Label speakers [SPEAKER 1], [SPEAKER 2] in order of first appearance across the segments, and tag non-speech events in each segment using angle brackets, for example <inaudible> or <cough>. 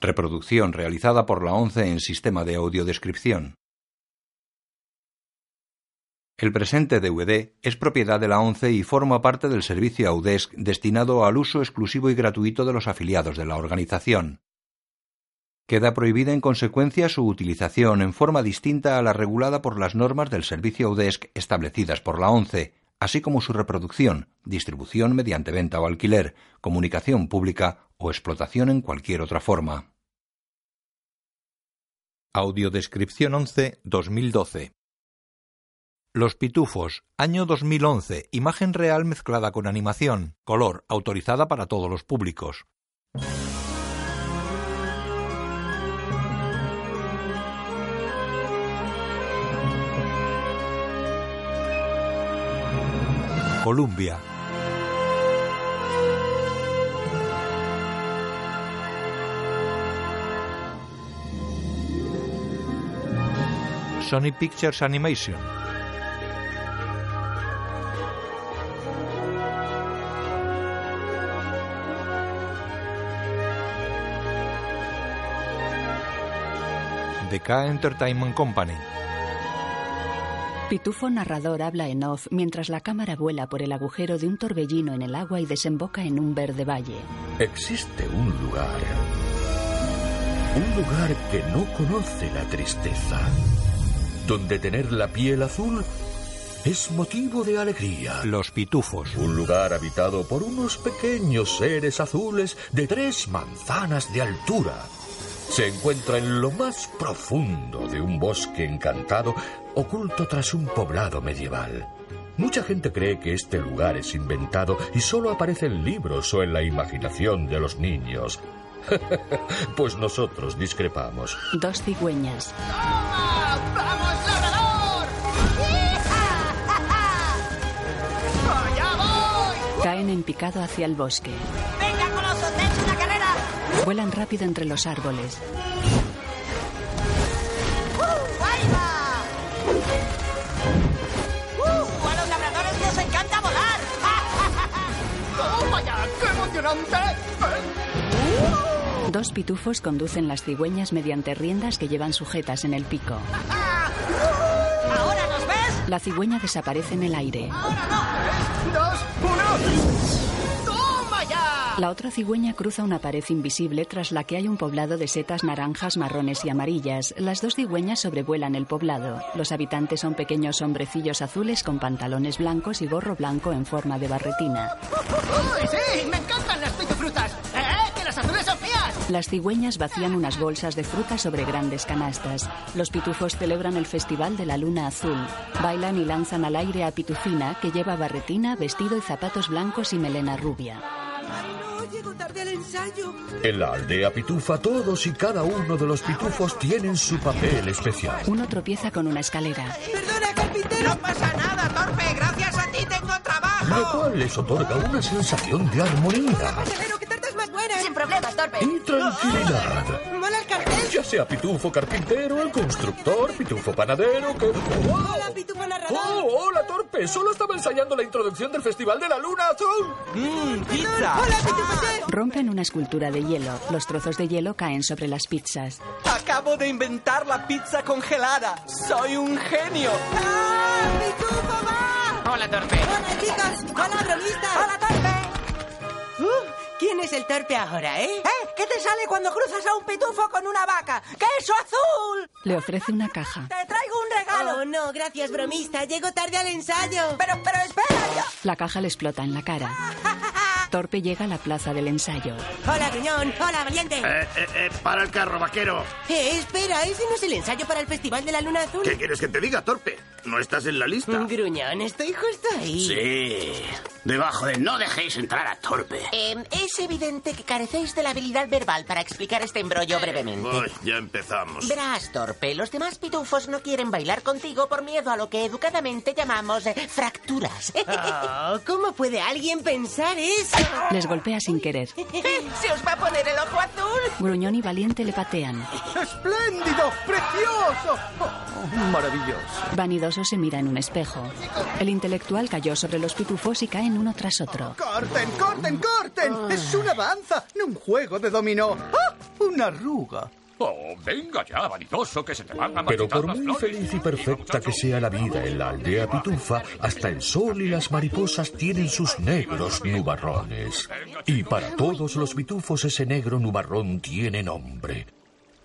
[SPEAKER 1] Reproducción realizada por la ONCE en sistema de audiodescripción. El presente DVD es propiedad de la ONCE y forma parte del servicio Audesc destinado al uso exclusivo y gratuito de los afiliados de la organización. Queda prohibida en consecuencia su utilización en forma distinta a la regulada por las normas del servicio Audesc establecidas por la ONCE, así como su reproducción, distribución mediante venta o alquiler, comunicación pública o explotación en cualquier otra forma. Audiodescripción 11 2012 los Pitufos, año 2011, imagen real mezclada con animación, color, autorizada para todos los públicos. Colombia. Sony Pictures Animation. de K Entertainment Company.
[SPEAKER 2] Pitufo narrador habla en off mientras la cámara vuela por el agujero de un torbellino en el agua y desemboca en un verde valle.
[SPEAKER 3] Existe un lugar. Un lugar que no conoce la tristeza. Donde tener la piel azul es motivo de alegría.
[SPEAKER 1] Los pitufos.
[SPEAKER 3] Un lugar habitado por unos pequeños seres azules de tres manzanas de altura se encuentra en lo más profundo de un bosque encantado oculto tras un poblado medieval. Mucha gente cree que este lugar es inventado y solo aparece en libros o en la imaginación de los niños. <laughs> pues nosotros discrepamos.
[SPEAKER 2] Dos cigüeñas.
[SPEAKER 4] ¡Toma! ¡Vamos, labrador!
[SPEAKER 5] Eh,
[SPEAKER 4] ¡Allá voy!
[SPEAKER 2] Caen en picado hacia el bosque.
[SPEAKER 4] ¡Venga, coloso! ¡Dense una carrera!
[SPEAKER 2] Vuelan rápido entre los árboles.
[SPEAKER 4] ¡Uh, ahí va! ¡Uh, a los labradores les encanta volar! <laughs>
[SPEAKER 6] Oh,
[SPEAKER 7] ¡Toma ya! ¡Qué emocionante!
[SPEAKER 4] Uh,
[SPEAKER 2] Dos pitufos conducen las cigüeñas mediante riendas que llevan sujetas en el pico.
[SPEAKER 4] ¿Ahora nos ves?
[SPEAKER 2] La cigüeña desaparece en el aire.
[SPEAKER 4] ¡Ahora no!
[SPEAKER 7] ¡Tres, dos, uno!
[SPEAKER 4] ¡Toma ya!
[SPEAKER 2] La otra cigüeña cruza una pared invisible tras la que hay un poblado de setas naranjas, marrones y amarillas. Las dos cigüeñas sobrevuelan el poblado. Los habitantes son pequeños hombrecillos azules con pantalones blancos y gorro blanco en forma de barretina.
[SPEAKER 7] ¡Uy, sí! ¡Me encantan las pitufrutas! ¡Eh, que las azules son mías!
[SPEAKER 2] Las cigüeñas vacían unas bolsas de fruta sobre grandes canastas. Los pitufos celebran el festival de la luna azul. Bailan y lanzan al aire a Pitufina, que lleva barretina, vestido y zapatos blancos y melena rubia.
[SPEAKER 3] En la aldea pitufa todos y cada uno de los pitufos tienen su papel especial.
[SPEAKER 2] Uno tropieza con una escalera.
[SPEAKER 8] Perdona, carpintero.
[SPEAKER 4] ¡No pasa nada, torpe! ¡Gracias a ti tengo
[SPEAKER 3] Lo
[SPEAKER 4] trabajo!
[SPEAKER 3] cual les otorga una sensación de armonía
[SPEAKER 8] Pasajero, que tardas más Oh, buena.
[SPEAKER 4] ¡Sin problemas, torpe!
[SPEAKER 3] y tranquilidad.
[SPEAKER 8] Mola el cartel.
[SPEAKER 3] Ya sea pitufo carpintero, el constructor, pitufo panadero, que... ¡Wow!
[SPEAKER 8] Hola, pitufo narrador.
[SPEAKER 3] ¡Oh, hola, torpe! Solo estaba ensayando la introducción del Festival de la Luna Azul.
[SPEAKER 9] Mmm, pizza.
[SPEAKER 8] Ah. Hola, pitufo chef.
[SPEAKER 2] Rompen una escultura de hielo. Los trozos de hielo caen sobre las pizzas.
[SPEAKER 9] Acabo de inventar la pizza congelada. Soy un genio.
[SPEAKER 8] ¡Ah, pitufo va!
[SPEAKER 4] ¡Hola, torpe!
[SPEAKER 8] Hola, chicos. Hola, bromistas.
[SPEAKER 6] Ah.
[SPEAKER 4] ¡Hola, torpe!
[SPEAKER 8] Uh, ¿Quién es el torpe ahora, eh? ¿Eh? ¿Qué te sale cuando cruzas a un pitufo con una vaca? ¡Queso azul!
[SPEAKER 2] Le ofrece una caja.
[SPEAKER 8] ¡Te traigo un regalo! Oh, no, gracias, bromista. Llego tarde al ensayo.
[SPEAKER 4] Pero, pero, espera, yo...
[SPEAKER 2] La caja le explota en la cara. Torpe llega a la plaza del ensayo.
[SPEAKER 8] Hola, gruñón. Hola, valiente.
[SPEAKER 5] Eh, eh, eh, para el carro, vaquero.
[SPEAKER 8] Eh, espera, ese no es el ensayo para el Festival de la Luna Azul.
[SPEAKER 5] ¿Qué quieres que te diga, torpe? No estás en la lista.
[SPEAKER 8] Gruñón, estoy justo ahí.
[SPEAKER 5] Sí. Debajo de no dejéis entrar a torpe.
[SPEAKER 8] Em,
[SPEAKER 10] es evidente que carecéis de la habilidad verbal para explicar este embrollo brevemente.
[SPEAKER 5] Uy, ya empezamos.
[SPEAKER 10] Verás, Torpe, los demás pitufos no quieren bailar contigo por miedo a lo que educadamente llamamos eh, fracturas.
[SPEAKER 8] <laughs>
[SPEAKER 5] Ah.
[SPEAKER 8] Oh, ¿Cómo puede alguien pensar eso? <laughs>
[SPEAKER 2] Les golpea sin querer.
[SPEAKER 4] ¡Se os va a poner el ojo azul!
[SPEAKER 2] Gruñón y Valiente le patean.
[SPEAKER 7] ¡Espléndido!
[SPEAKER 8] <laughs>
[SPEAKER 7] ¡Precioso! Oh, maravilloso.
[SPEAKER 2] Vanidoso se mira en un espejo. El intelectual cayó sobre los pitufos y caen uno tras otro.
[SPEAKER 7] ¡Corten, corten, corten! ¡Es una danza! ¡No un juego de dominó! ¡Ah!
[SPEAKER 5] Una arruga.
[SPEAKER 11] Oh, venga ya, vanidoso, que se te van a
[SPEAKER 3] Pero
[SPEAKER 11] marchitar
[SPEAKER 3] por
[SPEAKER 11] las
[SPEAKER 3] muy
[SPEAKER 11] flores.
[SPEAKER 3] feliz y perfecta que sea la vida en la aldea pitufa, hasta el sol y las mariposas tienen sus negros nubarrones. Y para todos los pitufos ese negro nubarrón tiene nombre.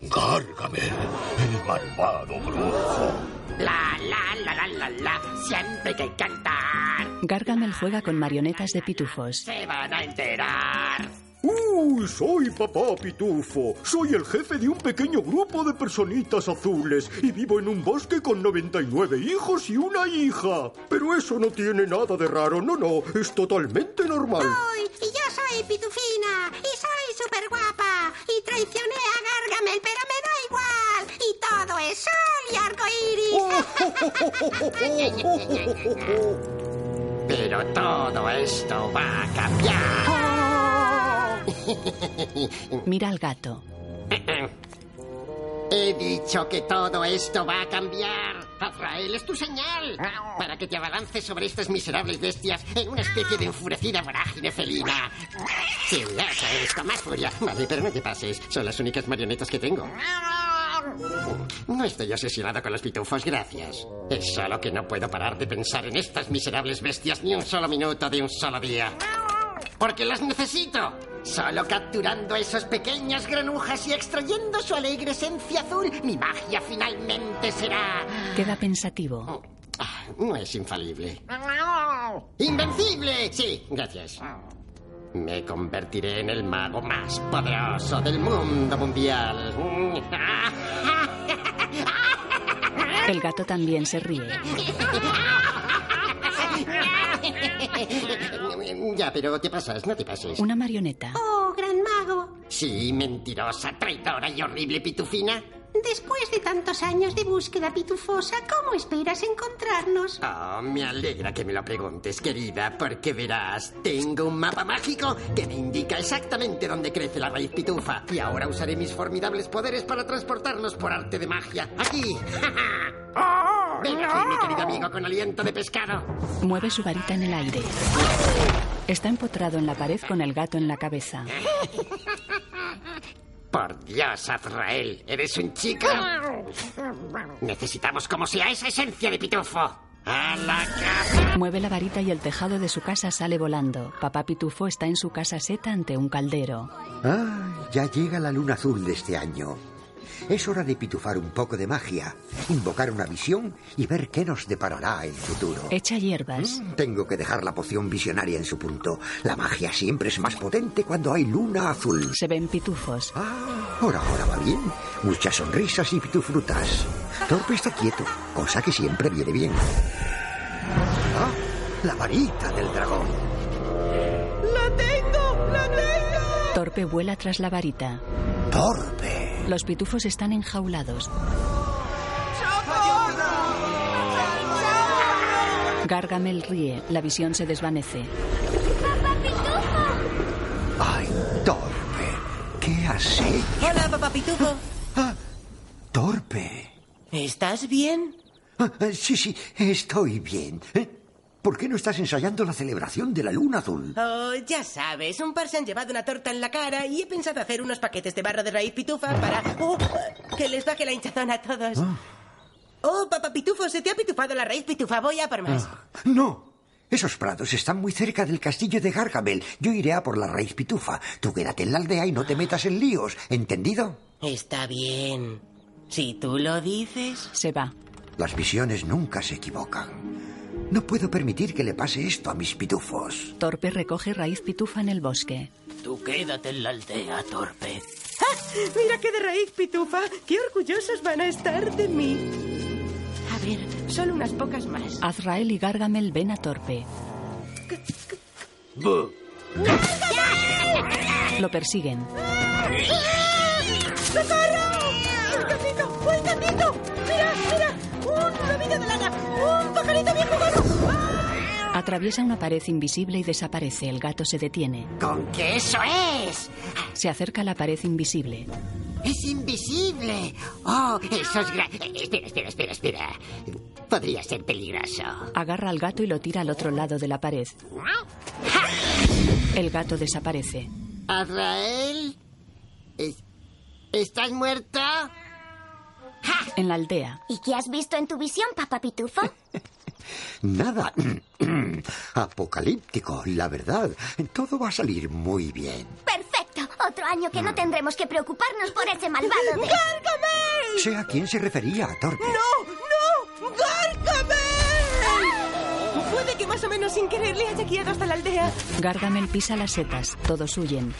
[SPEAKER 3] Gargamel, el malvado brujo.
[SPEAKER 6] La, la, la, la, la, la. Siempre que cantar,
[SPEAKER 2] Gargamel juega con marionetas de pitufos.
[SPEAKER 6] se van a enterar.
[SPEAKER 12] ¡Uy, soy papá Pitufo! Soy el jefe de un pequeño grupo de personitas azules y vivo en un bosque con 99 hijos y una hija. Pero eso no tiene nada de raro, no, no, es totalmente normal.
[SPEAKER 13] Soy, y yo soy Pitufina, y soy súper guapa, y traicioné a Gargamel, pero me da igual, y todo es sol y arcoíris.
[SPEAKER 6] Pero todo esto va a
[SPEAKER 4] Oh.
[SPEAKER 6] cambiar.
[SPEAKER 2] Mira al gato.
[SPEAKER 6] He dicho que todo esto va a cambiar. Azrael, es tu señal para que te abalances sobre estas miserables bestias en una especie de enfurecida vorágine felina. Sí, eso es, con más furia. Vale, pero no te pases. Son las únicas marionetas que tengo. No estoy obsesionado con los pitufos, gracias. Es solo que no puedo parar de pensar en estas miserables bestias ni un solo minuto de un solo día. Porque las necesito. Solo capturando a esos pequeñas granujas y extrayendo su alegre esencia azul, mi magia finalmente será.
[SPEAKER 2] Queda pensativo.
[SPEAKER 6] Ah, No es infalible. ¡Invencible! Sí, gracias. Me convertiré en el mago más poderoso del mundo mundial. <laughs>
[SPEAKER 2] El gato también se ríe.
[SPEAKER 6] Eh, Ya, pero te pasas, no te pases.
[SPEAKER 2] Una marioneta.
[SPEAKER 13] Oh, gran mago,
[SPEAKER 6] Sí, mentirosa, traidora y horrible pitufina.
[SPEAKER 13] después de tantos años de búsqueda pitufosa, ¿cómo esperas encontrarnos?
[SPEAKER 6] Oh, me alegra que me lo preguntes, querida, porque verás, tengo un mapa mágico que me indica exactamente dónde crece la raíz pitufa. Y ahora usaré mis formidables poderes para transportarnos por arte de magia. ¡Aquí! <laughs> ¡Ja, ja! Ven aquí, mi querido amigo, con aliento de pescado.
[SPEAKER 2] Mueve su varita en el aire. Está empotrado en la pared con el gato en la cabeza.
[SPEAKER 6] Por Dios, Azrael, eres un chico. Necesitamos como sea esa esencia de pitufo. ¡A la casa!
[SPEAKER 2] Mueve la varita y el tejado de su casa sale volando. Papá Pitufo está en su casa seta ante un caldero.
[SPEAKER 14] Ah, ya llega la luna azul de este año. Es hora de pitufar un poco de magia, invocar una visión y ver qué nos deparará el futuro. Mm,
[SPEAKER 2] Echa hierbas.
[SPEAKER 14] Tengo que dejar la poción visionaria en su punto. La magia siempre es más potente cuando hay luna azul. Ah,
[SPEAKER 2] Se ven pitufos.
[SPEAKER 14] Ahora, ahora va bien. Muchas sonrisas y pitufrutas. Torpe está quieto, cosa que siempre viene bien. Ah, la varita del dragón.
[SPEAKER 15] ¡La tengo! ¡La tengo!
[SPEAKER 2] Torpe vuela tras la varita.
[SPEAKER 14] ¡Torpe!
[SPEAKER 2] Los pitufos están enjaulados. Gargamel ríe, la visión se desvanece.
[SPEAKER 14] ¡Ay, torpe! ¿Qué has hecho?
[SPEAKER 8] Hola, papá Pitufo.
[SPEAKER 14] Torpe. Ah,
[SPEAKER 8] ¿Estás bien?
[SPEAKER 14] Sí, sí, estoy bien. ¿Eh? ¿Por qué no estás ensayando la celebración de la luna azul?
[SPEAKER 8] Oh, ya sabes, un par se han llevado una torta en la cara y he pensado hacer unos paquetes de barro de raíz pitufa para Oh, que les baje la hinchazón a todos. Oh, papá pitufo, se te ha pitufado la raíz pitufa, voy a por más.
[SPEAKER 14] Ah, no. Esos prados están muy cerca del castillo de Gargamel. Yo iré a por la raíz pitufa. Tú quédate en la aldea y no te metas en líos. ¿Entendido?
[SPEAKER 8] Está bien. Si tú lo dices.
[SPEAKER 2] Se va.
[SPEAKER 14] Las visiones nunca se equivocan. No puedo permitir que le pase esto a mis pitufos.
[SPEAKER 2] Torpe recoge raíz pitufa en el bosque.
[SPEAKER 16] Tú quédate en la aldea, torpe.
[SPEAKER 8] ¡Ah! Mira qué de raíz pitufa, qué orgullosos van a estar de mí. A ver, solo unas pocas más.
[SPEAKER 2] Azrael y Gargamel ven a Torpe. Lo persiguen.
[SPEAKER 17] ¡Socorro! ¡El gatito! ¡Oh, ¡El gatito! ¡Mira, mira! ¡Un rabillo de lana! ¡Un pajarito ¡Ah! bien jugado!
[SPEAKER 2] Atraviesa una pared invisible y desaparece. El gato se detiene.
[SPEAKER 6] ¿Con qué eso es?
[SPEAKER 2] Se acerca a la pared invisible.
[SPEAKER 6] Es invisible. Oh, eso es gra- Eh, Espera, espera, espera, espera. Podría ser peligroso.
[SPEAKER 2] Agarra al gato y lo tira al otro lado de la pared. El gato desaparece.
[SPEAKER 6] Azrael. eh, ¿Estás muerta?
[SPEAKER 2] En la aldea,
[SPEAKER 7] ¿Y qué has visto en tu visión, papá Pitufo?
[SPEAKER 14] Nada. <clears throat> Apocalíptico, la verdad. Todo va a salir muy bien.
[SPEAKER 7] Perfecto. Otro año que no tendremos que preocuparnos por ese malvado de...
[SPEAKER 14] Sé a quién se refería, Torpe.
[SPEAKER 8] ¡No! ¡Gargamel! Puede que más o menos sin querer le haya guiado hasta la aldea.
[SPEAKER 2] Gargamel pisa las setas, todos huyen.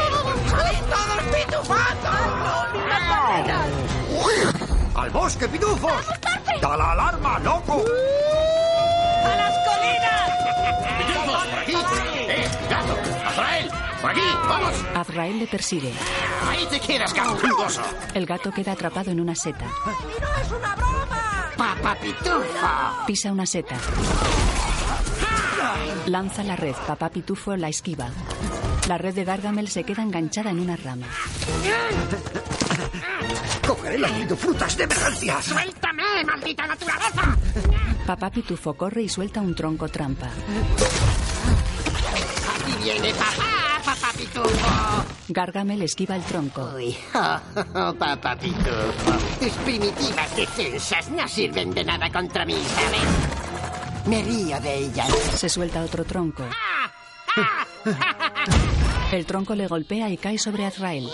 [SPEAKER 18] todos
[SPEAKER 14] ¡Al bosque, pitufos! ¡Da la alarma, loco!
[SPEAKER 18] ¡A las colinas!
[SPEAKER 5] ¡Pitufos, por aquí! ¡Eh, gato! ¡Azrael! ¡Por aquí! ¡Vamos!
[SPEAKER 2] Azrael le persigue.
[SPEAKER 5] ¡Ahí te quedas, gato pulgoso!
[SPEAKER 2] El gato queda atrapado en una seta.
[SPEAKER 5] ¡Papá Pitufo!
[SPEAKER 2] Pisa una seta. Lanza la red. Papá Pitufo la esquiva. La red de Gargamel se queda enganchada en una rama.
[SPEAKER 14] ¡Cogeré las pitufrutas de emergencia!
[SPEAKER 7] ¡Suéltame, maldita naturaleza!
[SPEAKER 2] Papá Pitufo corre y suelta un tronco trampa.
[SPEAKER 6] Aquí viene papá, papá pitufo.
[SPEAKER 2] Gargamel esquiva el tronco.
[SPEAKER 6] Oh, oh, oh, papá pitufo. Tus primitivas defensas no sirven de nada contra mí, ¿sabes? Me río de ellas.
[SPEAKER 2] Se suelta otro tronco. El tronco le golpea y cae sobre Azrael.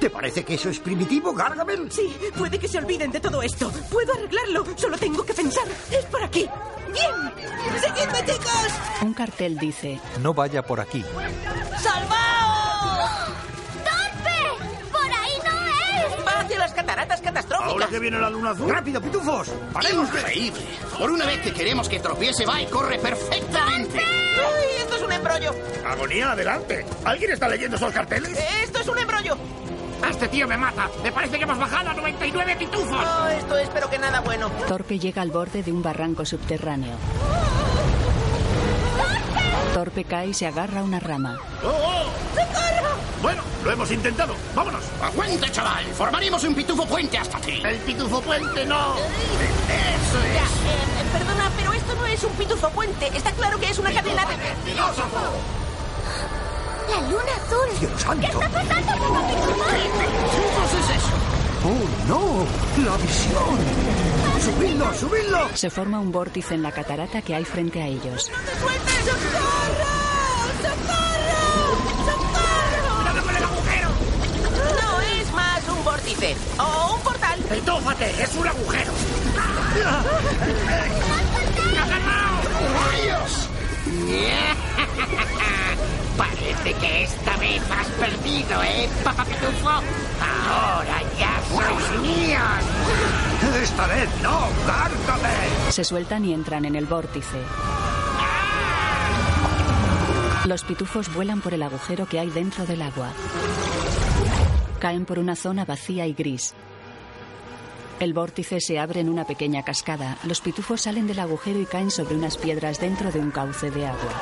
[SPEAKER 14] ¿Te parece que eso es primitivo, Gargamel?
[SPEAKER 8] Sí, puede que se olviden de todo esto. Puedo arreglarlo, solo tengo que pensar. Es por aquí. ¡Bien! ¡Seguidme, chicos!
[SPEAKER 2] Un cartel dice,
[SPEAKER 1] No vaya por aquí.
[SPEAKER 18] ¡Salvaos!
[SPEAKER 7] ¡Torpe! ¡Por ahí no es!
[SPEAKER 8] ¡Va hacia las cataratas catastróficas!
[SPEAKER 5] viene la luna azul.
[SPEAKER 14] ¡Rápido, pitufos!
[SPEAKER 5] ¡Paremos! Increíble. Por una vez que queremos que tropiece, va y corre perfectamente.
[SPEAKER 8] ¡Uy, esto es un embrollo!
[SPEAKER 5] Agonía, adelante. ¿Alguien está leyendo esos carteles?
[SPEAKER 8] Eh, ¡Esto es un embrollo!
[SPEAKER 5] Este tío me mata. Me parece que hemos bajado a 99 pitufos.
[SPEAKER 8] No, esto espero que nada bueno.
[SPEAKER 2] Torpe llega al borde de un barranco subterráneo. Torpe cae y se agarra a una rama.
[SPEAKER 5] Oh, Bueno, lo hemos intentado. Vámonos. Aguanta, chaval. Formaremos un pitufo puente hasta ti. El pitufo puente no. Eso
[SPEAKER 8] Ya, eh, perdona, pero esto no es un pitufo puente. Está claro que es una cadena de...
[SPEAKER 5] Filósofo.
[SPEAKER 7] ¡La luna azul!
[SPEAKER 14] ¡Dios santo!
[SPEAKER 7] ¿Qué está pasando, papá pitufo?
[SPEAKER 5] ¿Pitufos es eso?
[SPEAKER 14] ¡Oh, no! ¡La visión! ¡Subidlo, subidlo!
[SPEAKER 2] Se forma un vórtice en la catarata que hay frente a ellos.
[SPEAKER 8] ¡No te sueltes! ¡Socorro! ¡Socorro! ¡Socorro! ¡Cuidado con el agujero! No es más un vórtice. O un portal.
[SPEAKER 5] Pitófate, es un agujero. ¡Rayos!
[SPEAKER 6] <laughs> Parece que esta vez has perdido, ¿eh, papá pitufo? Ahora ya sois míos. <laughs>
[SPEAKER 14] ¡Esta vez no! ¡Gargamel!
[SPEAKER 2] Se sueltan y entran en el vórtice. Los pitufos vuelan por el agujero que hay dentro del agua. Caen por una zona vacía y gris. El vórtice se abre en una pequeña cascada. Los pitufos salen del agujero y caen sobre unas piedras dentro de un cauce de agua.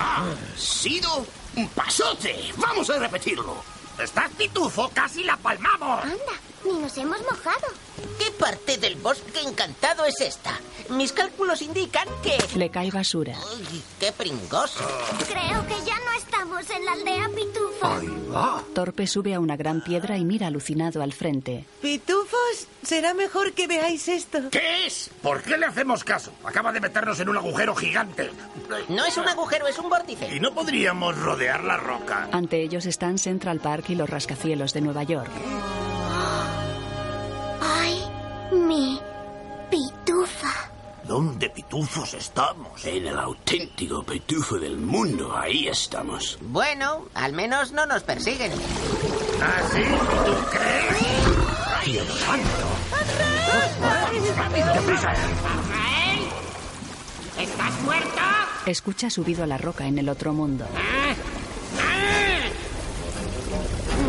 [SPEAKER 5] Ha sido un pasote. Vamos a repetirlo. Estás pitufo, casi la palmamos.
[SPEAKER 7] Anda, ni nos hemos mojado.
[SPEAKER 19] ¿Qué parte del bosque encantado es esta? Mis cálculos indican que...
[SPEAKER 2] Le cae basura.
[SPEAKER 19] Uy, ¡Qué pringoso!
[SPEAKER 7] Creo que ya no estamos en la aldea pitufo.
[SPEAKER 2] Torpe sube a una gran piedra y mira alucinado al frente.
[SPEAKER 8] Pitufos, será mejor que veáis esto.
[SPEAKER 5] ¿Qué es? ¿Por qué le hacemos caso? Acaba de meternos en un agujero gigante.
[SPEAKER 19] No es un agujero, es un vórtice.
[SPEAKER 5] ¿Y no podríamos rodear la roca?
[SPEAKER 2] Ante ellos están Central Park y los rascacielos de Nueva York.
[SPEAKER 7] ¡Ay, mi pitufa!
[SPEAKER 5] ¿Dónde pitufos estamos? En el auténtico pitufo del mundo. Ahí estamos.
[SPEAKER 19] Bueno, al menos no nos persiguen.
[SPEAKER 5] ¿Ah, sí? ¿Tú crees?
[SPEAKER 14] ¡Dios santo!
[SPEAKER 6] ¿Rafael? ¿Estás muerto?
[SPEAKER 2] Escucha subido a la roca en el otro mundo.
[SPEAKER 6] ¡Ah!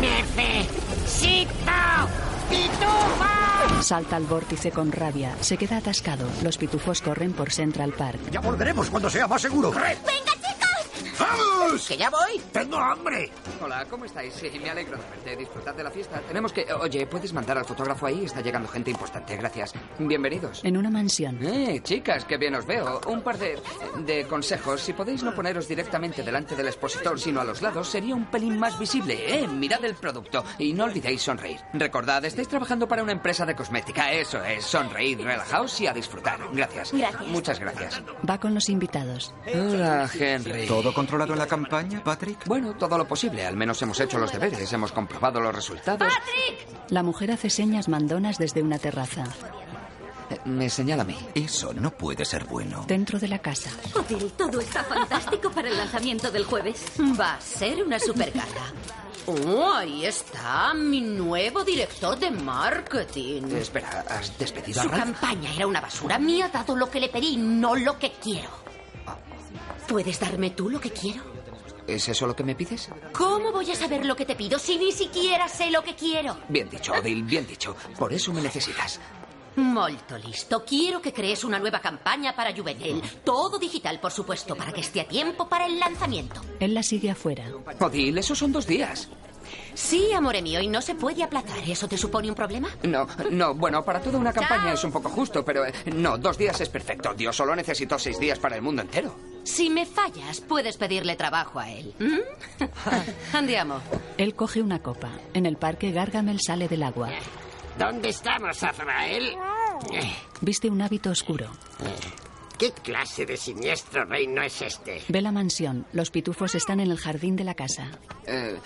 [SPEAKER 6] ¡Ah! ¡Necesito pitufo!
[SPEAKER 2] Salta al vórtice con rabia. Se queda atascado. Los pitufos corren por Central Park.
[SPEAKER 14] Ya volveremos cuando sea más seguro.
[SPEAKER 7] ¡Venga, chicos!
[SPEAKER 5] ¡Vamos!
[SPEAKER 20] ¡Vamos! ¡Que ya voy!
[SPEAKER 5] ¡Tengo hambre!
[SPEAKER 20] Hola, ¿cómo estáis? Sí, me alegro de verte. Disfrutad de la fiesta. Tenemos que... Oye, ¿puedes mandar al fotógrafo ahí? Está llegando gente importante. Gracias. Bienvenidos.
[SPEAKER 2] En una mansión.
[SPEAKER 20] Eh, chicas, qué bien os veo. Un par de, de consejos. Si podéis no poneros directamente delante del expositor, sino a los lados, sería un pelín más visible. Eh, mirad el producto y no olvidéis sonreír. Recordad, estáis trabajando para una empresa de cosmética. Eso es, sonreír, relajaos y a disfrutar. Gracias.
[SPEAKER 2] Gracias.
[SPEAKER 20] Muchas gracias.
[SPEAKER 2] Va con los invitados.
[SPEAKER 20] Hola, Henry.
[SPEAKER 21] ¿Todo controlado en la campaña, Patrick?
[SPEAKER 20] Bueno, todo lo posible. Al menos hemos hecho los deberes, hemos comprobado los resultados.
[SPEAKER 2] La mujer hace señas mandonas desde una terraza.
[SPEAKER 20] Eh, Me señala a mí.
[SPEAKER 21] Eso no puede ser bueno.
[SPEAKER 2] Dentro de la casa.
[SPEAKER 13] Odil, todo está fantástico para el lanzamiento del jueves. Va a ser una supercarga. Oh, ahí está, mi nuevo director de marketing.
[SPEAKER 20] Espera, ¿has despedido a
[SPEAKER 13] Su
[SPEAKER 20] Ralph?
[SPEAKER 13] campaña era una basura. Me ha dado lo que le pedí, no lo que quiero. ¿Puedes darme tú lo que quiero?
[SPEAKER 20] ¿Es eso lo que me pides?
[SPEAKER 13] ¿Cómo voy a saber lo que te pido si ni siquiera sé lo que quiero?
[SPEAKER 20] Bien dicho, Odil, bien dicho. Por eso me necesitas.
[SPEAKER 13] Molto listo. Quiero que crees una nueva campaña para Juvenil. Todo digital, por supuesto, para que esté a tiempo para el lanzamiento.
[SPEAKER 2] Él la sigue afuera.
[SPEAKER 20] Odil, esos son dos días.
[SPEAKER 13] Sí, amore mío, y no se puede aplazar. ¿Eso te supone un problema?
[SPEAKER 20] No, no, bueno, para toda una campaña es un poco justo, pero eh, no, dos días es perfecto. Dios solo necesitó seis días para el mundo entero.
[SPEAKER 13] Si me fallas, puedes pedirle trabajo a él. ¿Mm? Andiamo.
[SPEAKER 2] Él coge una copa. En el parque, Gargamel sale del agua.
[SPEAKER 6] ¿Dónde estamos, Azrael? Eh,
[SPEAKER 2] Viste un hábito oscuro.
[SPEAKER 6] ¿Qué clase de siniestro reino es este?
[SPEAKER 2] Ve la mansión. Los pitufos están en el jardín de la casa.
[SPEAKER 20] Eh,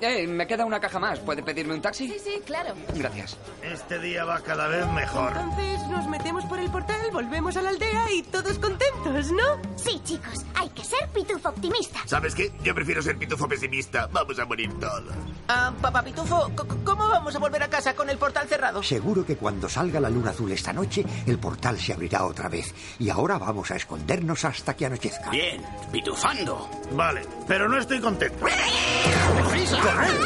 [SPEAKER 20] eh, me queda una caja más. ¿Puede pedirme un taxi?
[SPEAKER 22] Sí, sí, claro.
[SPEAKER 20] Gracias.
[SPEAKER 5] Este día va cada vez mejor.
[SPEAKER 22] Entonces nos metemos por el portal, volvemos a la aldea y todos contentos, ¿no? Sí, chicos, hay que ser pitufo optimista.
[SPEAKER 5] ¿Sabes qué? Yo prefiero ser pitufo pesimista. Vamos a morir todos.
[SPEAKER 8] Ah, papá Pitufo, c- c- ¿cómo vamos a volver a casa con el portal cerrado?
[SPEAKER 14] Seguro que cuando salga la luna azul esta noche, el portal se abrirá otra vez. Y ahora vamos a escondernos hasta que anochezca.
[SPEAKER 5] Bien, pitufando. Vale, pero no estoy contento. ¡Corred,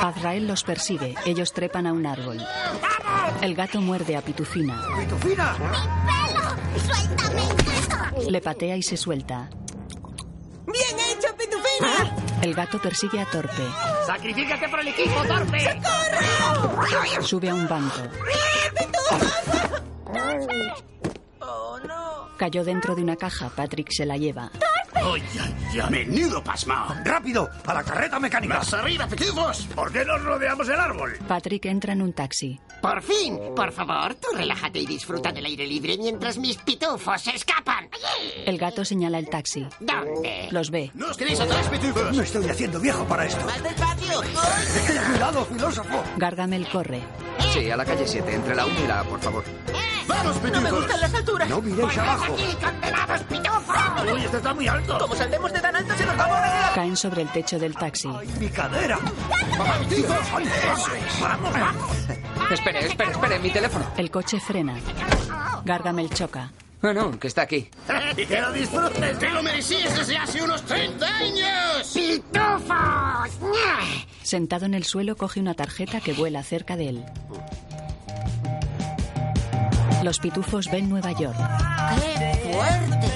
[SPEAKER 2] Azrael los persigue. Ellos trepan a un árbol. El gato muerde a Pitufina.
[SPEAKER 5] pitufina!
[SPEAKER 2] Le patea y se suelta.
[SPEAKER 22] ¡Bien hecho, pitufina!
[SPEAKER 2] El gato persigue a Torpe.
[SPEAKER 23] ¡Sacrifícate por el equipo, torpe! ¡Socorro!
[SPEAKER 2] Sube a un banco. Cayó dentro de una caja. Patrick se la lleva.
[SPEAKER 5] ¡Ay, ay, ay! ¡Menudo pasmao! ¡Rápido! ¡A la carreta mecánica! ¡Más arriba, pitufos! ¿Por qué nos rodeamos el árbol?
[SPEAKER 2] Patrick entra en un taxi.
[SPEAKER 6] Por fin, por favor, tú relájate y disfruta del aire libre mientras mis pitufos se escapan.
[SPEAKER 2] El gato señala el taxi.
[SPEAKER 6] ¿Dónde?
[SPEAKER 2] Los ve.
[SPEAKER 6] ¡Nos tenéis atrás, pitufos!
[SPEAKER 14] No estoy haciendo viejo para esto.
[SPEAKER 8] ¡Más despacio!
[SPEAKER 14] ¡Cuidado, filósofo!
[SPEAKER 2] Gargamel corre.
[SPEAKER 20] Sí, a la calle 7, entre la 1 y la A, por favor.
[SPEAKER 5] ¡Vamos, pitufos!
[SPEAKER 8] me gustan las alturas.
[SPEAKER 14] ¡No miréis abajo!
[SPEAKER 6] ¡Condenados, pitufos!
[SPEAKER 5] ¡Uy, este está muy alto!
[SPEAKER 8] Como saltemos de tan alto se nos va a morir.
[SPEAKER 2] Caen sobre el techo del taxi.
[SPEAKER 14] ¡Mi cadera!
[SPEAKER 5] ¡Vamos, vamos!
[SPEAKER 20] Espere, espere, espere, mi teléfono.
[SPEAKER 2] El coche frena. Gargamel choca.
[SPEAKER 20] Ah, no, que está aquí.
[SPEAKER 5] ¡Y que lo disfrutes! ¡Te lo merecías desde hace unos 30 años!
[SPEAKER 6] ¡Pitufos!
[SPEAKER 2] Sentado en el suelo coge una tarjeta que vuela cerca de él. Los pitufos ven Nueva York.
[SPEAKER 8] ¡Qué fuerte!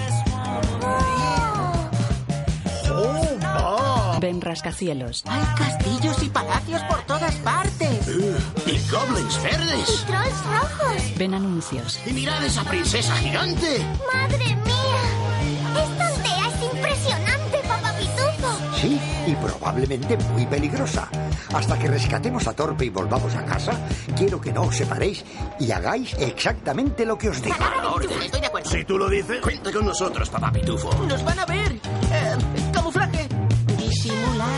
[SPEAKER 5] Oh,
[SPEAKER 2] Ven rascacielos.
[SPEAKER 8] Hay castillos y palacios por todas partes.
[SPEAKER 5] Eh, ¡Y goblins verdes!
[SPEAKER 7] ¡Trolls rojos!
[SPEAKER 2] Ven anuncios.
[SPEAKER 5] ¡Y mirad esa princesa gigante!
[SPEAKER 7] ¡Madre mía! ¡Esta aldea es impresionante, papá Pitufo!
[SPEAKER 14] Sí, y probablemente muy peligrosa. Hasta que rescatemos a Torpe y volvamos a casa, quiero que no os separéis y hagáis exactamente lo que os digo.
[SPEAKER 8] Estoy de acuerdo.
[SPEAKER 5] Si tú lo dices, cuenta con nosotros, papá pitufo.
[SPEAKER 8] ¡Nos van a ver! Eh, ¡Camuflaje! Disimular.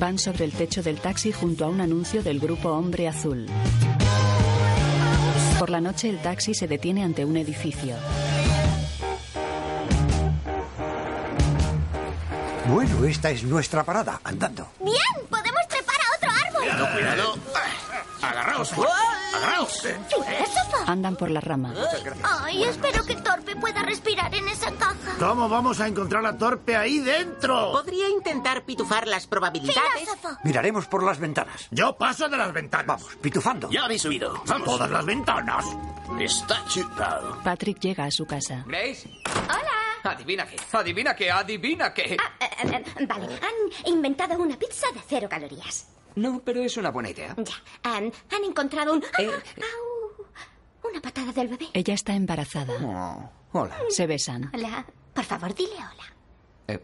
[SPEAKER 2] Van sobre el techo del taxi junto a un anuncio del grupo Hombre Azul. Por la noche el taxi se detiene ante un edificio.
[SPEAKER 14] Bueno, esta es nuestra parada, andando.
[SPEAKER 7] ¡Bien! ¡Podemos trepar a otro árbol!
[SPEAKER 5] Cuidado, cuidado. Agarraos, agarraos.
[SPEAKER 2] Andan por la rama.
[SPEAKER 7] ¡Ay, espero que Torpe pueda respirar en esa caja!
[SPEAKER 5] ¿Cómo vamos a encontrar a Torpe ahí dentro?
[SPEAKER 8] Podría intentar pitufar las probabilidades.
[SPEAKER 7] <laughs> ¡Filósofo!
[SPEAKER 14] Miraremos por las ventanas.
[SPEAKER 5] Yo paso de las ventanas. Vamos.
[SPEAKER 14] Pitufando.
[SPEAKER 5] Ya habéis subido. Vamos. Todas las ventanas. Está chupado.
[SPEAKER 2] Patrick llega a su casa.
[SPEAKER 20] ¿Grace?
[SPEAKER 13] ¡Hola!
[SPEAKER 20] Adivina qué, adivina qué, adivina qué.
[SPEAKER 24] Eh, eh, Vale, han inventado una pizza de cero calorías.
[SPEAKER 20] No, pero es una buena idea. Eh,
[SPEAKER 24] Ya, han, han encontrado un... Ah, ¡Au! Una patada del bebé.
[SPEAKER 2] Ella está embarazada.
[SPEAKER 20] hola.
[SPEAKER 2] Se besan.
[SPEAKER 24] Hola. Por favor, dile hola.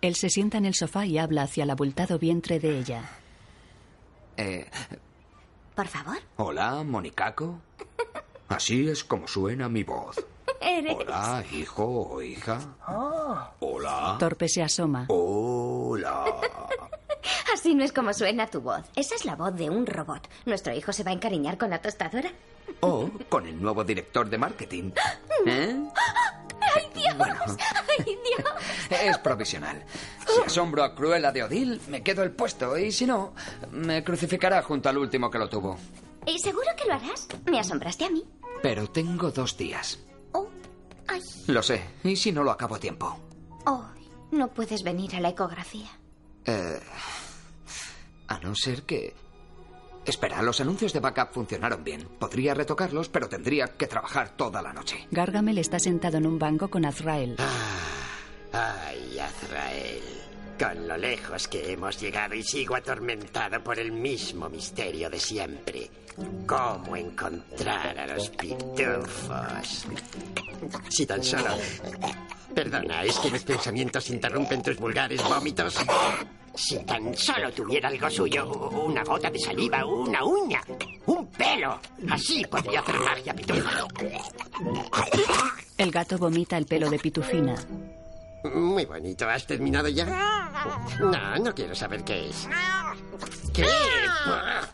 [SPEAKER 2] Él se sienta en el sofá y habla hacia el abultado vientre de ella.
[SPEAKER 20] Eh,
[SPEAKER 24] Por favor.
[SPEAKER 20] hola, Monicaco. Así es como suena mi voz.
[SPEAKER 24] Eres...
[SPEAKER 20] Hola, hijo o hija. Oh. Hola.
[SPEAKER 2] Torpe se asoma.
[SPEAKER 20] Hola.
[SPEAKER 24] Así no es como suena tu voz. Esa es la voz de un robot. Nuestro hijo se va a encariñar con la tostadora.
[SPEAKER 20] O Oh, con el nuevo director de
[SPEAKER 24] <gasps>
[SPEAKER 20] marketing. ¿Eh?
[SPEAKER 24] ¡Ay, Dios! ¡Ay, Dios!
[SPEAKER 20] Es provisional. Si asombro a Cruella de Odil, me quedo el puesto. Y si no, me crucificará junto al último que lo tuvo.
[SPEAKER 24] ¿Y seguro que lo harás? Me asombraste a mí.
[SPEAKER 20] Pero tengo dos días.
[SPEAKER 24] Ay,
[SPEAKER 20] Lo sé. ¿Y si no lo acabo a tiempo?
[SPEAKER 24] oh, no puedes venir a la ecografía.
[SPEAKER 20] Eh, a no ser que... Espera, los anuncios de backup funcionaron bien. Podría retocarlos, pero tendría que trabajar toda la noche.
[SPEAKER 2] Gargamel está sentado en un banco con Azrael.
[SPEAKER 6] Ah. Ay, Azrael. Con lo lejos que hemos llegado y sigo atormentado por el mismo misterio de siempre. ¿Cómo encontrar a los pitufos? Si tan solo... Perdona, es que mis pensamientos interrumpen tus vulgares vómitos. Si tan solo tuviera algo suyo, una gota de saliva, una uña, un pelo, así podría hacer magia, pitufo.
[SPEAKER 2] El gato vomita el pelo de Pitufina.
[SPEAKER 6] Muy bonito, ¿has terminado ya? No, no quiero saber qué es. ¿Qué?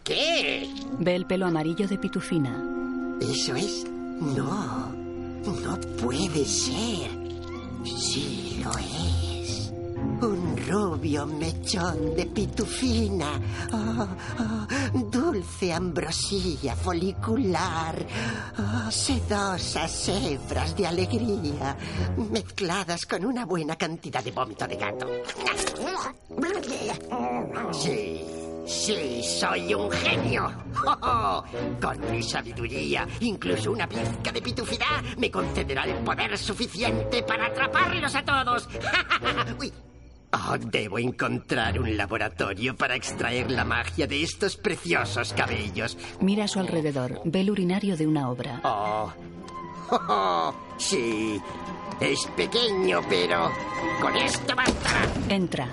[SPEAKER 6] ¿Qué?
[SPEAKER 2] Ve el pelo amarillo de Pitufina.
[SPEAKER 6] ¿Eso es? No, no puede ser. Sí lo es. Un rubio mechón de pitufina. Oh, oh, dulce ambrosía folicular. Oh, sedosas hebras de alegría. Mezcladas con una buena cantidad de vómito de gato. Sí, sí, soy un genio. Oh, oh, Con mi sabiduría, incluso una pizca de pitufidad me concederá el poder suficiente para atraparlos a todos. <laughs> Uy. Oh, debo encontrar un laboratorio para extraer la magia de estos preciosos cabellos.
[SPEAKER 2] Mira a su alrededor. Ve el urinario de una obra.
[SPEAKER 6] Oh. <laughs> Oh, oh, sí, es pequeño, pero con esto bastará.
[SPEAKER 2] Entra.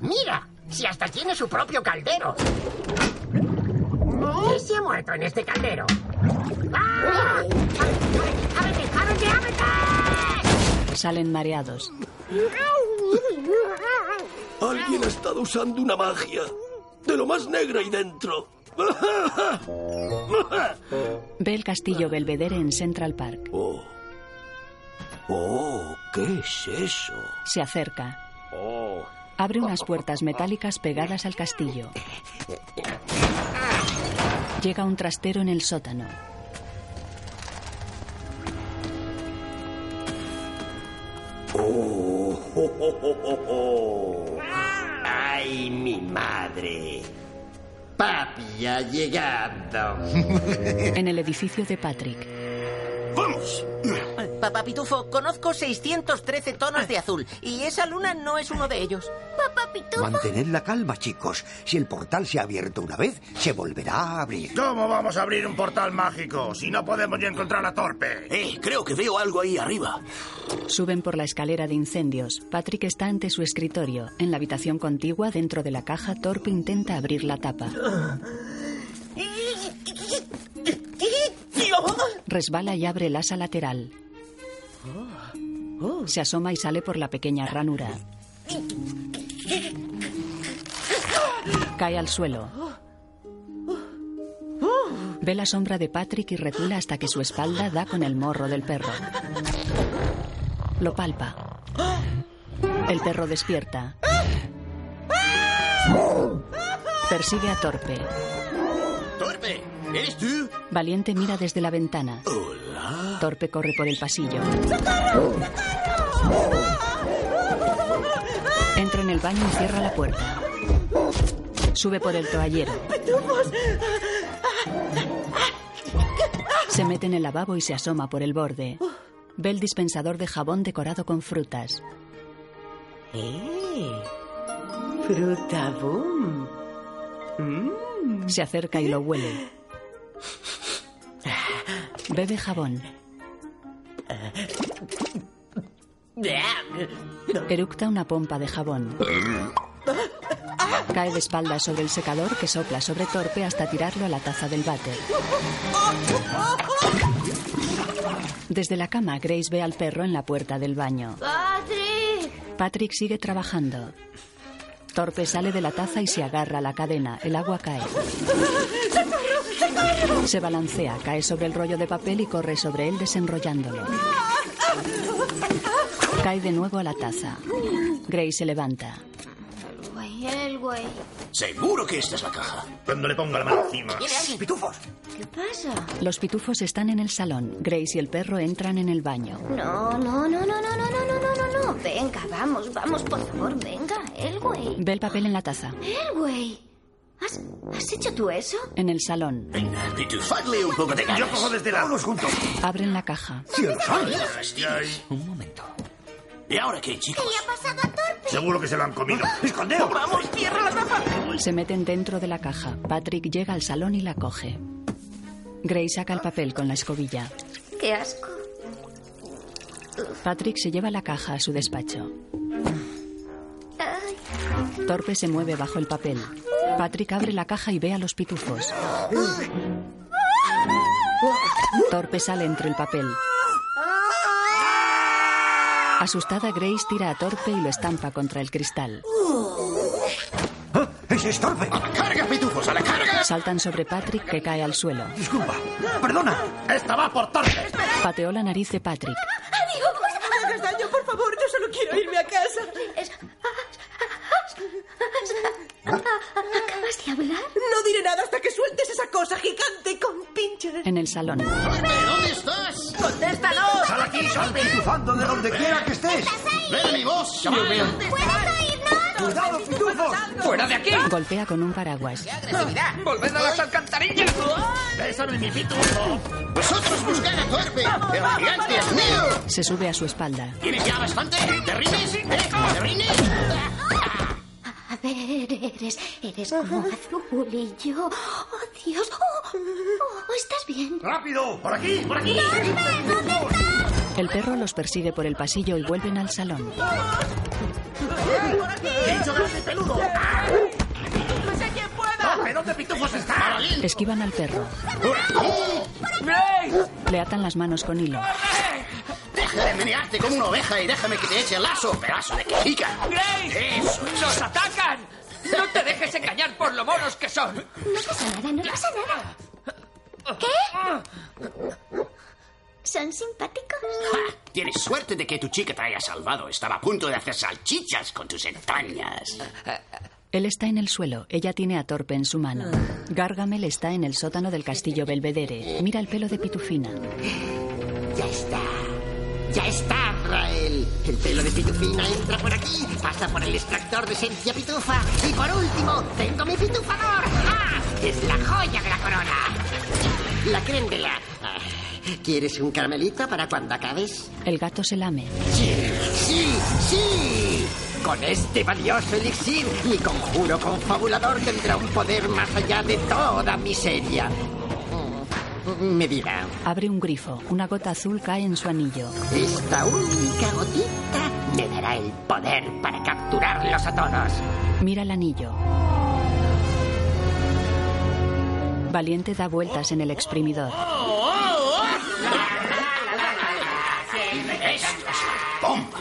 [SPEAKER 5] Mira, si hasta tiene su propio caldero. ¿Qué se ha muerto en este caldero? ¡Ah! ¡Ábrete, ábrete,
[SPEAKER 2] Salen mareados.
[SPEAKER 25] Alguien ha estado usando una magia. De lo más negra y
[SPEAKER 5] <laughs>
[SPEAKER 25] dentro.
[SPEAKER 2] Ve el castillo Belvedere en Central Park.
[SPEAKER 25] Oh. Oh, ¿qué es eso?
[SPEAKER 2] Se acerca.
[SPEAKER 25] Oh.
[SPEAKER 2] Abre unas puertas metálicas pegadas al castillo. Llega un trastero en el sótano.
[SPEAKER 6] Oh, oh, oh, oh, oh, oh. ¡Ay, mi madre! Papi ha llegado.
[SPEAKER 2] En el edificio de Patrick.
[SPEAKER 10] ¡Vamos! Papá Pitufo, conozco 613 tonos de azul y esa luna no es uno de ellos. Papá
[SPEAKER 14] Mantened la calma, chicos. Si el portal se ha abierto una vez, se volverá a abrir.
[SPEAKER 6] ¿Cómo vamos a abrir un portal mágico si no podemos ni encontrar a Torpe? Eh, creo que veo algo ahí arriba.
[SPEAKER 2] Suben por la escalera de incendios. Patrick está ante su escritorio. En la habitación contigua, dentro de la caja, Torpe intenta abrir la tapa. Resbala y abre el asa lateral. Se asoma y sale por la pequeña ranura. Cae al suelo. Ve la sombra de Patrick y recula hasta que su espalda da con el morro del perro. Lo palpa. El perro despierta. Persigue a Torpe.
[SPEAKER 6] ¡Torpe! ¿Eres tú?
[SPEAKER 2] Valiente mira desde la ventana. Torpe corre por el pasillo. Entra en el baño y cierra la puerta. Sube por el toallero. Se mete en el lavabo y se asoma por el borde. Ve el dispensador de jabón decorado con frutas.
[SPEAKER 26] ¡Eh! Fruta boom. Mm.
[SPEAKER 2] Se acerca y lo huele. Bebe jabón. Eructa una pompa de jabón. Cae de espaldas sobre el secador que sopla sobre torpe hasta tirarlo a la taza del váter. Desde la cama, Grace ve al perro en la puerta del baño.
[SPEAKER 7] ¡Patrick!
[SPEAKER 2] Patrick sigue trabajando. Torpe sale de la taza y se agarra a la cadena. El agua cae. Se balancea, cae sobre el rollo de papel y corre sobre él desenrollándolo. Cae de nuevo a la taza. Grace se levanta.
[SPEAKER 7] Güey, el güey.
[SPEAKER 5] Seguro que esta es la caja. Cuando le ponga la mano encima.
[SPEAKER 7] ¿Viene alguien, pitufos? ¿Qué pasa?
[SPEAKER 2] Los pitufos están en el salón. Grace y el perro entran en el baño.
[SPEAKER 7] No, no, no, no, no, no, no, no, no, no, no. Venga, vamos, vamos, por favor, venga, el güey.
[SPEAKER 2] Ve el papel en la taza.
[SPEAKER 7] El güey. ¿Has, has hecho tú eso?
[SPEAKER 2] En el salón.
[SPEAKER 5] Venga, pitufadle un poco de ganas. Yo cojo desde la... Todos juntos.
[SPEAKER 2] Abren la caja.
[SPEAKER 5] Un momento. ¿Y ahora qué, chicos?
[SPEAKER 7] ¿Qué le ha pasado a Torpe? Ah.
[SPEAKER 5] Seguro que se lo han comido. ¡Escondeo! ¡Vamos, cierra la tapa!
[SPEAKER 2] Se meten dentro de la caja. Patrick llega al salón y la coge. Grace saca el papel con la escobilla.
[SPEAKER 7] Qué asco.
[SPEAKER 2] Patrick se lleva la caja a su despacho.
[SPEAKER 7] Ay,
[SPEAKER 2] Torpe se mueve bajo el papel. Patrick abre la caja y ve a los pitufos. Torpe sale entre el papel. Asustada, Grace tira a Torpe y lo estampa contra el cristal.
[SPEAKER 5] ¿Eh? ¡Ese es torpe! ¡A la carga, pitufos! ¡A la carga!
[SPEAKER 2] Saltan sobre Patrick, que cae al suelo.
[SPEAKER 5] Disculpa. Perdona. Esta va por torpe.
[SPEAKER 2] Pateó la nariz de Patrick.
[SPEAKER 8] ¡Adiós! No me hagas daño, por favor. Yo solo quiero irme a casa.
[SPEAKER 7] ¿Acabas de hablar?
[SPEAKER 8] No diré nada hasta que sueltes esa cosa gigante con pinches.
[SPEAKER 2] En el salón.
[SPEAKER 5] ¿Dónde estás?
[SPEAKER 8] ¡Contéstanos!
[SPEAKER 5] ¡Sal aquí, sal pitufando de donde quiera que estés! ¡Ven mi voz, chaval!
[SPEAKER 7] ¿Puedes oírnos?
[SPEAKER 5] ¡Cuidado, pitufos!
[SPEAKER 20] ¡Fuera de aquí!
[SPEAKER 2] Golpea con un paraguas.
[SPEAKER 5] Ah,
[SPEAKER 20] ¡Volved a las alcantarillas!
[SPEAKER 5] ¡Bésame, mi pitufo! ¡Vosotros buscad a torpe! ¡El gigante es mío!
[SPEAKER 2] Se sube a su espalda.
[SPEAKER 5] ¿Tienes ya bastante? ¿Te rindes? ¿Eh? ¿Te rindes?
[SPEAKER 7] A ver, eres, eres como azul y yo. ¡Oh, Dios! Oh, oh, ¿Estás bien?
[SPEAKER 5] ¡Rápido! ¡Por aquí, por aquí! Eh,
[SPEAKER 2] El perro los persigue por el pasillo y vuelven al salón.
[SPEAKER 5] Eh, ¡Pincho grande y peludo!
[SPEAKER 8] ¡Sé quién pueda!
[SPEAKER 5] ¡Torpe, dónde pitufos está!
[SPEAKER 2] Esquivan al perro. Le atan las manos con hilo.
[SPEAKER 5] Deja de menearte como una oveja y déjame que te eche el lazo, pedazo de quejica. Eh.
[SPEAKER 20] ¡Grace!
[SPEAKER 5] Eso.
[SPEAKER 20] ¡Nos atacan! ¡No te dejes engañar por lo monos que son!
[SPEAKER 7] No pasa nada, no pasa nada. ¿Qué? ¿Son simpáticos?
[SPEAKER 6] ¡Ja! Tienes suerte de que tu chica te haya salvado. Estaba a punto de hacer salchichas con tus entrañas.
[SPEAKER 5] Eh,
[SPEAKER 2] Él está en el suelo, ella tiene a Torpe en su mano. Gargamel está en el sótano del castillo Belvedere. Mira el pelo de Pitufina.
[SPEAKER 6] Ya está. Ya está, Rael. El pelo de pitufina entra por aquí, pasa por el extractor de esencia pitufa. Y por último, tengo mi pitufador. ¡Ah! Es la joya de la corona. La creen de la. Ah, ¿Quieres un caramelito para cuando acabes?
[SPEAKER 2] El gato se lame.
[SPEAKER 6] ¡Sí! ¡Sí! ¡Sí! Con este valioso elixir, mi conjuro confabulador tendrá un poder más allá de toda miseria. Mm, Medida.
[SPEAKER 2] Abre un grifo. Una gota azul cae en su anillo.
[SPEAKER 6] Esta única gotita me dará el poder para capturarlos a todos.
[SPEAKER 2] Mira el anillo. Valiente da vueltas en el exprimidor.
[SPEAKER 5] ¡Esto es la bomba!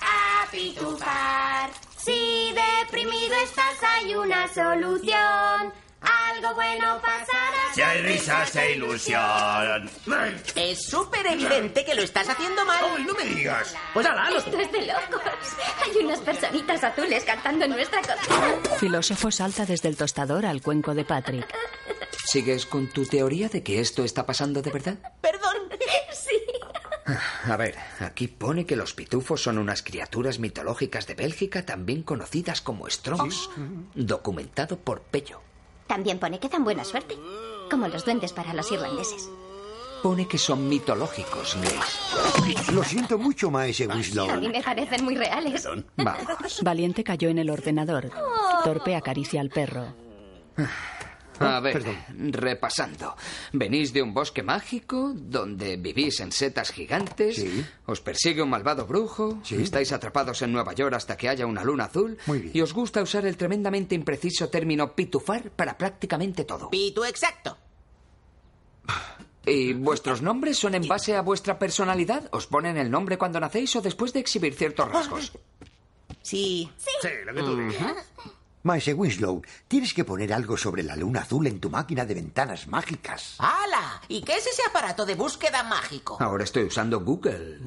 [SPEAKER 7] A pitufar. Si deprimido estás, hay una solución. Algo bueno pasará.
[SPEAKER 5] Si hay risas e ilusión.
[SPEAKER 10] Es súper evidente que lo estás haciendo mal.
[SPEAKER 5] ¡Ay, no me digas! Pues ala, lo-
[SPEAKER 7] Esto es de locos. Hay unas personitas azules cantando en nuestra cocina.
[SPEAKER 2] Filósofo salta desde el tostador al cuenco de Patrick.
[SPEAKER 20] ¿Sigues con tu teoría de que esto está pasando de verdad?
[SPEAKER 10] Perdón.
[SPEAKER 7] <laughs> Sí.
[SPEAKER 6] A ver, aquí pone que los pitufos son unas criaturas mitológicas de Bélgica también conocidas como Strongs, documentado por Pello.
[SPEAKER 7] También pone que dan buena suerte. Como los duendes para los irlandeses.
[SPEAKER 20] Pone que son mitológicos, Grace.
[SPEAKER 14] Lo siento mucho, maese
[SPEAKER 24] A
[SPEAKER 14] Winslow.
[SPEAKER 24] mí me parecen muy reales.
[SPEAKER 2] Valiente cayó en el ordenador. Torpe acaricia al perro.
[SPEAKER 20] A ver, Ah, repasando. Venís de un bosque mágico donde vivís en setas gigantes. Os persigue un malvado brujo. Estáis atrapados en Nueva York hasta que haya una luna azul. Y os gusta usar el tremendamente impreciso término pitufar para prácticamente todo.
[SPEAKER 8] Pitu exacto.
[SPEAKER 20] ¿Y vuestros nombres son en base a vuestra personalidad? ¿Os ponen el nombre cuando nacéis o después de exhibir ciertos rasgos?
[SPEAKER 27] Sí.
[SPEAKER 20] Sí, lo
[SPEAKER 14] que tú digas. Maese Winslow, tienes que poner algo sobre la luna azul en tu máquina de ventanas mágicas.
[SPEAKER 8] ¡Hala! ¿Y qué es ese aparato de búsqueda mágico?
[SPEAKER 20] Ah. Ahora estoy usando Google.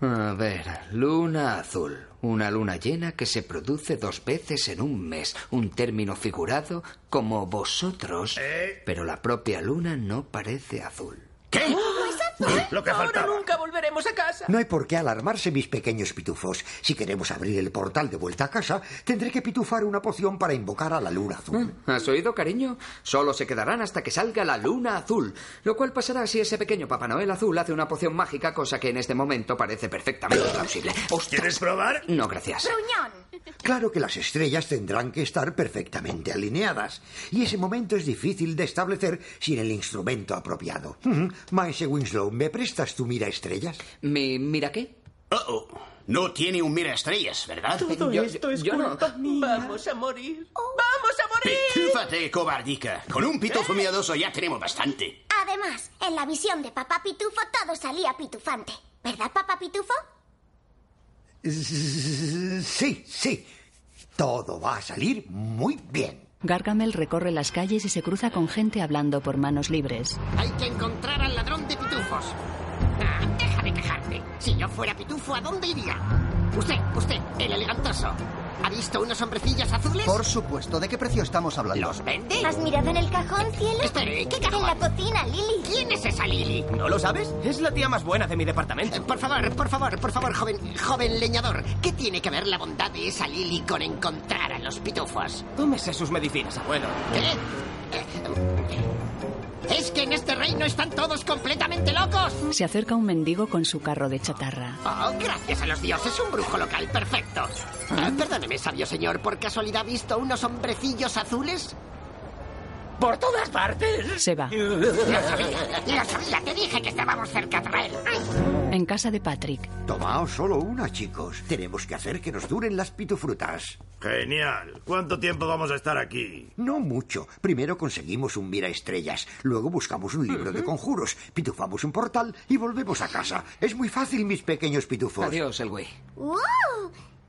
[SPEAKER 20] A ver, luna azul. Una luna llena que se produce dos veces en un mes. Un término figurado como vosotros.
[SPEAKER 5] Eh,
[SPEAKER 14] ¿Eh?
[SPEAKER 20] Pero la propia luna no parece azul.
[SPEAKER 28] ¿Qué?
[SPEAKER 14] Lo que
[SPEAKER 8] Ahora Oh, nunca volveremos a casa.
[SPEAKER 14] No hay por qué alarmarse, mis pequeños pitufos. Si queremos abrir el portal de vuelta a casa, tendré que pitufar una poción para invocar a la luna azul.
[SPEAKER 20] ¿Has oído, cariño? Solo se quedarán hasta que salga la luna azul. Lo cual pasará si ese pequeño Papá Noel azul hace una poción mágica, cosa que en este momento parece perfectamente plausible. ¿Os quieres probar? No, gracias.
[SPEAKER 14] Claro que las estrellas tendrán que estar perfectamente alineadas, y ese momento es difícil de establecer sin el instrumento apropiado. Mm, Maese Winslow, ¿me prestas tu mira estrellas?
[SPEAKER 20] ¿Mi mira qué?
[SPEAKER 28] Oh, oh. No tiene un mira estrellas, ¿verdad?
[SPEAKER 7] Vamos a morir. ¡Vamos a morir!
[SPEAKER 28] Pitúfate, cobardica. Con un
[SPEAKER 20] Eh.
[SPEAKER 28] pitufo miedoso ya tenemos bastante.
[SPEAKER 24] Además, en la visión de papá Pitufo todo salía pitufante. ¿Verdad, papá Pitufo?
[SPEAKER 14] Sí, sí. Todo va a salir muy bien.
[SPEAKER 2] Gargamel recorre las calles y se cruza con gente hablando por manos libres.
[SPEAKER 6] Hay que encontrar al ladrón de pitufos. Ah, deja de quejarte. Si yo fuera pitufo, ¿a dónde iría? Usted, usted, el elegantoso. ¿Ha visto unos hombrecillos azules?
[SPEAKER 29] Por supuesto, ¿de qué precio estamos hablando?
[SPEAKER 6] ¿Los vende?
[SPEAKER 24] ¿Has mirado en el cajón, cielo?
[SPEAKER 6] Espere, ¿qué
[SPEAKER 24] En la cocina, Lily.
[SPEAKER 6] ¿Quién es esa Lily?
[SPEAKER 29] ¿No lo sabes? Es la tía más buena de mi departamento.
[SPEAKER 6] Por favor, por favor, por favor, joven, joven leñador. ¿Qué tiene que ver la bondad de esa Lily con encontrar a los pitufos?
[SPEAKER 29] Tómese sus medicinas, abuelo.
[SPEAKER 6] Eh, Es que en este reino están todos completamente locos.
[SPEAKER 2] Se acerca un mendigo con su carro de chatarra.
[SPEAKER 6] Oh, gracias a los dioses, un brujo local perfecto. Ah, perdóneme, sabio señor, ¿por casualidad ha visto unos hombrecillos azules?
[SPEAKER 29] ¡Por todas partes!
[SPEAKER 2] Se va.
[SPEAKER 6] Lo sabía, lo sabía, te dije que estábamos cerca de él.
[SPEAKER 2] En casa de Patrick,
[SPEAKER 14] Tomaos solo una, chicos. Tenemos que hacer que nos duren las pitufrutas.
[SPEAKER 5] Genial. ¿Cuánto tiempo vamos a estar aquí?
[SPEAKER 14] No mucho. Primero conseguimos un mira estrellas, luego buscamos un libro de conjuros, pitufamos un portal y volvemos a casa. Es muy fácil, mis pequeños pitufos.
[SPEAKER 20] Adiós, el güey.
[SPEAKER 24] ¡Wow!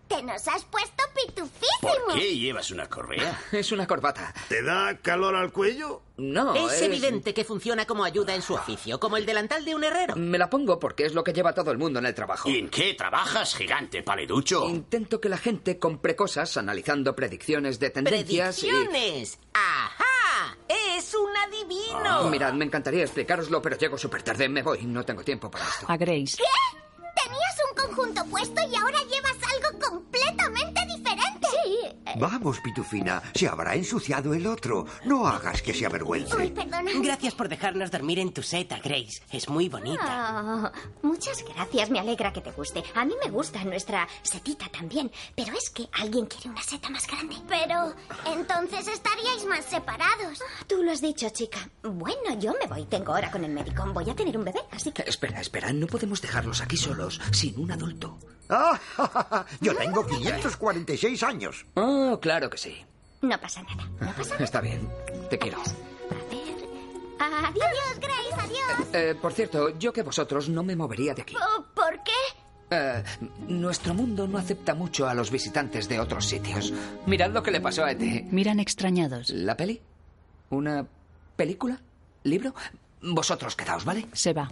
[SPEAKER 24] ¡Te nos has puesto pitufísimos!
[SPEAKER 5] llevas una correa?
[SPEAKER 20] Es una corbata.
[SPEAKER 5] ¿Te da calor al cuello?
[SPEAKER 20] No.
[SPEAKER 8] es, evidente que funciona como ayuda en su oficio, como el delantal de un herrero.
[SPEAKER 20] Me la pongo porque es lo que lleva todo el mundo en el trabajo.
[SPEAKER 5] ¿Y en qué trabajas, gigante paleducho?
[SPEAKER 20] Intento que la gente compre cosas analizando predicciones de tendencias y-
[SPEAKER 8] ¡Predicciones! Ah, ¡Ajá! ¡Es un
[SPEAKER 5] Ah,
[SPEAKER 8] adivino!
[SPEAKER 20] Ah, Mirad, me encantaría explicaroslo, pero llego súper tarde. Me voy, no tengo tiempo para esto.
[SPEAKER 2] a Grace,
[SPEAKER 24] Tenías un conjunto puesto y ahora llevas algo completamente diferente. Sí.
[SPEAKER 14] Vamos, pitufina, se habrá ensuciado el otro. No hagas que se avergüence.
[SPEAKER 24] Perdona.
[SPEAKER 27] Gracias por dejarnos dormir en tu seta, Grace. Es muy bonita.
[SPEAKER 24] Ah, muchas gracias, me alegra que te guste. A mí me gusta nuestra setita también, pero es que alguien quiere una seta más grande. Pero entonces estaríais más separados. Ah, Tú lo has dicho, chica. Bueno, yo me voy, tengo hora con el médico. Voy a tener un bebé, así que...
[SPEAKER 20] Espera, espera, no podemos dejarlos aquí solos, sin un adulto.
[SPEAKER 14] Ah, <laughs> Yo tengo 546 años.
[SPEAKER 20] Oh, claro que sí.
[SPEAKER 24] No pasa nada.
[SPEAKER 20] Está bien, te quiero.
[SPEAKER 24] Adiós, Grace, adiós.
[SPEAKER 20] Eh, por cierto, yo que vosotros no me movería de aquí.
[SPEAKER 24] Oh, ¿Por qué?
[SPEAKER 20] Eh, nuestro mundo no acepta mucho a los visitantes de otros sitios. Mirad lo que le pasó a Ete.
[SPEAKER 2] miran extrañados.
[SPEAKER 20] ¿La peli? ¿Una película? ¿Libro? Vosotros quedaos, ¿vale?
[SPEAKER 2] Se va.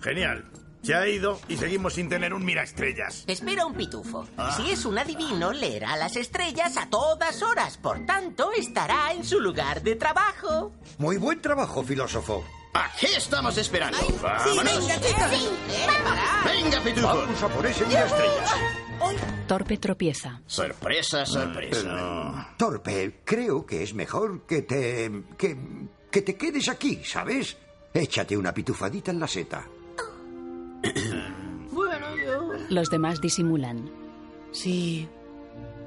[SPEAKER 5] Genial. Se ha ido y seguimos sin tener un mira estrellas. Ah.
[SPEAKER 8] Espera un pitufo. Si es un adivino, leerá las estrellas a todas horas. Por tanto, estará en su lugar de trabajo.
[SPEAKER 14] Muy buen trabajo, filósofo.
[SPEAKER 28] ¿A qué estamos
[SPEAKER 5] Ah,
[SPEAKER 28] esperando? ¡Vámonos!
[SPEAKER 8] chicos!
[SPEAKER 28] ¡Venga, pitufo!
[SPEAKER 14] Vamos a por ese mira estrellas.
[SPEAKER 2] Torpe tropieza.
[SPEAKER 14] Sorpresa,
[SPEAKER 30] sorpresa.
[SPEAKER 14] Eh, Torpe, creo que es mejor que te. que. que te quedes aquí, ¿sabes? Échate una pitufadita en la seta.
[SPEAKER 8] Bueno, yo.
[SPEAKER 2] Los demás disimulan.
[SPEAKER 8] Sí.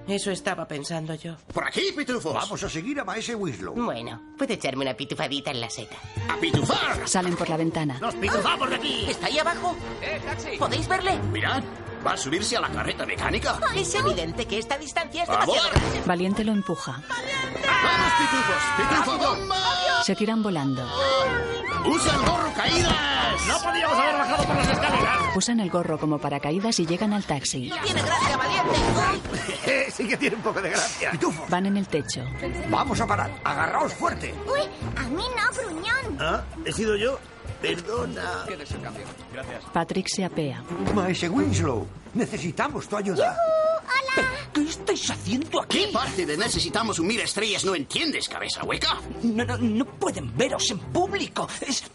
[SPEAKER 8] Eso estaba pensando yo.
[SPEAKER 14] Por aquí, pitufos. Vamos a seguir a Maese Winslow.
[SPEAKER 8] Bueno, puede echarme una pitufadita en la seta.
[SPEAKER 2] Salen por la ventana.
[SPEAKER 5] ¡Nos pitufamos de aquí! Eh,
[SPEAKER 10] ¿Está ahí abajo? ¿Podéis verle?
[SPEAKER 5] Mirad, va a subirse a la carreta mecánica.
[SPEAKER 10] Es evidente que esta distancia es
[SPEAKER 5] ¡Por favor!
[SPEAKER 10] demasiado grande.
[SPEAKER 2] Valiente lo empuja.
[SPEAKER 5] ¡Vamos, pitufos! ¡Pitufo
[SPEAKER 2] Se tiran volando.
[SPEAKER 5] bomba! ¡Usa el gorro caídas! ¡No podíamos haber bajado por las escaleras!
[SPEAKER 2] Usan el gorro como paracaídas y llegan al taxi.
[SPEAKER 10] Tiene gracia, valiente.
[SPEAKER 5] <laughs>
[SPEAKER 14] sí que tiene un poco de gracia. Pitufo,
[SPEAKER 2] Van en el techo.
[SPEAKER 14] vamos a parar. Agarraos fuerte.
[SPEAKER 7] Uy, a mí no, gruñón.
[SPEAKER 30] Ah, he sido yo. Perdona. Gracias.
[SPEAKER 2] Patrick se apea.
[SPEAKER 14] Maese Winslow, necesitamos tu ayuda.
[SPEAKER 4] ¿Qué estáis haciendo aquí? ¿Qué parte de necesitamos unir estrellas no entiendes, cabeza hueca?
[SPEAKER 31] No, no, no pueden veros en público.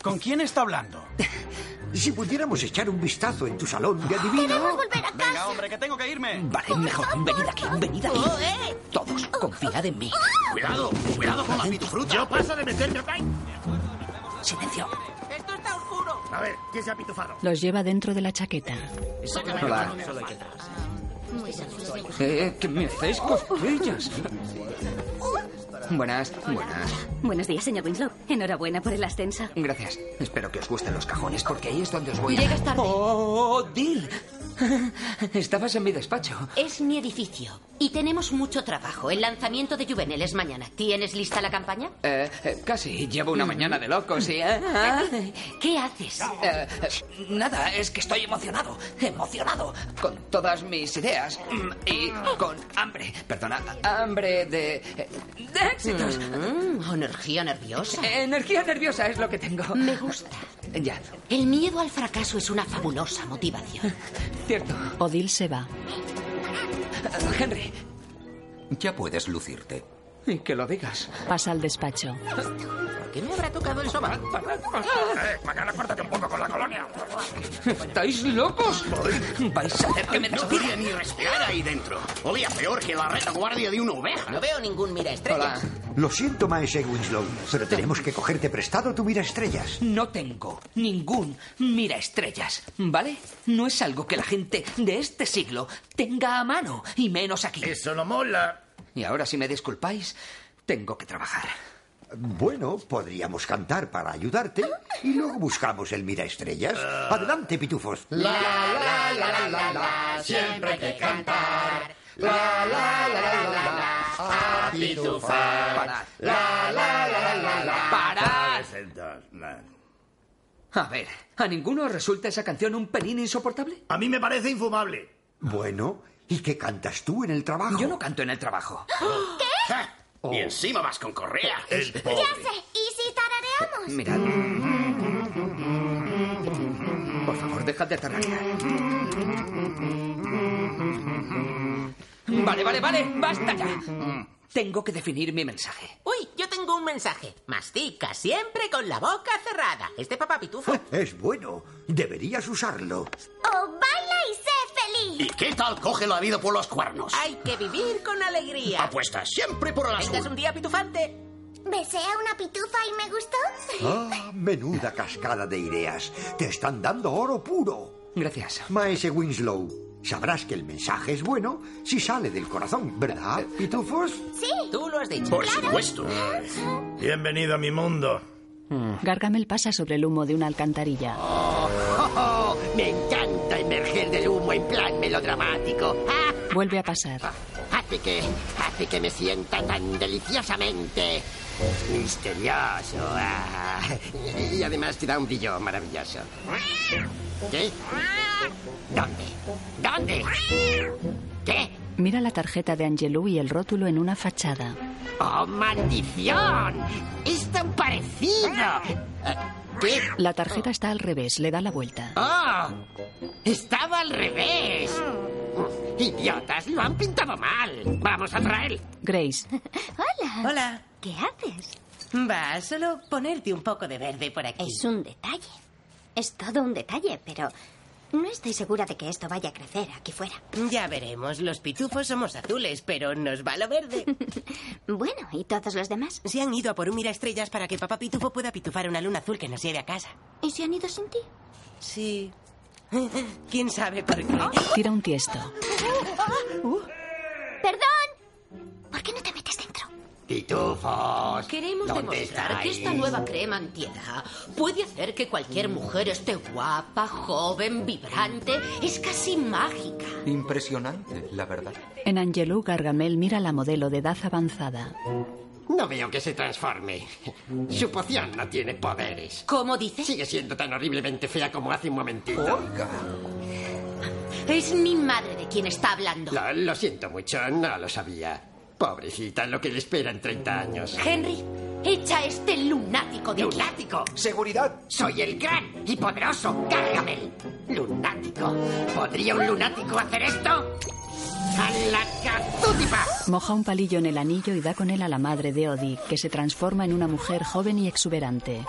[SPEAKER 31] ¿Con quién está hablando?
[SPEAKER 14] <laughs> Si pudiéramos echar un vistazo en tu salón de adivino.
[SPEAKER 7] volver a casa. Oh,
[SPEAKER 31] Venga, hombre, que tengo que irme.
[SPEAKER 10] Vale, mejor. Venid aquí, venid aquí.
[SPEAKER 7] eh.
[SPEAKER 10] Todos, confiad en mí.
[SPEAKER 5] Cuidado, cuidado con la pitufruta. Yo paso de meterme acá.
[SPEAKER 10] Silencio.
[SPEAKER 5] Esto está oscuro. A ver, ¿quién se ha pitufado?
[SPEAKER 2] Los lleva dentro de la chaqueta.
[SPEAKER 5] Sácame el
[SPEAKER 20] Hola.
[SPEAKER 5] mano de la espalda.
[SPEAKER 20] Eh, que me hacéis cosquillas. Buenas, buenas.
[SPEAKER 26] Buenos días, señor Winslow. Enhorabuena por el ascenso.
[SPEAKER 20] Gracias. Espero que os gusten los cajones, porque ahí es donde os voy
[SPEAKER 13] Pues
[SPEAKER 20] a...
[SPEAKER 26] Llegas tarde.
[SPEAKER 20] ¡Oh, Dil!
[SPEAKER 2] <laughs>
[SPEAKER 20] Estabas en mi despacho.
[SPEAKER 13] Es mi edificio y tenemos mucho trabajo. El lanzamiento de Juvenel es mañana. ¿Tienes lista la campaña?
[SPEAKER 20] Eh, eh, casi llevo una mañana de locos y... ah,
[SPEAKER 13] ¿Qué haces?
[SPEAKER 20] eh, eh, nada, es que estoy emocionado, emocionado, con todas mis ideas mm, y con hambre, perdona, hambre de... eh, de éxitos.
[SPEAKER 13] Mm, energía nerviosa.
[SPEAKER 20] Energía nerviosa es lo que tengo.
[SPEAKER 13] Me gusta.
[SPEAKER 20] Ya,
[SPEAKER 13] El miedo al fracaso es una fabulosa motivación.
[SPEAKER 20] cierto.
[SPEAKER 2] Odil se va.
[SPEAKER 20] Henry,
[SPEAKER 32] Ya puedes lucirte.
[SPEAKER 20] y que lo digas.
[SPEAKER 2] Pasa al despacho.
[SPEAKER 10] ¿Por qué me habrá tocado el
[SPEAKER 5] Ah,
[SPEAKER 10] soba?
[SPEAKER 30] Eh, Macana, córtate un poco con la colonia.
[SPEAKER 20] ¿Estáis locos? ¿Vais a hacer que me
[SPEAKER 5] No
[SPEAKER 20] despida?
[SPEAKER 5] podía ni respirar ahí dentro. Olía peor que la retaguardia de una oveja.
[SPEAKER 10] No veo ningún mira estrellas.
[SPEAKER 14] Lo siento, Maese Winslow, pero tenemos que cogerte prestado tu mira estrellas.
[SPEAKER 20] No tengo ningún mira estrellas, ¿vale? No es algo que la gente de este siglo tenga a mano, y menos aquí.
[SPEAKER 30] Eso no mola.
[SPEAKER 20] Y ahora, si me disculpáis, tengo que trabajar.
[SPEAKER 14] Bueno, podríamos cantar para ayudarte y luego buscamos el mira estrellas.
[SPEAKER 31] Ah.
[SPEAKER 14] Adelante, pitufos.
[SPEAKER 5] Siempre hay que cantar.
[SPEAKER 20] Parad. Parad. A ver, ¿a ninguno os resulta esa canción un pelín insoportable?
[SPEAKER 30] A mí me parece infumable.
[SPEAKER 14] Bueno, ¿y qué cantas tú en el trabajo? Oh.
[SPEAKER 20] Yo no canto en el trabajo.
[SPEAKER 5] Y encima vas con correa.
[SPEAKER 30] El
[SPEAKER 7] Ya
[SPEAKER 30] pobre.
[SPEAKER 7] sé, ¿y si tarareamos?
[SPEAKER 20] Mirad. Por favor, dejad de aterraría. <gasps> Vale, vale, vale, basta ya. Tengo que definir mi mensaje.
[SPEAKER 10] Uy, yo tengo un mensaje. Mastica siempre con la boca cerrada. Este papá pitufo.
[SPEAKER 14] <laughs> Es bueno, deberías usarlo.
[SPEAKER 7] O baila y sé feliz.
[SPEAKER 5] Pues ¿Y qué tal coge la vida por los cuernos?
[SPEAKER 10] Hay que vivir con alegría.
[SPEAKER 5] Apuestas siempre por el
[SPEAKER 10] Vengas
[SPEAKER 5] azul.
[SPEAKER 10] un día pitufante.
[SPEAKER 7] Besé a una pitufa y me gustó.
[SPEAKER 14] Ah, menuda cascada de ideas. Te están dando oro puro.
[SPEAKER 20] Gracias.
[SPEAKER 14] Maese Winslow, sabrás que el mensaje es bueno si sale del corazón, ¿verdad, pitufos?
[SPEAKER 7] Sí.
[SPEAKER 10] Tú lo has dicho.
[SPEAKER 5] Por supuesto.
[SPEAKER 30] Bienvenido a mi mundo.
[SPEAKER 2] Gargamel pasa sobre el humo de una alcantarilla.
[SPEAKER 6] Oh, me encanta emerger del humo en plan melodramático. Ah,
[SPEAKER 2] Vuelve a pasar.
[SPEAKER 6] hace que, hace que me sienta tan deliciosamente misterioso. ah. y además te da un brillo maravilloso. ¿Qué? ¿Dónde? ¿Dónde? ¿Qué?
[SPEAKER 2] Mira la tarjeta de Angelou y el rótulo en una fachada.
[SPEAKER 6] ¡Oh, maldición! ¡Es tan parecido! ¿Qué?
[SPEAKER 2] La tarjeta está al revés, le da la vuelta.
[SPEAKER 6] ¡Oh! ¡Estaba al revés! ¡Idiotas! ¡Lo han pintado mal! ¡Vamos a traer!
[SPEAKER 2] Grace,
[SPEAKER 7] <laughs> Hola.
[SPEAKER 8] Hola.
[SPEAKER 7] ¿Qué haces?
[SPEAKER 8] Va, solo ponerte un poco de verde por aquí.
[SPEAKER 7] Es un detalle. Es todo un detalle, pero No estoy segura de que esto vaya a crecer aquí fuera.
[SPEAKER 8] Ya veremos, los pitufos somos azules, pero nos va lo verde.
[SPEAKER 7] <laughs> bueno, ¿y todos los demás?
[SPEAKER 8] Se han ido a por un miraestrellas para que papá pitufo pueda pitufar una luna azul que nos lleve a casa.
[SPEAKER 7] ¿Y se han ido sin ti?
[SPEAKER 8] Sí. <laughs> ¿Quién sabe por qué?
[SPEAKER 2] Tira un tiesto.
[SPEAKER 26] Ah, uh.
[SPEAKER 7] ¡Perdón! ¿Por qué no te metes dentro?
[SPEAKER 6] Pitufos.
[SPEAKER 13] Queremos
[SPEAKER 6] ¿dónde
[SPEAKER 13] demostrar que
[SPEAKER 6] estáis?
[SPEAKER 13] esta nueva crema antiedad puede hacer que cualquier
[SPEAKER 6] Mm.
[SPEAKER 13] mujer esté guapa, joven, vibrante. Es casi mágica.
[SPEAKER 32] Impresionante, la verdad.
[SPEAKER 2] En Angelou, Gargamel mira la modelo de edad avanzada.
[SPEAKER 6] No veo que se transforme. Su poción no tiene poderes.
[SPEAKER 13] ¿Cómo dices?
[SPEAKER 6] Sigue siendo tan horriblemente fea como hace un momentito.
[SPEAKER 13] Es mi madre de quien está hablando.
[SPEAKER 6] Lo, lo siento mucho, no lo sabía. Pobrecita, lo que le esperan 30 años.
[SPEAKER 13] Henry, echa a este lunático de aquí.
[SPEAKER 6] ¡Lunático! ¡Seguridad! Soy el gran y poderoso Gargamel. ¡Lunático! ¿Podría un lunático hacer esto? ¡A la catútipa!
[SPEAKER 2] Moja un palillo en el anillo y da con él a la madre de Odie, que se transforma en una mujer joven y exuberante.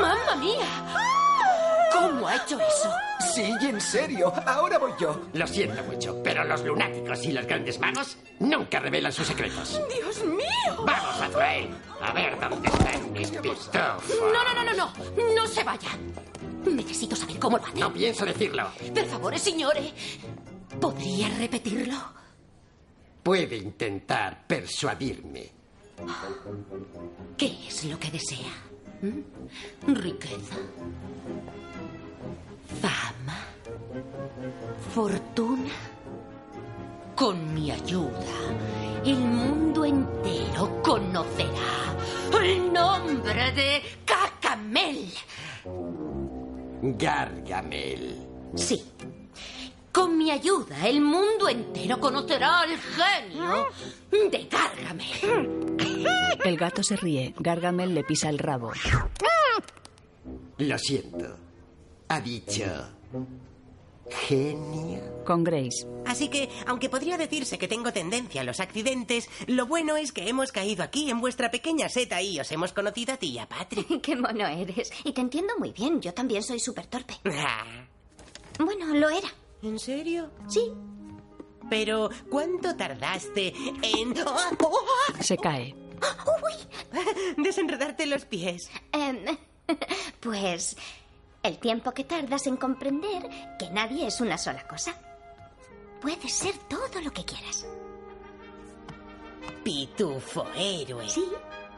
[SPEAKER 13] ¡Mamma mía! ¿Cómo ha hecho eso?
[SPEAKER 6] Sí, en serio. Ahora voy yo. Lo siento mucho, pero los lunáticos y los grandes magos nunca revelan sus secretos.
[SPEAKER 13] ¡Dios mío!
[SPEAKER 6] Vamos, Azrael. A ver dónde están mis pitufos.
[SPEAKER 13] No, no, no, no, no. No se vaya. Necesito saber cómo lo hace.
[SPEAKER 6] No pienso decirlo.
[SPEAKER 13] Per favore, signore. ¿Podría repetirlo?
[SPEAKER 6] Puede intentar persuadirme.
[SPEAKER 13] ¿Qué es lo que desea? ¿Mm? Riqueza. Fama. Fortuna. Con mi ayuda, el mundo entero conocerá el nombre de Cacamel.
[SPEAKER 6] Gargamel.
[SPEAKER 13] Sí. Con mi ayuda, el mundo entero conocerá el genio de Gargamel.
[SPEAKER 2] El gato se ríe. Gargamel le pisa el rabo.
[SPEAKER 6] Lo siento. Ha dicho. Genio.
[SPEAKER 2] Con Grace.
[SPEAKER 8] Así que, aunque podría decirse que tengo tendencia a los accidentes, lo bueno es que hemos caído aquí en vuestra pequeña seta y os hemos conocido a ti y a Patrick.
[SPEAKER 7] <laughs> Qué mono eres. Y te entiendo muy bien. Yo también soy súper torpe. Bueno, lo era.
[SPEAKER 8] ¿En serio?
[SPEAKER 7] Sí.
[SPEAKER 8] Pero, ¿cuánto tardaste en... <laughs> ¡Oh!
[SPEAKER 2] Se cae.
[SPEAKER 8] Desenredarte los pies.
[SPEAKER 7] Em, <laughs> pues el tiempo que tardas en comprender que nadie es una sola cosa. Puedes ser todo lo que quieras.
[SPEAKER 8] Pitufo héroe.
[SPEAKER 7] Sí.
[SPEAKER 8] <laughs>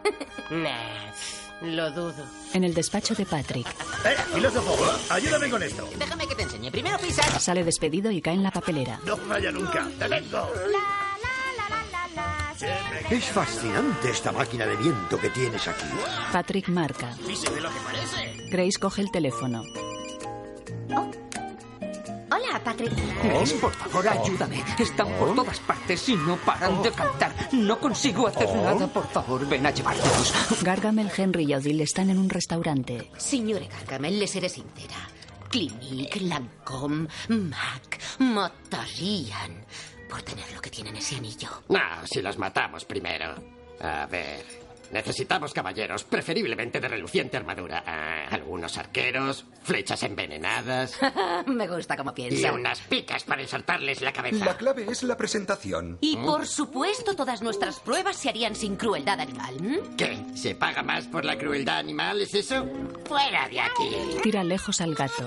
[SPEAKER 8] Nah, lo dudo.
[SPEAKER 2] En el despacho de Patrick.
[SPEAKER 30] Eh, filósofo, ayúdame con esto.
[SPEAKER 10] Déjame que te enseñe. Primero pisas.
[SPEAKER 2] Sale despedido y cae en la papelera.
[SPEAKER 30] No falla nunca. ¡Te vengo!
[SPEAKER 14] Es fascinante esta máquina de viento que tienes aquí.
[SPEAKER 2] Patrick marca.
[SPEAKER 14] Fíjese lo que parece.
[SPEAKER 2] Grace coge el teléfono.
[SPEAKER 7] Hola, Patrick.
[SPEAKER 9] Grace, por favor, ayúdame. Están por todas partes y no paran de cantar. No consigo hacer nada. Por favor, ven a llevarlos.
[SPEAKER 2] Gargamel, Henry y Odile están en un restaurante.
[SPEAKER 13] Signore Gargamel, le seré sincera. Clinique, Lancôme, Mac, matarían por tener lo que tienen ese anillo. <laughs>
[SPEAKER 6] No, Ah, si los matamos primero. A ver. Necesitamos caballeros, preferiblemente de reluciente armadura. Ah, algunos arqueros, flechas envenenadas
[SPEAKER 13] Me gusta como
[SPEAKER 6] y
[SPEAKER 13] piensa.
[SPEAKER 6] unas picas para insertarles la cabeza. ¿Mm?
[SPEAKER 32] La clave es la presentación.
[SPEAKER 13] Y por supuesto, todas nuestras pruebas se harían sin crueldad animal. ¿m?
[SPEAKER 6] ¿Qué? ¿Se paga más por la crueldad animal? ¿Es eso? ¡Fuera de aquí!
[SPEAKER 2] Tira lejos al gato.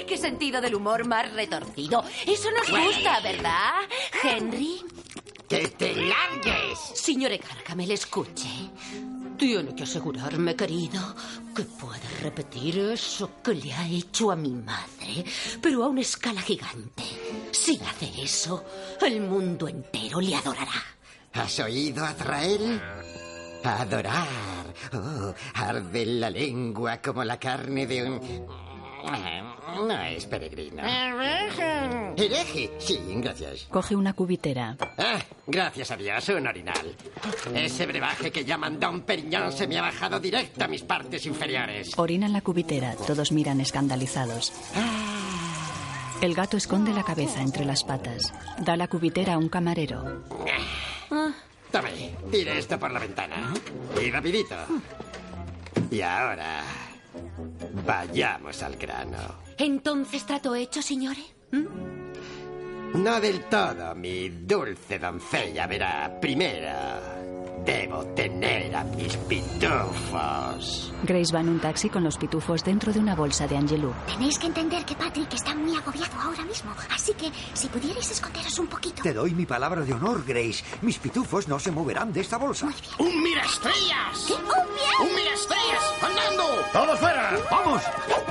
[SPEAKER 13] ¡Y <laughs> qué sentido del humor más retorcido! Eso nos gusta, ¿verdad, Henry?
[SPEAKER 6] ¡Que te largues!
[SPEAKER 13] Signore Gargamel, escuche. Tiene que asegurarme, querido, que puede repetir eso que le ha hecho a mi madre, pero a una escala gigante. Si hace eso, el mundo entero le adorará.
[SPEAKER 6] ¿Has oído, Azrael? Adorar. Oh, arde la lengua como la carne de un... Ah, No es peregrino.
[SPEAKER 13] Ah.
[SPEAKER 6] Hereje. Sí, gracias.
[SPEAKER 2] Coge una cubitera.
[SPEAKER 6] Ah, gracias a Dios, un orinal. Ese brebaje que llaman Don Periñón se me ha bajado directo a mis partes inferiores.
[SPEAKER 2] Orina en la cubitera. Todos miran escandalizados. El gato esconde la cabeza entre las patas. Da la cubitera a un camarero.
[SPEAKER 6] Ah. Tome, tire esto por la ventana. Y rapidito. Y ahora... Vayamos al grano.
[SPEAKER 13] Entonces, trato hecho, señores.
[SPEAKER 6] No del todo, mi dulce doncella, verá. Primero, debo tener a mis pitufos.
[SPEAKER 2] Grace va en un taxi con los pitufos dentro de una bolsa de Angelou.
[SPEAKER 7] Tenéis que entender que Patrick está muy agobiado ahora mismo, así que si pudierais esconderos un poquito.
[SPEAKER 14] Te doy mi palabra de honor, Grace. Mis pitufos no se moverán de esta bolsa.
[SPEAKER 5] ¡Un mira estrellas!
[SPEAKER 7] ¿Qué? ¡Un bien!
[SPEAKER 5] ¡Un mira estrellas! ¡Andando! ¡Todos fuera! ¡Vamos!
[SPEAKER 7] Oh.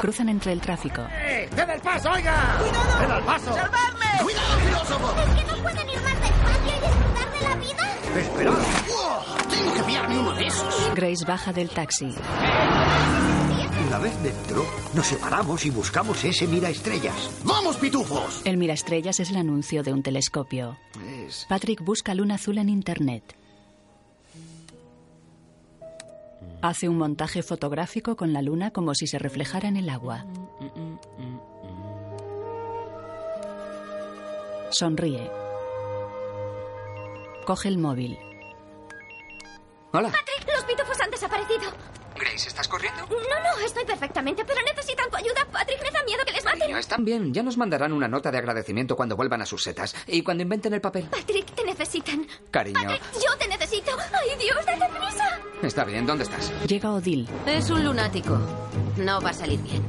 [SPEAKER 2] Cruzan entre el tráfico.
[SPEAKER 5] ¡Eh! ¡Ded el paso, oiga! ¡Cuidado! ¡Ded el paso! ¡Salvadme! ¡Cuidado, filósofo!
[SPEAKER 7] ¿Es que no pueden ir más despacio y disfrutar de la vida?
[SPEAKER 5] ¡Esperad! ¡Tengo que pillarme uno de esos!
[SPEAKER 2] Grace baja del taxi.
[SPEAKER 14] Una vez dentro, nos separamos y buscamos ese mira estrellas.
[SPEAKER 5] ¡Vamos, pitufos!
[SPEAKER 2] El miraestrellas es el anuncio de un telescopio.
[SPEAKER 14] Eh,
[SPEAKER 2] Patrick busca luna azul en internet. Hace un montaje fotográfico con la luna como si se reflejara en el agua.
[SPEAKER 14] mm,
[SPEAKER 2] Sonríe. Coge el móvil.
[SPEAKER 20] Hola.
[SPEAKER 7] Patrick, Eh, los pitufos han desaparecido.
[SPEAKER 20] Grace, ¿estás corriendo?
[SPEAKER 7] No, no, estoy perfectamente, pero necesitan tu ayuda. Patrick, me da miedo que les maten.
[SPEAKER 20] Niño, están bien. Ya nos mandarán una nota de agradecimiento cuando vuelvan a sus setas y cuando inventen el papel.
[SPEAKER 7] Patrick, te necesitan.
[SPEAKER 20] Cariño,
[SPEAKER 7] Yo te necesito. ¡Ay, Dios, date prisa!
[SPEAKER 20] está bien. ¿Dónde estás?
[SPEAKER 2] Llega Odil.
[SPEAKER 26] Es un lunático. No va a salir bien.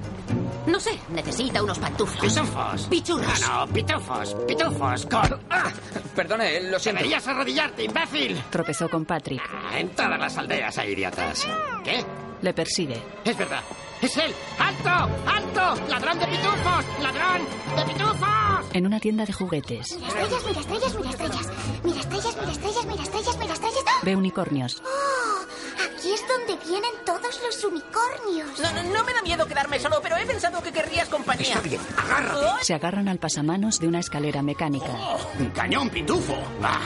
[SPEAKER 26] No sé, necesita unos pantuflas.
[SPEAKER 6] ¡Pitufos!
[SPEAKER 26] Pichuras.
[SPEAKER 6] No, no, pitufos, pitufos, con... ¡Ah!
[SPEAKER 20] Perdone, lo siento.
[SPEAKER 6] Deberías arrodillarte, imbécil.
[SPEAKER 2] Tropezó con Patrick.
[SPEAKER 6] Ah, En todas las aldeas hay idiotas. ¿Qué?
[SPEAKER 2] Le persigue.
[SPEAKER 6] Es verdad. ¡Es él! ¡Alto! ¡Alto! ¡Ladrón de pitufos! ¡Ladrón de pitufos!
[SPEAKER 2] En una tienda de juguetes.
[SPEAKER 7] Mira estrellas, mira estrellas, mira estrellas. Mira estrellas, mira estrellas, mira estrellas, mira estrellas. ¡Ah!
[SPEAKER 2] Ve unicornios.
[SPEAKER 7] ¡Oh! Aquí es donde vienen todos los unicornios.
[SPEAKER 10] No, no, no me da miedo quedarme solo, pero he pensado que querrías compañía. ¿Oh? Está bien, agárrate.
[SPEAKER 2] Se agarran al pasamanos de una escalera mecánica.
[SPEAKER 5] Oh, ¡Un cañón pitufo! ¡Bah!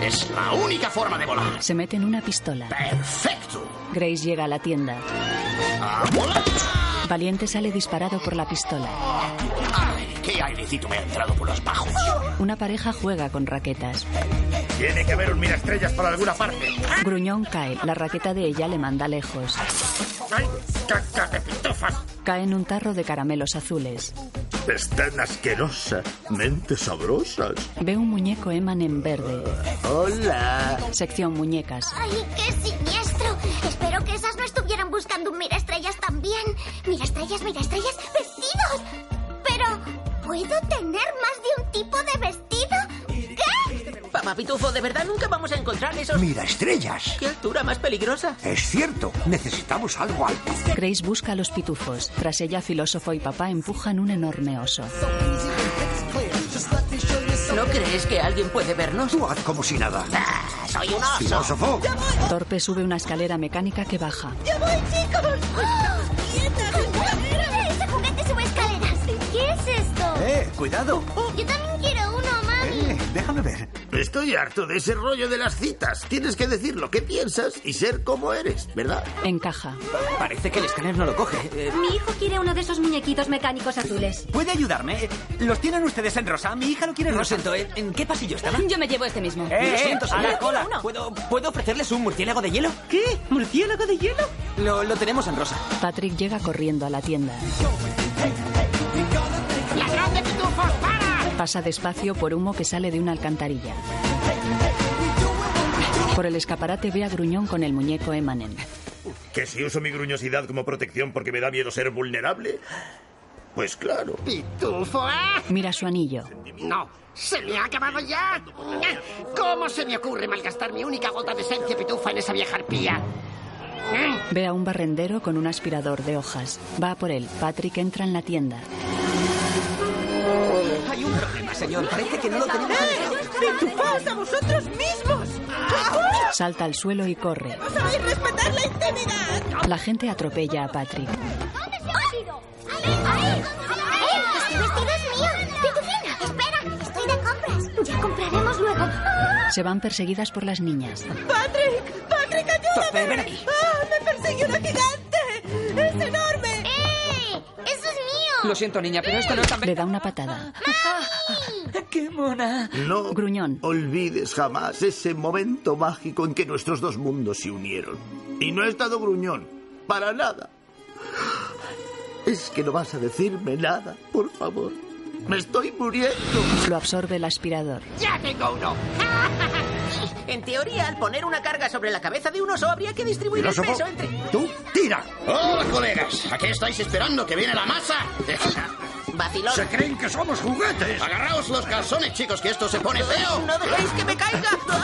[SPEAKER 5] Es la única forma de volar.
[SPEAKER 2] Se mete en una pistola.
[SPEAKER 5] ¡Perfecto!
[SPEAKER 2] Grace llega a la tienda.
[SPEAKER 5] ¡A volar!
[SPEAKER 2] Valiente sale disparado por la pistola.
[SPEAKER 5] Oh, A ver, ¿Qué airecito me ha entrado por los bajos?
[SPEAKER 7] Oh.
[SPEAKER 2] Una pareja juega con raquetas.
[SPEAKER 30] Tiene que haber un miraestrellas por alguna parte.
[SPEAKER 2] Gruñón cae. La raqueta de ella le manda lejos.
[SPEAKER 30] ¡Ay, cacas de pitufas!
[SPEAKER 2] Cae en un tarro de caramelos azules.
[SPEAKER 25] Están asquerosamente sabrosas.
[SPEAKER 2] Ve un muñeco Eman en verde.
[SPEAKER 25] Hola.
[SPEAKER 2] Sección muñecas.
[SPEAKER 7] ¡Ay, qué siniestro! Espero que esas no estuvieran buscando un mira estrellas también. Mira estrellas, mira estrellas, vestidos. Pero, ¿puedo tener más de un tipo de vestido? ¿Qué?
[SPEAKER 10] Papá Pitufo, ¿de verdad nunca vamos a encontrar esos...
[SPEAKER 14] Mira estrellas.
[SPEAKER 10] ¡Qué altura más peligrosa!
[SPEAKER 14] Es cierto, necesitamos algo alto.
[SPEAKER 2] Grace busca a los pitufos. Tras ella, filósofo y papá empujan un enorme oso.
[SPEAKER 10] ¿No crees que alguien puede vernos? Ah,
[SPEAKER 14] Tú haz como si nada.
[SPEAKER 10] ¡Soy un oso!
[SPEAKER 14] Filósofo.
[SPEAKER 2] Torpe sube una escalera mecánica que baja.
[SPEAKER 24] ¡Ya voy, chicos!
[SPEAKER 7] ¡Ah! ¡Ese juguete sube escaleras! ¿Qué es esto?
[SPEAKER 31] ¡Eh, cuidado!
[SPEAKER 7] Yo también quiero uno, mami.
[SPEAKER 31] déjame ver.
[SPEAKER 5] Estoy harto de ese rollo de las citas. Tienes que decir lo que piensas y ser como eres, ¿verdad?
[SPEAKER 2] Encaja.
[SPEAKER 31] Parece que el escáner no lo coge. Eh,
[SPEAKER 26] Mi hijo quiere uno de esos muñequitos mecánicos azules.
[SPEAKER 31] ¿Puede ayudarme? Eh, ¿Los tienen ustedes en rosa? Mi hija lo quiere en rosa. ¿En qué pasillo
[SPEAKER 8] Ah,
[SPEAKER 31] estaba?
[SPEAKER 26] Yo me llevo este mismo.
[SPEAKER 31] Eh,
[SPEAKER 26] Lo
[SPEAKER 31] eh,
[SPEAKER 26] siento,
[SPEAKER 31] a
[SPEAKER 26] señor.
[SPEAKER 31] la cola. ¿Puedo, ¿Puedo ofrecerles un murciélago de hielo? ¿Qué? ¿Murciélago de hielo? Lo, lo tenemos en rosa.
[SPEAKER 2] Patrick llega corriendo a la tienda.
[SPEAKER 6] ¡Ladrón de pitufos, para!
[SPEAKER 2] Pasa despacio por humo que sale de una alcantarilla. Por el escaparate ve a Gruñón con el muñeco Emanem.
[SPEAKER 30] ¿Que si uso mi gruñosidad como protección porque me da miedo ser vulnerable? Pues claro.
[SPEAKER 6] ¡Pitufo, ah!
[SPEAKER 2] Mira su anillo.
[SPEAKER 6] No, se me ha acabado ya. ¿Cómo se me ocurre malgastar mi única gota de esencia pitufa en esa vieja arpía?
[SPEAKER 2] Ve a un barrendero con un aspirador de hojas. Va a por él. Patrick entra en la tienda.
[SPEAKER 31] Hay un problema, señor. Parece que no lo tenemos en
[SPEAKER 8] ¡Eh!
[SPEAKER 31] rosa.
[SPEAKER 8] ¡Pitufaos a vosotros mismos! ¡Vamos
[SPEAKER 2] Salta al suelo y corre.
[SPEAKER 8] a respetar la intimidad!
[SPEAKER 2] La gente atropella a Patrick.
[SPEAKER 7] ¿Dónde se ha metido? ¡Ahí! ¡Ahí! ¡Este vestido es mío! ¡Pitufina! ¡Espera! ¡Estoy de compras! ¡Ya compraremos luego!
[SPEAKER 2] Se van perseguidas por las niñas.
[SPEAKER 8] ¡Patrick! ¡Patrick,
[SPEAKER 31] Torpe, ven
[SPEAKER 8] ayúdame!
[SPEAKER 31] aquí.
[SPEAKER 8] ¡Ah, me persigue una gigante! ¡Es enorme!
[SPEAKER 7] ¡Eh! ¡Eso es mío!
[SPEAKER 20] Lo siento, niña, pero esto no es tan...
[SPEAKER 2] Le da una patada.
[SPEAKER 20] ¡Qué mona!
[SPEAKER 3] No olvides jamás ese momento mágico en que nuestros dos mundos se unieron. Y no he estado gruñón, para nada. Es que no vas a decirme nada, por favor. Me estoy muriendo.
[SPEAKER 2] Lo absorbe el aspirador.
[SPEAKER 8] ¡Ya tengo
[SPEAKER 7] <laughs>
[SPEAKER 8] uno! En teoría, al poner una carga sobre la cabeza de un oso, habría que distribuir el
[SPEAKER 33] ¿Filósofo?
[SPEAKER 8] peso entre.
[SPEAKER 1] ¡Tú, tira!
[SPEAKER 5] ¡Hola, Oh, colegas! ¿A qué estáis esperando que viene la <laughs> masa?
[SPEAKER 8] ¡Vacilón!
[SPEAKER 5] ¡Se creen que somos juguetes! ¡Agarraos los calzones, chicos, que esto se pone feo!
[SPEAKER 8] ¡No dejéis que me
[SPEAKER 5] <laughs>
[SPEAKER 8] caiga!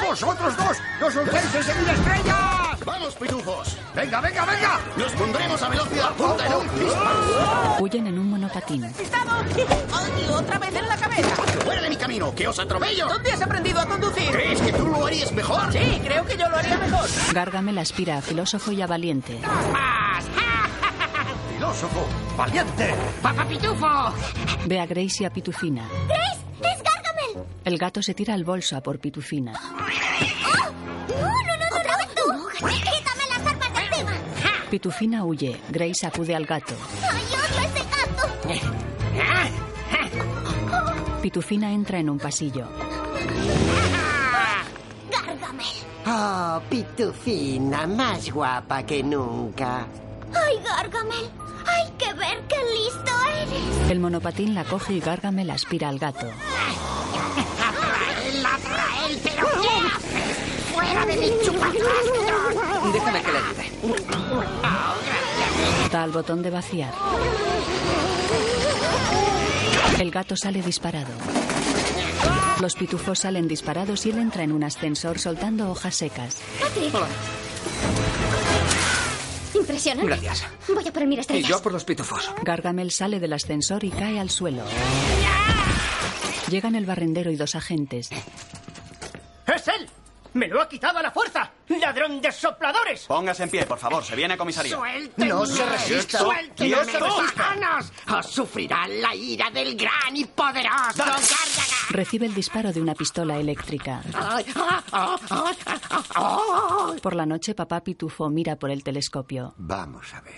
[SPEAKER 5] ¡Vosotros dos! ¡No soltéis ese mil estrellas! ¡Vamos, pitufos! ¡Venga, venga, venga! Oh, ¡Nos pondremos a velocidad punta en un disparo!
[SPEAKER 2] Huyen en un monopatín.
[SPEAKER 8] ¡Estamos! ¡Ay, otra vez en la cabeza!
[SPEAKER 5] ¡Fuera de mi camino, que os atropello!
[SPEAKER 8] ¿Dónde has aprendido a conducir?
[SPEAKER 5] ¿Crees que tú lo harías mejor?
[SPEAKER 8] Sí, creo que yo lo haría mejor.
[SPEAKER 2] Gargamel aspira a filósofo y a valiente.
[SPEAKER 33] Filósofo, valiente.
[SPEAKER 8] ¡Papá Pitufo!
[SPEAKER 2] Ve a Grace y a Pitufina.
[SPEAKER 7] ¡Grace! ¡Es Gargamel!
[SPEAKER 2] El gato se tira al bolso a por Pitufina.
[SPEAKER 7] ¡No, no, no, no! no tú! ¡Quítame las armas de encima!
[SPEAKER 2] Pitufina huye. Grace acude al gato.
[SPEAKER 7] ¡Ay, odio a ese gato!
[SPEAKER 2] Pitufina entra en un pasillo.
[SPEAKER 8] Oh, Pitufina, más guapa que nunca.
[SPEAKER 7] ¡Ay, Gargamel! ¡Hay que ver qué listo eres!
[SPEAKER 2] El monopatín la coge y Gargamel aspira al gato.
[SPEAKER 6] ¡Atrael, atrael! ¿Pero qué haces? ¡Fuera de mi chupatrastros!
[SPEAKER 24] Déjame que le ayude.
[SPEAKER 2] Da al botón de vaciar. El gato sale disparado. Los pitufos salen disparados y él entra en un ascensor soltando hojas secas.
[SPEAKER 7] Patrick. Impresionante.
[SPEAKER 24] Gracias.
[SPEAKER 7] Voy a por el mira
[SPEAKER 24] Y
[SPEAKER 7] estrellas.
[SPEAKER 24] yo por los pitufos.
[SPEAKER 2] Gargamel sale del ascensor y cae al suelo. Llegan el barrendero y dos agentes.
[SPEAKER 34] ¡Es él! ¡Me lo ha quitado a la
[SPEAKER 5] ah,
[SPEAKER 34] fuerza! ¡Ladrón de sopladores!
[SPEAKER 35] Póngase en pie, por favor, se viene a comisaría.
[SPEAKER 6] ¡Suéltenme! ¡Suéltenme!
[SPEAKER 35] ¡No se resista!
[SPEAKER 6] ¡Manos! ¡Os sufrirá la ira del gran y poderoso Gargamel!
[SPEAKER 2] Recibe el disparo de una pistola eléctrica.
[SPEAKER 6] Ay, ah, ah, ah, ah, ah.
[SPEAKER 2] Por la noche, papá Pitufo mira por el telescopio.
[SPEAKER 1] Vamos a ver.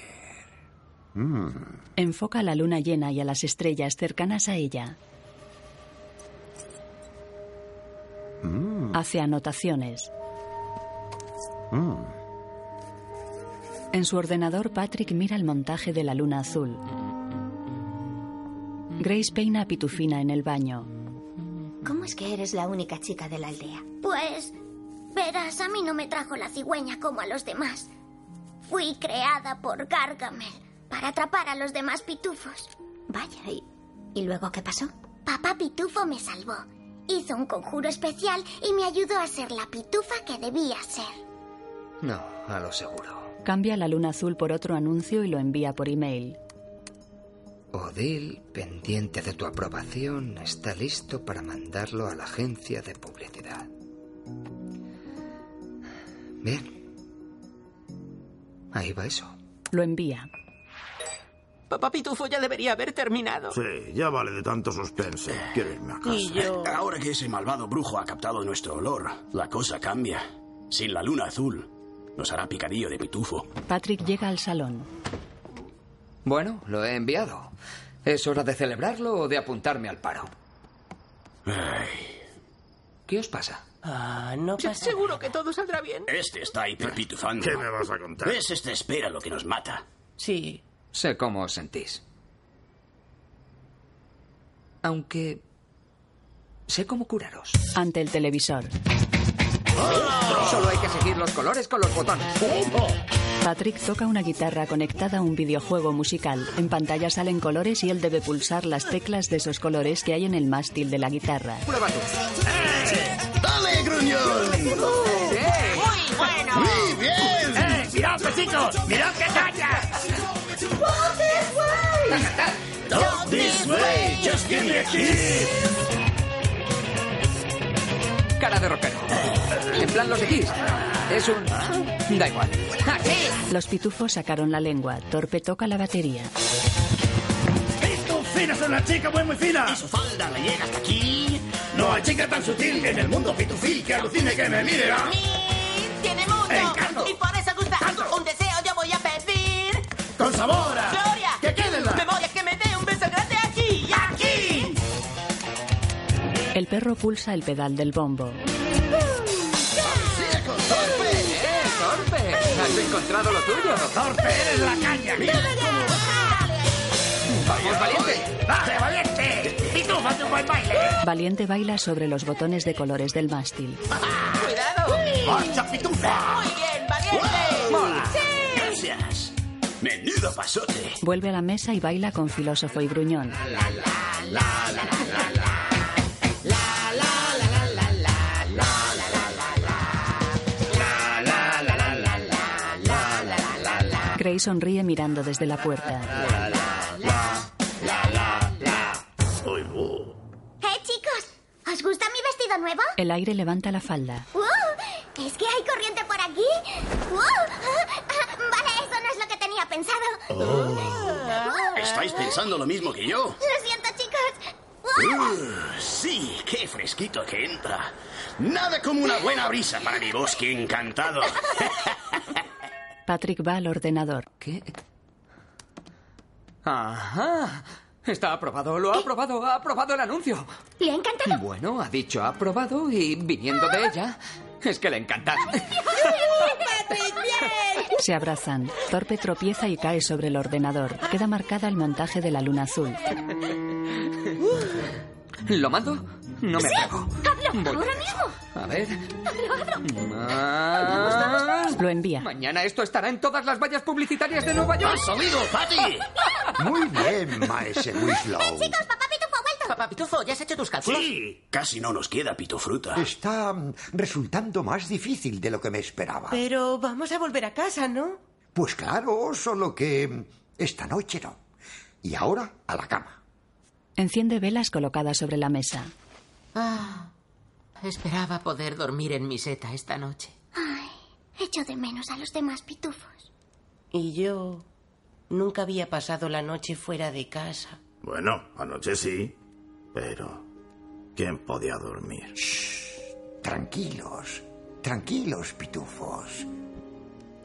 [SPEAKER 1] Mm.
[SPEAKER 2] Enfoca a la luna llena y a las estrellas cercanas a ella.
[SPEAKER 1] Mm.
[SPEAKER 2] Hace anotaciones.
[SPEAKER 1] Mm.
[SPEAKER 2] En su ordenador, Patrick mira el montaje de la luna azul. Grace peina a Pitufina en el baño.
[SPEAKER 7] ¿Cómo es que eres la única chica de la aldea? Pues, verás, a mí no me trajo la cigüeña como a los demás. Fui creada por Gargamel para atrapar a los demás pitufos. Vaya, ¿y, luego qué pasó? Papá Pitufo me salvó. Hizo un conjuro especial y me ayudó a ser la pitufa que debía ser.
[SPEAKER 20] No, a lo seguro.
[SPEAKER 2] Cambia la luna azul por otro anuncio y lo envía por email.
[SPEAKER 20] Odil, pendiente de tu aprobación, está listo para mandarlo a la agencia de publicidad. Bien. Ahí va eso.
[SPEAKER 2] Lo envía.
[SPEAKER 34] Papá Pitufo ya debería haber terminado.
[SPEAKER 3] Sí, ya vale de tanto suspense. Quiero irme a casa.
[SPEAKER 34] Y yo.
[SPEAKER 36] Eh, Ahora que ese malvado brujo ha captado nuestro olor, la cosa cambia. Sin la luna azul, nos hará picadillo de pitufo.
[SPEAKER 2] Patrick llega al salón.
[SPEAKER 20] Bueno, lo he enviado. ¿Es hora de celebrarlo o de apuntarme al paro? ¿Qué os pasa?
[SPEAKER 34] Ah, no pasa Seguro que todo saldrá bien.
[SPEAKER 36] Este está hiperpitufando.
[SPEAKER 3] ¿Qué me vas a contar?
[SPEAKER 36] ¿Ves? Este espera lo que nos mata.
[SPEAKER 34] Sí.
[SPEAKER 20] Sé cómo os sentís. Aunque... Sé cómo curaros.
[SPEAKER 2] Ante el televisor.
[SPEAKER 20] Solo hay que seguir los colores con los botones.
[SPEAKER 2] Patrick toca una guitarra conectada a un videojuego musical. En pantalla salen colores y él debe pulsar las teclas de esos colores que hay en el mástil de la guitarra.
[SPEAKER 20] Prueba tú.
[SPEAKER 6] ¡Eh!
[SPEAKER 5] ¡Dale, gruñón!
[SPEAKER 34] ¡Muy bueno!
[SPEAKER 5] ¡Muy bien!
[SPEAKER 34] ¡Eh, mirad, pesitos! ¡Mirad qué cañas! ¡Walk this way!
[SPEAKER 5] Talk this way, just give me a kiss.
[SPEAKER 20] Cara de rockero. En plan los X. Es un... Da igual.
[SPEAKER 2] Los pitufos sacaron la lengua. Torpe toca la batería.
[SPEAKER 5] ¡Tú finas son una chica muy muy fina! Y su falda le llega hasta aquí. No hay chica tan sutil en el mundo pitufil que alucine que me mire. ¿ah?
[SPEAKER 8] ¡Tiene mucho! Y por eso gusta un deseo yo voy a pedir.
[SPEAKER 5] ¡Con sabor! a-
[SPEAKER 8] ¡Gloria!
[SPEAKER 5] ¡Que quede la-
[SPEAKER 8] ¡Me voy a que me dé un beso grande aquí! ¡Aquí!
[SPEAKER 2] El perro pulsa el pedal del bombo.
[SPEAKER 37] ¡Torpe! ¡Eh, torpe!
[SPEAKER 9] Has encontrado lo tuyo.
[SPEAKER 37] ¡Torpe, eres la caña! ¡Mira!
[SPEAKER 9] ¡Vamos, valiente!
[SPEAKER 37] ¡Dale, valiente! ¡Pitufo, tu buen baile!
[SPEAKER 2] Valiente baila sobre los botones de colores del mástil.
[SPEAKER 37] ¡Cuidado! ¡Marcha, pitufa! ¡Muy bien, valiente! ¡Mola!
[SPEAKER 38] Gracias. Menudo pasote.
[SPEAKER 2] Vuelve a la mesa y baila con filósofo y gruñón. Gray sonríe mirando desde la puerta.
[SPEAKER 7] ¡Eh, chicos! ¿Os gusta mi vestido nuevo?
[SPEAKER 2] El aire levanta la falda.
[SPEAKER 7] ¡Wow! ¿Es que hay corriente por aquí? ¡Wow! Ah, ah, Vale, eso no es lo que tenía pensado. Wow.
[SPEAKER 38] Oh. ¿Estáis pensando lo mismo que yo?
[SPEAKER 7] Lo siento, chicos.
[SPEAKER 38] Uh, sí, qué fresquito que entra. Nada como una buena brisa para mi bosque encantado.
[SPEAKER 2] Patrick va al ordenador.
[SPEAKER 20] ¿Qué? Ajá. Está aprobado, lo ha aprobado, ha aprobado el anuncio.
[SPEAKER 7] Le ha encantado.
[SPEAKER 20] Bueno, ha dicho aprobado y viniendo de ella, es que le encanta.
[SPEAKER 2] Se abrazan. Torpe tropieza y cae sobre el ordenador. Queda marcada el montaje de la luna azul.
[SPEAKER 20] ¿Lo mando? No me atrevo.
[SPEAKER 7] ¡Hablo! ¡Ahora mismo!
[SPEAKER 20] A ver.
[SPEAKER 7] ¡Hablo, hablo!
[SPEAKER 2] Lo envía.
[SPEAKER 20] Mañana esto estará en todas las vallas publicitarias de Nueva York.
[SPEAKER 38] ¡Paso, amigo, Patty!
[SPEAKER 14] <laughs> Muy bien, maese Winslow.
[SPEAKER 10] Papá Pitufo, ¿ya has hecho tus cálculos?
[SPEAKER 38] Sí, casi no nos queda pitofruta.
[SPEAKER 14] Está mm, resultando más difícil de lo que me esperaba.
[SPEAKER 8] Pero vamos a volver a casa, ¿no?
[SPEAKER 14] Pues claro, solo que mm, esta noche no. Y ahora a la cama.
[SPEAKER 2] Enciende velas colocadas sobre la mesa.
[SPEAKER 10] Ah, esperaba poder dormir en mi seta esta noche.
[SPEAKER 7] Ay, echo de menos a los demás pitufos.
[SPEAKER 8] Y yo nunca había pasado la noche fuera de casa.
[SPEAKER 30] Bueno, anoche sí, pero ¿quién podía dormir?
[SPEAKER 14] Tranquilos, tranquilos, pitufos.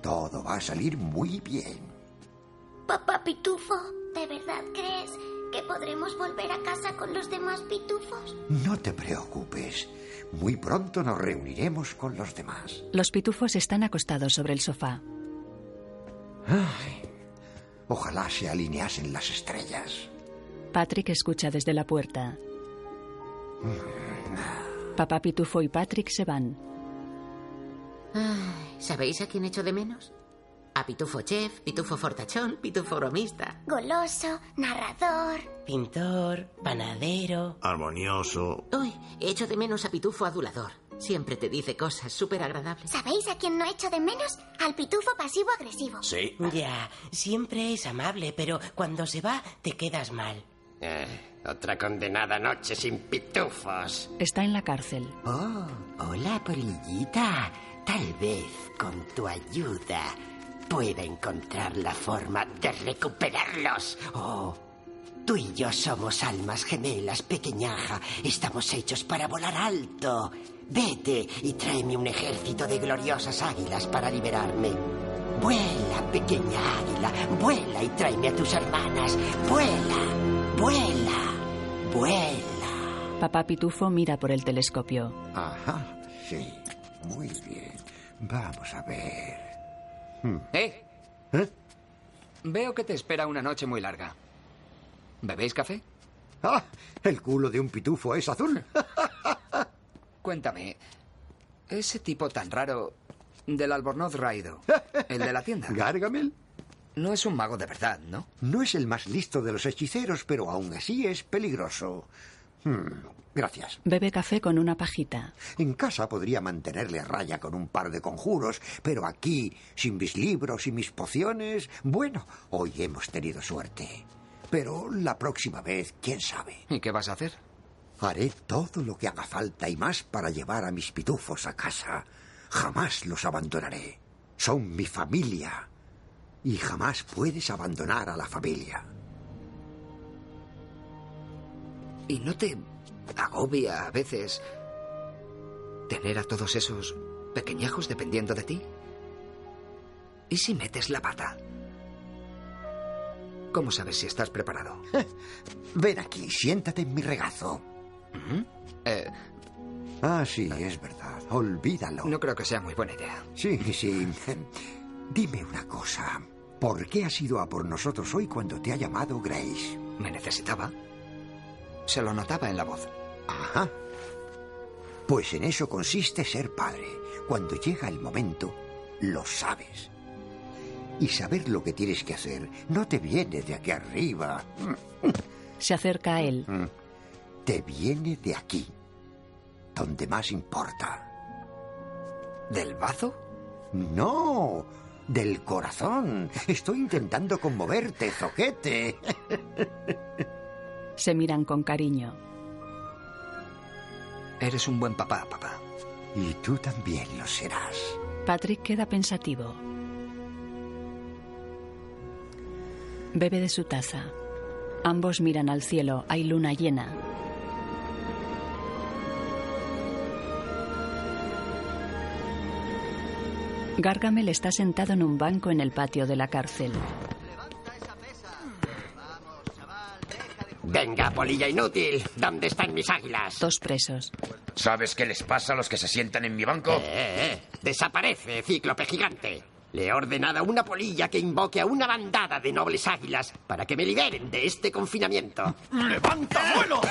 [SPEAKER 14] Todo va a salir muy bien.
[SPEAKER 7] Papá Pitufo, ¿de verdad crees que podremos volver a casa con los demás pitufos?
[SPEAKER 14] No te preocupes. Muy pronto nos reuniremos con los demás.
[SPEAKER 2] Los pitufos están acostados sobre el sofá.
[SPEAKER 14] Ay, ojalá se alineasen las estrellas.
[SPEAKER 2] Patrick escucha desde la puerta. Papá Pitufo y Patrick se van.
[SPEAKER 10] Ay, ¿Sabéis a quién echo de menos? A Pitufo Chef, Pitufo Fortachón, Pitufo Bromista.
[SPEAKER 7] Goloso, narrador.
[SPEAKER 8] Pintor, panadero.
[SPEAKER 30] Armonioso.
[SPEAKER 10] Uy, echo de menos a Pitufo Adulador. Siempre te dice cosas súper agradables.
[SPEAKER 7] ¿Sabéis a quién no echo de menos? Al pitufo pasivo-agresivo.
[SPEAKER 38] Sí.
[SPEAKER 8] Ya, siempre es amable, pero cuando se va te quedas mal.
[SPEAKER 6] Eh, otra condenada noche sin pitufos.
[SPEAKER 2] Está en la cárcel.
[SPEAKER 6] Oh, hola, polillita. Tal vez con tu ayuda pueda encontrar la forma de recuperarlos. Oh, tú y yo somos almas gemelas, pequeñaja. Estamos hechos para volar alto. Vete y tráeme un ejército de gloriosas águilas para liberarme. Vuela, pequeña águila, vuela y tráeme a tus hermanas. Vuela, vuela, vuela.
[SPEAKER 2] Papá Pitufo mira por el telescopio.
[SPEAKER 14] Ajá, sí. Muy bien. Vamos a ver.
[SPEAKER 20] ¿Eh? Veo que te espera una noche muy larga. ¿Bebéis café?
[SPEAKER 14] Ah, el culo de un pitufo es azul.
[SPEAKER 20] Cuéntame, ese tipo tan raro del albornoz raído, <laughs> el de la tienda.
[SPEAKER 14] ¿Gargamel?
[SPEAKER 20] No es un mago de verdad, ¿no?
[SPEAKER 14] No es el más listo de los hechiceros, pero aún así es peligroso. Hmm, gracias.
[SPEAKER 2] Bebe café con una pajita.
[SPEAKER 14] En casa podría mantenerle a raya con un par de conjuros, pero aquí, sin mis libros y mis pociones, bueno, hoy hemos tenido suerte. Pero la próxima vez, quién sabe.
[SPEAKER 20] ¿Y qué vas a hacer?
[SPEAKER 14] Haré todo lo que haga falta y más para llevar a mis pitufos a casa. Jamás los abandonaré. Son mi familia. Y jamás puedes abandonar a la familia.
[SPEAKER 20] ¿Y no te agobia a veces tener a todos esos pequeñajos dependiendo de ti? ¿Y si metes la pata? <laughs> ¿Cómo sabes si estás preparado?
[SPEAKER 14] Ven aquí, siéntate en mi regazo.
[SPEAKER 20] ¿Mm? Eh,
[SPEAKER 14] Ah, sí, es verdad. Olvídalo. No
[SPEAKER 20] creo que sea muy buena idea.
[SPEAKER 14] Sí, sí. Dime una cosa. ¿Por qué has ido a por nosotros hoy cuando te ha llamado Grace?
[SPEAKER 20] ¿Me necesitaba? Se lo notaba en la voz.
[SPEAKER 14] Ajá. Pues en eso consiste ser padre. Cuando llega el momento, lo sabes. Y saber lo que tienes que hacer no te viene de aquí arriba.
[SPEAKER 2] Se acerca a él.
[SPEAKER 14] Mm. Te viene de aquí, donde más importa.
[SPEAKER 20] ¿Del bazo?
[SPEAKER 14] No, del corazón. Estoy intentando conmoverte, zoquete.
[SPEAKER 2] Se miran con cariño.
[SPEAKER 20] Eres un buen papá, papá.
[SPEAKER 14] Y tú también lo serás.
[SPEAKER 2] Patrick queda pensativo. Bebe de su taza. Ambos miran al cielo. Hay luna llena. Gargamel está sentado en un banco en el patio de la cárcel.
[SPEAKER 6] Venga, polilla inútil. ¿Dónde están mis águilas?
[SPEAKER 2] Dos presos.
[SPEAKER 1] ¿Sabes qué les pasa a los que se sientan en mi banco?
[SPEAKER 6] Eh, eh, Desaparece, cíclope gigante. Le he ordenado a una polilla que invoque a una bandada de nobles águilas para que me liberen de este confinamiento. ¡Levanta, vuelo!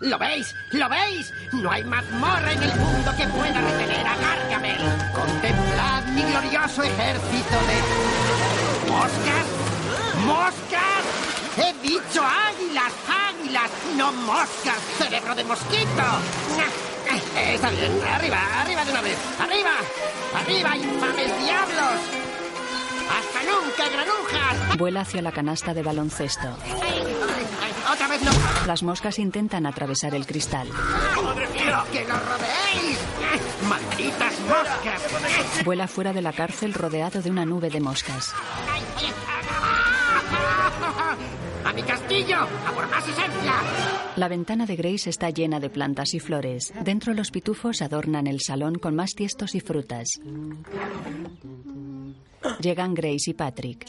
[SPEAKER 6] ¿Lo veis? ¿Lo veis? No hay mazmorra en el mundo que pueda retener a Gargamel. Contemplad mi glorioso ejército de... ¿Moscas? ¡Moscas! ¡He dicho águilas! ¡Águilas! ¡No moscas! ¡Cerebro de mosquito! Está bien, arriba, arriba de una vez. ¡Arriba! ¡Arriba, infames diablos! ¡Hasta nunca, granujas!
[SPEAKER 2] Vuela hacia la canasta de baloncesto.
[SPEAKER 6] ¡Otra vez no!
[SPEAKER 2] Las moscas intentan atravesar el cristal.
[SPEAKER 6] ¡Madre mía! ¡Que nos rodeéis! ¡Malditas moscas!
[SPEAKER 2] Vuela fuera de la cárcel rodeado de una nube de moscas.
[SPEAKER 6] ¡A mi castillo! ¡A por más esencia!
[SPEAKER 2] La ventana de Grace está llena de plantas y flores. Dentro los pitufos adornan el salón con más tiestos y frutas. Llegan Grace y Patrick.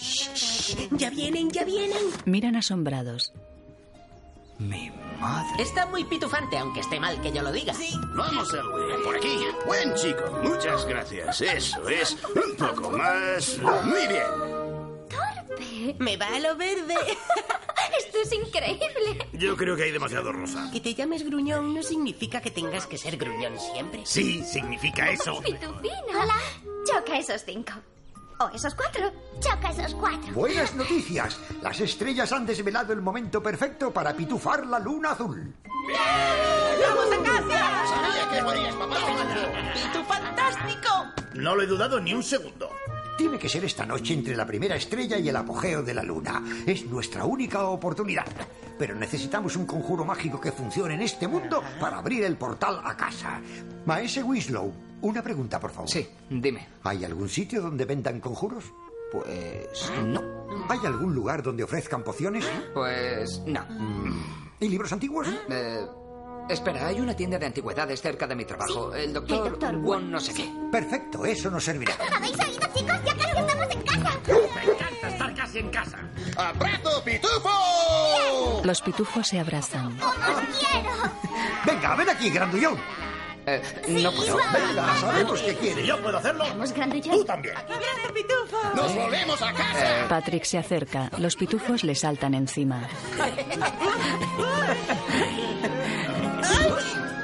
[SPEAKER 8] Ya vienen, ya vienen.
[SPEAKER 2] Miran asombrados.
[SPEAKER 10] Está muy pitufante, aunque esté mal que yo lo diga. Sí.
[SPEAKER 38] Vamos, Elwin, por aquí. Buen chico, muchas gracias. Eso es. Un poco más. Muy bien.
[SPEAKER 8] Me va a lo
[SPEAKER 10] <laughs>
[SPEAKER 8] verde. Esto es increíble.
[SPEAKER 30] Yo creo que hay demasiado rosa.
[SPEAKER 8] Que te llames gruñón no significa que tengas que ser gruñón siempre.
[SPEAKER 30] Sí, significa eso.
[SPEAKER 7] Oh, ¡Pitufina! ¡Hola! Choca esos cinco. O esos cuatro. Choca esos cuatro.
[SPEAKER 14] Buenas noticias. Las estrellas han desvelado el momento perfecto para pitufar la luna azul.
[SPEAKER 37] ¡Vamos a casa! Sabía que podías, papá. ¡Pitu fantástico!
[SPEAKER 30] No lo he dudado ni un segundo.
[SPEAKER 14] Tiene que ser esta noche entre la primera estrella y el apogeo de la luna. Es nuestra única oportunidad. Pero necesitamos un conjuro mágico que funcione en este mundo para abrir el portal a casa. Maese Winslow, una pregunta, por favor. Sí,
[SPEAKER 20] dime.
[SPEAKER 14] ¿Hay algún sitio donde vendan conjuros? Ah,
[SPEAKER 20] Pues no.
[SPEAKER 14] ¿Hay algún lugar donde ofrezcan pociones?
[SPEAKER 20] Pues no. Eh,
[SPEAKER 14] ¿Y libros antiguos?
[SPEAKER 20] espera, hay una tienda de antigüedades cerca de mi trabajo. El doctor, Won no sé qué.
[SPEAKER 14] Perfecto, eso nos servirá.
[SPEAKER 37] ¿Habéis oído, chicos? Ya casi estamos en casa. Me encanta estar casi en casa. ¡Abrazo, pitufo!
[SPEAKER 2] Los pitufos se abrazan.
[SPEAKER 14] Venga, ven aquí, grandullón.
[SPEAKER 20] Eh, no
[SPEAKER 37] puedo.
[SPEAKER 14] pues, Venga, sabemos que quiere.
[SPEAKER 30] Yo puedo hacerlo.
[SPEAKER 7] Vamos, grandullón.
[SPEAKER 30] Tú también.
[SPEAKER 37] ¡Nos volvemos a casa!
[SPEAKER 20] Eh,
[SPEAKER 2] Patrick se acerca. Los pitufos le saltan encima.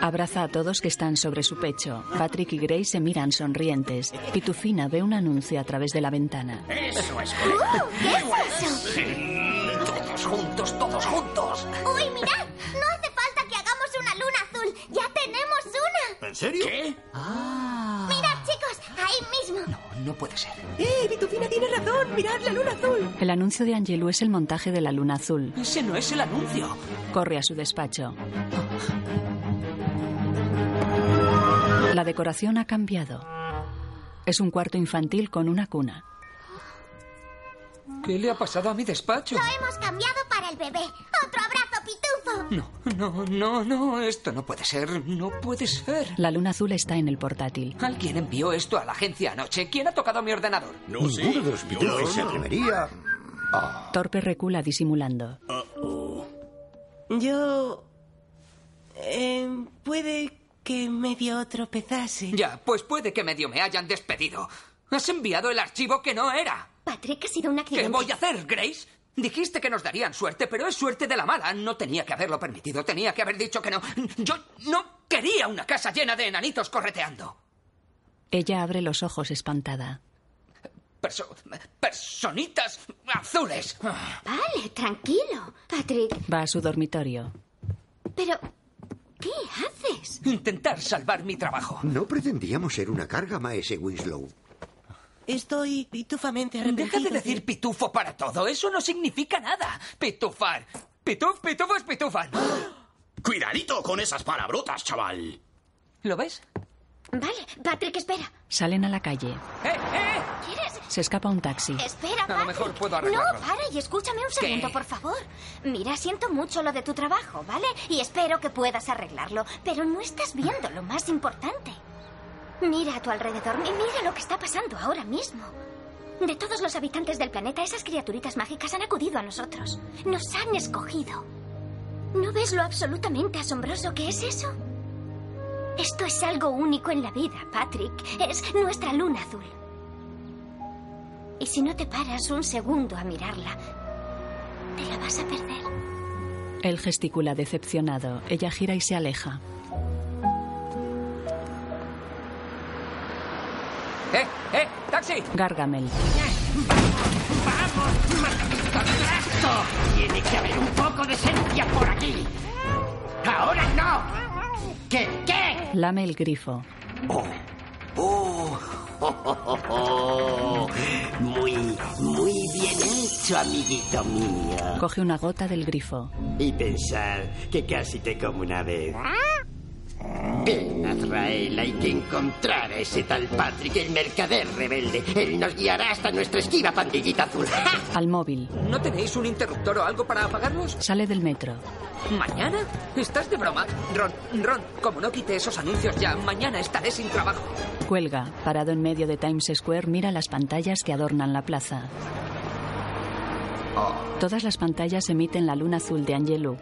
[SPEAKER 2] Abraza a todos que están sobre su pecho. Patrick y Grace se miran sonrientes. Pitufina ve un anuncio a través de la ventana.
[SPEAKER 37] Eso es
[SPEAKER 9] Todos juntos, todos juntos.
[SPEAKER 24] ¡Uy, mirad! No hace falta que hagamos una luna azul. Ya tenemos una.
[SPEAKER 30] ¿En serio?
[SPEAKER 7] Ah.
[SPEAKER 24] Mirad, chicos, ahí mismo.
[SPEAKER 20] No puede ser.
[SPEAKER 8] ¡Eh, Pitufina tiene razón! ¡Mirad la luna azul!
[SPEAKER 2] El anuncio de Angelou es el montaje de la luna azul.
[SPEAKER 20] Ese no es el anuncio.
[SPEAKER 2] Corre a su despacho. La decoración ha cambiado. Es un cuarto infantil con una cuna.
[SPEAKER 20] ¿Qué le ha pasado a mi despacho?
[SPEAKER 24] Lo hemos cambiado para el bebé. ¡Otro abrazo, pitufo!
[SPEAKER 20] No, no, no, no. Esto no puede ser. No puede ser.
[SPEAKER 2] La luna azul está en el portátil.
[SPEAKER 20] ¿Quién envió esto a la agencia anoche? ¿Quién ha tocado mi ordenador?
[SPEAKER 30] No sé.
[SPEAKER 14] Ninguno de los pitufos se atrevería.
[SPEAKER 30] Ah.
[SPEAKER 2] Torpe recula disimulando.
[SPEAKER 8] Yo
[SPEAKER 39] Eh, puede que medio tropezase.
[SPEAKER 20] Ya, pues puede que medio me hayan despedido. Has enviado el archivo que no era.
[SPEAKER 24] Patrick ha sido un
[SPEAKER 20] ¿Qué
[SPEAKER 24] accidente.
[SPEAKER 20] voy a hacer, Grace? Dijiste que nos darían suerte, pero es suerte de la mala. No tenía que haberlo permitido, tenía que haber dicho que no. Yo no quería una casa llena de enanitos correteando.
[SPEAKER 2] Ella abre los ojos espantada.
[SPEAKER 20] Perso- personitas azules.
[SPEAKER 24] Vale, tranquilo. Patrick,
[SPEAKER 2] Va a su dormitorio.
[SPEAKER 24] pero... ¿Qué haces?
[SPEAKER 20] Intentar salvar mi trabajo.
[SPEAKER 14] No pretendíamos ser una carga, maese Winslow.
[SPEAKER 39] Estoy pitufamente arrepentido.
[SPEAKER 20] Deja de decir pitufo para todo. Eso no significa nada. Pitufar. Pituf, pitufos, pitufan.
[SPEAKER 5] Cuidadito con esas palabrotas, chaval.
[SPEAKER 20] ¿Lo ves?
[SPEAKER 24] Vale, Patrick, espera.
[SPEAKER 2] Salen a la calle.
[SPEAKER 24] ¿Quieres?
[SPEAKER 2] Se escapa un taxi.
[SPEAKER 24] Espera,
[SPEAKER 2] A lo
[SPEAKER 24] Patrick.
[SPEAKER 2] mejor puedo arreglarlo.
[SPEAKER 24] No, para y escúchame un segundo, por favor. Mira, siento mucho lo de tu trabajo, ¿vale? Y espero que puedas arreglarlo, pero no estás viendo lo más importante. Mira a tu alrededor y mira lo que está pasando ahora mismo. De todos los habitantes del planeta, esas criaturitas mágicas han acudido a nosotros. Nos han escogido. ¿No ves lo absolutamente asombroso que es eso? Esto es algo único en la vida, Patrick. Es nuestra luna azul. Y si no te paras un segundo a mirarla, te la vas a perder.
[SPEAKER 2] Él gesticula decepcionado. Ella gira y se aleja.
[SPEAKER 20] ¡Eh, eh! ¡Taxi!
[SPEAKER 2] Gargamel.
[SPEAKER 40] ¡Esto! Tiene que haber un poco de esencia por aquí. ¡Ahora no! ¿Qué? ¿Qué?
[SPEAKER 2] Lame el grifo.
[SPEAKER 6] Oh, <laughs> oh, oh, oh, oh. Muy, muy bien hecho, amiguito mío.
[SPEAKER 2] Coge una gota del grifo.
[SPEAKER 6] Y pensar que casi te como una vez. Ven, Azrael, hay que encontrar a ese tal Patrick, el mercader rebelde. Él nos guiará hasta nuestra esquiva pandillita azul.
[SPEAKER 2] Al móvil.
[SPEAKER 20] ¿No tenéis un interruptor o algo para apagarlos?
[SPEAKER 2] Sale del metro.
[SPEAKER 20] ¿Mañana? ¿Estás de broma? Ron, Ron, como no quite esos anuncios ya, mañana estaré sin trabajo.
[SPEAKER 2] Cuelga. Parado en medio de Times Square, mira las pantallas que adornan la plaza. Todas las pantallas emiten la luna azul de Angelou.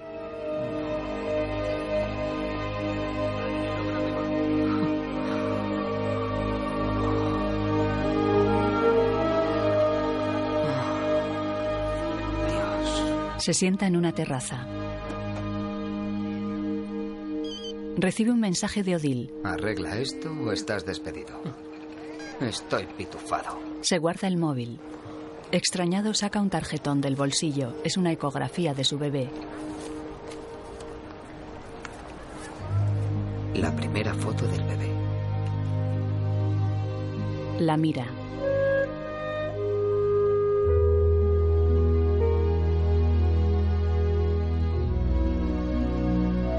[SPEAKER 2] Se sienta en una terraza. Recibe un mensaje de Odil.
[SPEAKER 41] Arregla esto o estás despedido. Estoy pitufado.
[SPEAKER 2] Se guarda el móvil. Extrañado saca un tarjetón del bolsillo. Es una ecografía de su bebé.
[SPEAKER 20] La primera foto del bebé.
[SPEAKER 2] La mira.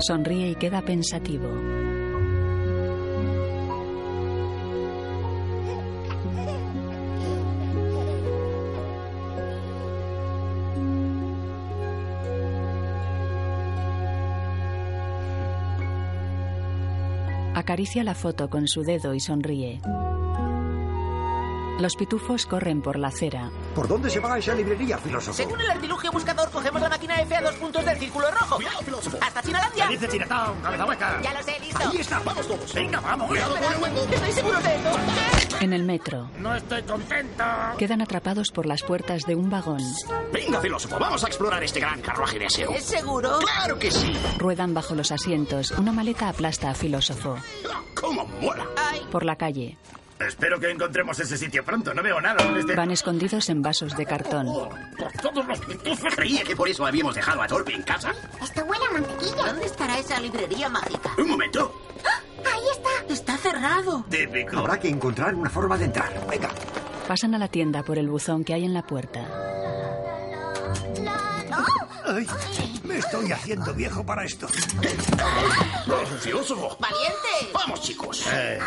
[SPEAKER 2] Sonríe y queda pensativo. Acaricia la foto con su dedo y sonríe. Los pitufos corren por la acera.
[SPEAKER 14] ¿Por dónde se va esa librería, filósofo?
[SPEAKER 8] Según el artilugio buscador, cogemos la máquina F a dos puntos del círculo rojo. ¡Hasta Chinalandia!
[SPEAKER 42] Dice Chinatown, cabeza hueca.
[SPEAKER 8] Ya lo sé, listo.
[SPEAKER 42] Ahí está, vamos todos. <laughs> Venga, vamos. Cuidado con el hueco.
[SPEAKER 8] Estoy seguro de eso.
[SPEAKER 2] En el metro,
[SPEAKER 42] No estoy contento.
[SPEAKER 2] quedan atrapados por las puertas de un vagón.
[SPEAKER 5] Venga, filósofo, vamos a explorar este gran carruaje de aseo.
[SPEAKER 8] ¿Es seguro?
[SPEAKER 5] ¡Claro que sí!
[SPEAKER 2] Ruedan bajo los asientos. Una maleta aplasta a filósofo.
[SPEAKER 42] ¿Cómo mola?
[SPEAKER 2] Por la calle,
[SPEAKER 42] Espero que encontremos ese sitio pronto. No veo nada. este Desde...
[SPEAKER 2] van escondidos en vasos de cartón.
[SPEAKER 42] Todos los pitufos.
[SPEAKER 5] Creía que por eso habíamos dejado a Torpe en casa.
[SPEAKER 8] Esto huele a mantequilla. ¿Dónde estará esa librería mágica?
[SPEAKER 5] Un momento.
[SPEAKER 8] Ahí está. Está cerrado.
[SPEAKER 5] Típico.
[SPEAKER 14] Habrá que encontrar una forma de entrar. Venga.
[SPEAKER 2] Pasan a la tienda por el buzón que hay en la puerta.
[SPEAKER 14] Ay, me estoy haciendo viejo para esto.
[SPEAKER 5] Filósofo.
[SPEAKER 8] ¡Valiente!
[SPEAKER 5] Vamos, chicos.
[SPEAKER 42] Eh.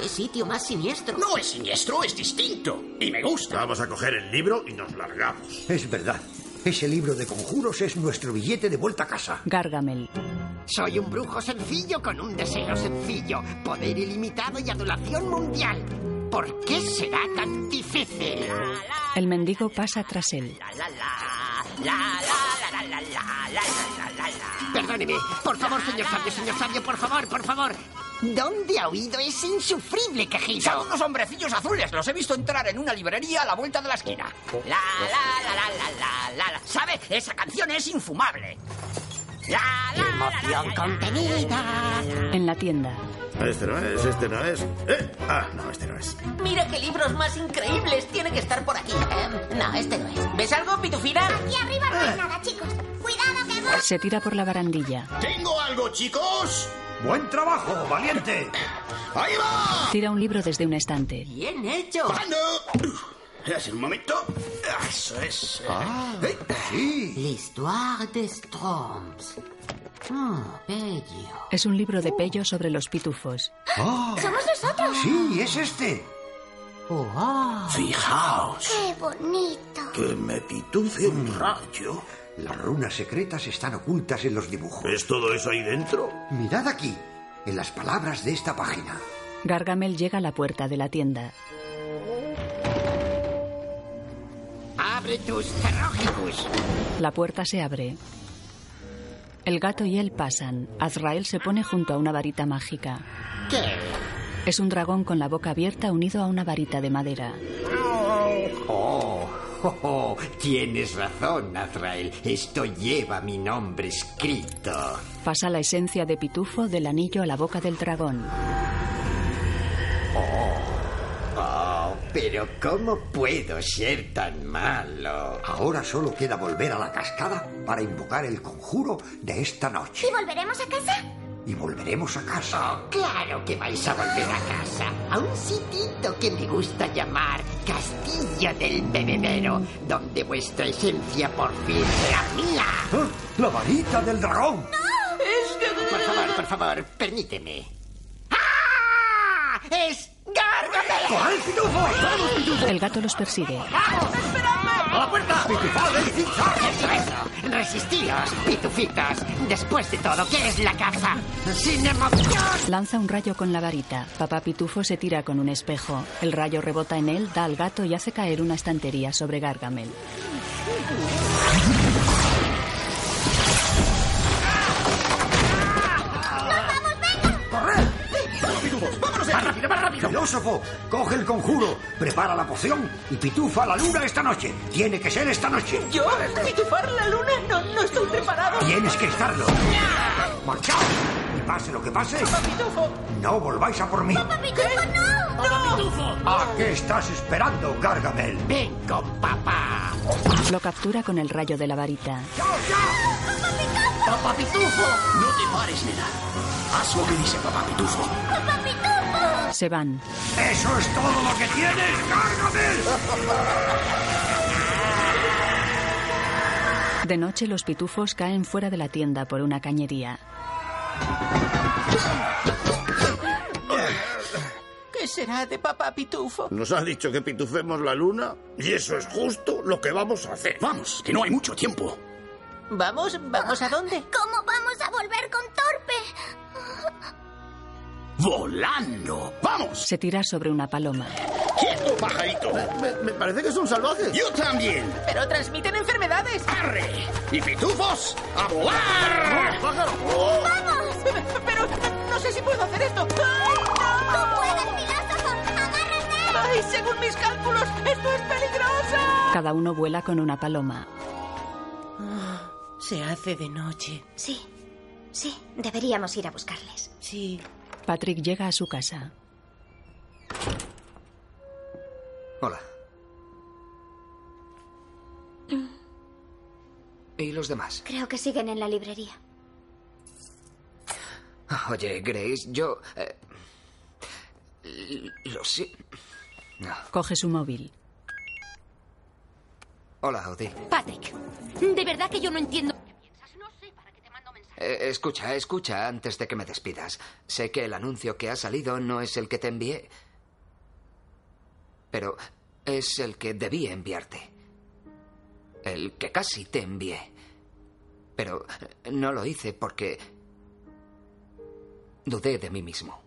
[SPEAKER 8] ¡Qué sitio más siniestro!
[SPEAKER 5] No es siniestro, es distinto. Y me gusta.
[SPEAKER 42] Vamos a coger el libro y nos largamos.
[SPEAKER 14] Es verdad. Ese libro de conjuros es nuestro billete de vuelta a casa.
[SPEAKER 2] Gargamel.
[SPEAKER 6] Soy un brujo sencillo con un deseo sencillo, poder ilimitado y adulación mundial. ¿Por qué será tan difícil?
[SPEAKER 2] El mendigo pasa tras él.
[SPEAKER 6] La, la, la, la, la, la, la, la, la, la, la, la, la.
[SPEAKER 43] perdóneme. Por favor, señor sabio, señor sabio, por favor, por favor. ¿Dónde ha oído ese insufrible quejido?
[SPEAKER 20] Son unos hombrecillos azules. Los he visto entrar en una librería a la vuelta de la esquina. La, la, la, la, la, la, la, la. ¿Sabe? Esa canción es infumable. La, la,
[SPEAKER 43] Emoción contenida.
[SPEAKER 2] En la tienda.
[SPEAKER 3] Este no es, este no es. ¡Eh! Ah, no, este no es.
[SPEAKER 44] Mira qué libros más increíbles. Tiene que estar por aquí. Eh,
[SPEAKER 8] Em,
[SPEAKER 44] no, este no es. ¿Ves algo, Pitufina?
[SPEAKER 7] Aquí arriba no
[SPEAKER 8] Ah.
[SPEAKER 7] hay nada, chicos. Cuidado que voy.
[SPEAKER 2] Se tira por la barandilla.
[SPEAKER 45] ¡Tengo algo, chicos! ¡Buen trabajo, valiente! ¡Ahí va!
[SPEAKER 2] Tira un libro desde un estante.
[SPEAKER 45] ¡Bien hecho! ¡Bajando!
[SPEAKER 5] Espera un momento. Eso es. eh.
[SPEAKER 14] Ah,
[SPEAKER 46] L'histoire de Stroms. Ah, bello.
[SPEAKER 2] Es un libro de pello sobre los pitufos.
[SPEAKER 14] Ah.
[SPEAKER 7] ¡Somos nosotros!
[SPEAKER 14] Sí, es este.
[SPEAKER 5] Fijaos.
[SPEAKER 7] ¡Qué bonito!
[SPEAKER 47] Que me pitufe un rayo.
[SPEAKER 14] Las runas secretas están ocultas en los dibujos.
[SPEAKER 3] ¿Es todo eso ahí dentro?
[SPEAKER 14] Mirad aquí, en las palabras de esta página.
[SPEAKER 2] Gargamel llega a la puerta de la tienda.
[SPEAKER 43] Abre tus cerrógicos.
[SPEAKER 2] La puerta se abre. El gato y él pasan. Azrael se pone junto a una varita mágica.
[SPEAKER 43] ¿Qué?
[SPEAKER 2] Es un dragón con la boca abierta unido a una varita de madera.
[SPEAKER 6] Oh, <laughs> oh, oh, tienes razón, Azrael. Esto lleva mi nombre escrito.
[SPEAKER 2] Pasa la esencia de pitufo del anillo a la boca del dragón.
[SPEAKER 6] Oh, pero ¿cómo puedo ser tan malo?
[SPEAKER 14] Ahora solo queda volver a la cascada para invocar el conjuro de esta noche.
[SPEAKER 7] ¿Y volveremos a casa?
[SPEAKER 14] Y volveremos a casa.
[SPEAKER 6] Oh, Claro que vais a volver a casa, a un sitito que me gusta llamar Castillo del Bebedero, donde vuestra esencia por fin será mía.
[SPEAKER 14] ¡La varita del dragón!
[SPEAKER 6] Por favor, por favor, permíteme. ¡Ah! ¡Es Gargamel!
[SPEAKER 45] ¡Corred, pitufos! ¡Vamos, pitufos!
[SPEAKER 2] El gato los persigue.
[SPEAKER 45] ¡A la puerta!
[SPEAKER 6] Eso, eso. Resistíos, pitufitas. Después de todo, ¿qué es la casa? Sin emoción.
[SPEAKER 2] Lanza un rayo con la varita. Papá Pitufo se tira con un espejo. El rayo rebota en él, da al gato y hace caer una estantería sobre Gargamel.
[SPEAKER 45] ¡Vamos, pitufos! ¡Vámonos de aquí! ¡Más rápido, más rápido!
[SPEAKER 14] Filósofo, coge el conjuro, prepara la poción y pitufa la luna esta noche. Tiene que ser esta noche.
[SPEAKER 8] ¿Yo? ¿Pitufar la luna? No, no estoy preparado.
[SPEAKER 14] Tienes que estarlo. ¡Marchaos! Y pase lo que pase,
[SPEAKER 8] Pitufo.
[SPEAKER 14] no volváis a por mí.
[SPEAKER 7] ¡Pitufo, no!
[SPEAKER 14] ¿A qué estás esperando, Gargamel?
[SPEAKER 6] Ven con papá.
[SPEAKER 2] Lo captura con el rayo de la varita.
[SPEAKER 5] ¡Papá Pitufo! No te pares, nena. Haz lo que dice Papá Pitufo.
[SPEAKER 2] Se van.
[SPEAKER 14] ¡Eso es todo lo que tienes, Gargamel!
[SPEAKER 2] De noche los pitufos caen fuera de la tienda por una cañería.
[SPEAKER 8] ¿Qué será de papá Pitufo?
[SPEAKER 3] ¿Nos ha dicho que pitufemos la luna? Y eso es justo lo que vamos a hacer.
[SPEAKER 5] Vamos, que no hay mucho tiempo.
[SPEAKER 8] ¿Vamos? ¿Vamos a dónde?
[SPEAKER 7] ¿Cómo vamos a volver con Torpe?
[SPEAKER 5] ¡Volando! ¡Vamos!
[SPEAKER 2] Se tira sobre una paloma.
[SPEAKER 5] ¡Quieto, pajarito!
[SPEAKER 3] Me, me parece que son salvajes.
[SPEAKER 5] ¡Yo también!
[SPEAKER 8] Pero transmiten enfermedades. Ah,
[SPEAKER 5] ¡Arre! ¡Y pitufos! ¡A volar!
[SPEAKER 3] ¡Pájaro!
[SPEAKER 7] ¡Vamos!
[SPEAKER 8] Pero no sé si puedo hacer esto. ¡Ay, no!
[SPEAKER 7] ¡Tú puedes, filósofo! ¡Agárrate!
[SPEAKER 8] ¡Ay, según mis cálculos, esto es peligroso!
[SPEAKER 2] Cada uno vuela con una paloma.
[SPEAKER 24] Se hace de noche.
[SPEAKER 7] Sí, sí, deberíamos ir a buscarles.
[SPEAKER 24] Sí.
[SPEAKER 2] Patrick llega a su casa.
[SPEAKER 3] Hola.
[SPEAKER 20] ¿Y los demás?
[SPEAKER 7] Creo que siguen en la librería.
[SPEAKER 20] Oye, Grace, yo... eh, l- lo sé... No.
[SPEAKER 2] Coge su móvil.
[SPEAKER 20] Hola, Audi.
[SPEAKER 13] Patrick, de verdad que yo no entiendo.
[SPEAKER 20] Eh, escucha, escucha, antes de que me despidas. Sé que el anuncio que ha salido no es el que te envié. Pero es el que debí enviarte. El que casi te envié. Pero eh, no lo hice porque... Dudé de mí mismo.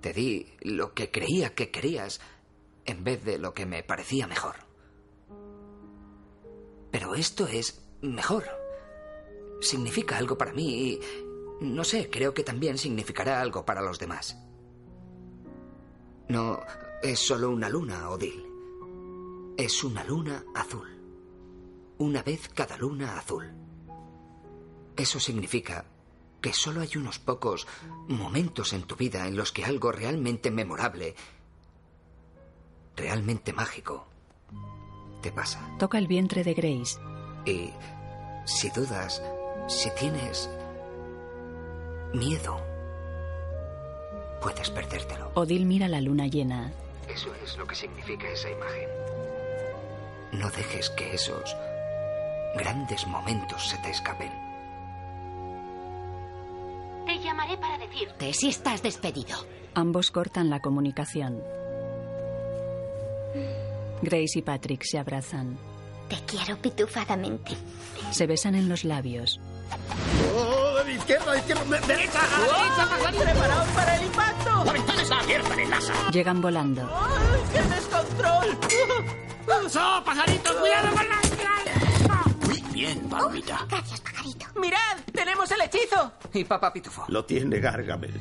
[SPEAKER 20] Te di lo que creía que querías en vez de lo que me parecía mejor. Pero esto es mejor. significa algo para mí y, no sé, creo que también significará algo para los demás. No es solo una luna, Odil. Es una luna azul. Una vez cada luna azul. Eso significa que solo hay unos pocos momentos en tu vida en los que algo realmente memorable, realmente mágico, te pasa.
[SPEAKER 2] Toca el vientre de Grace.
[SPEAKER 20] Y si dudas, si tienes miedo, puedes perdértelo.
[SPEAKER 2] Odil mira la luna llena.
[SPEAKER 20] Eso es lo que significa esa imagen. No dejes que esos grandes momentos se te escapen.
[SPEAKER 13] Te llamaré para decirte si estás despedido.
[SPEAKER 2] Ambos cortan la comunicación. Grace y Patrick se abrazan.
[SPEAKER 7] Te quiero pitufadamente.
[SPEAKER 2] Se besan en los labios.
[SPEAKER 48] ¡Oh, de izquierda, de izquierda! de- ¡Derecha! a la derecha, más derecha!
[SPEAKER 49] ¡Preparaos para el impacto!
[SPEAKER 48] ¡La ventana está abierta, nenaza!
[SPEAKER 2] Llegan volando.
[SPEAKER 49] ¡Ay, qué descontrol!
[SPEAKER 48] ¡Eso, pajarito! ¡Cuidado con la...
[SPEAKER 5] Muy bien, palomita.
[SPEAKER 7] Oh, Gracias, pajarito.
[SPEAKER 49] ¡Mirad! ¡Tenemos el hechizo!
[SPEAKER 20] Y papá Pitufo.
[SPEAKER 50] Lo tiene Gargamel.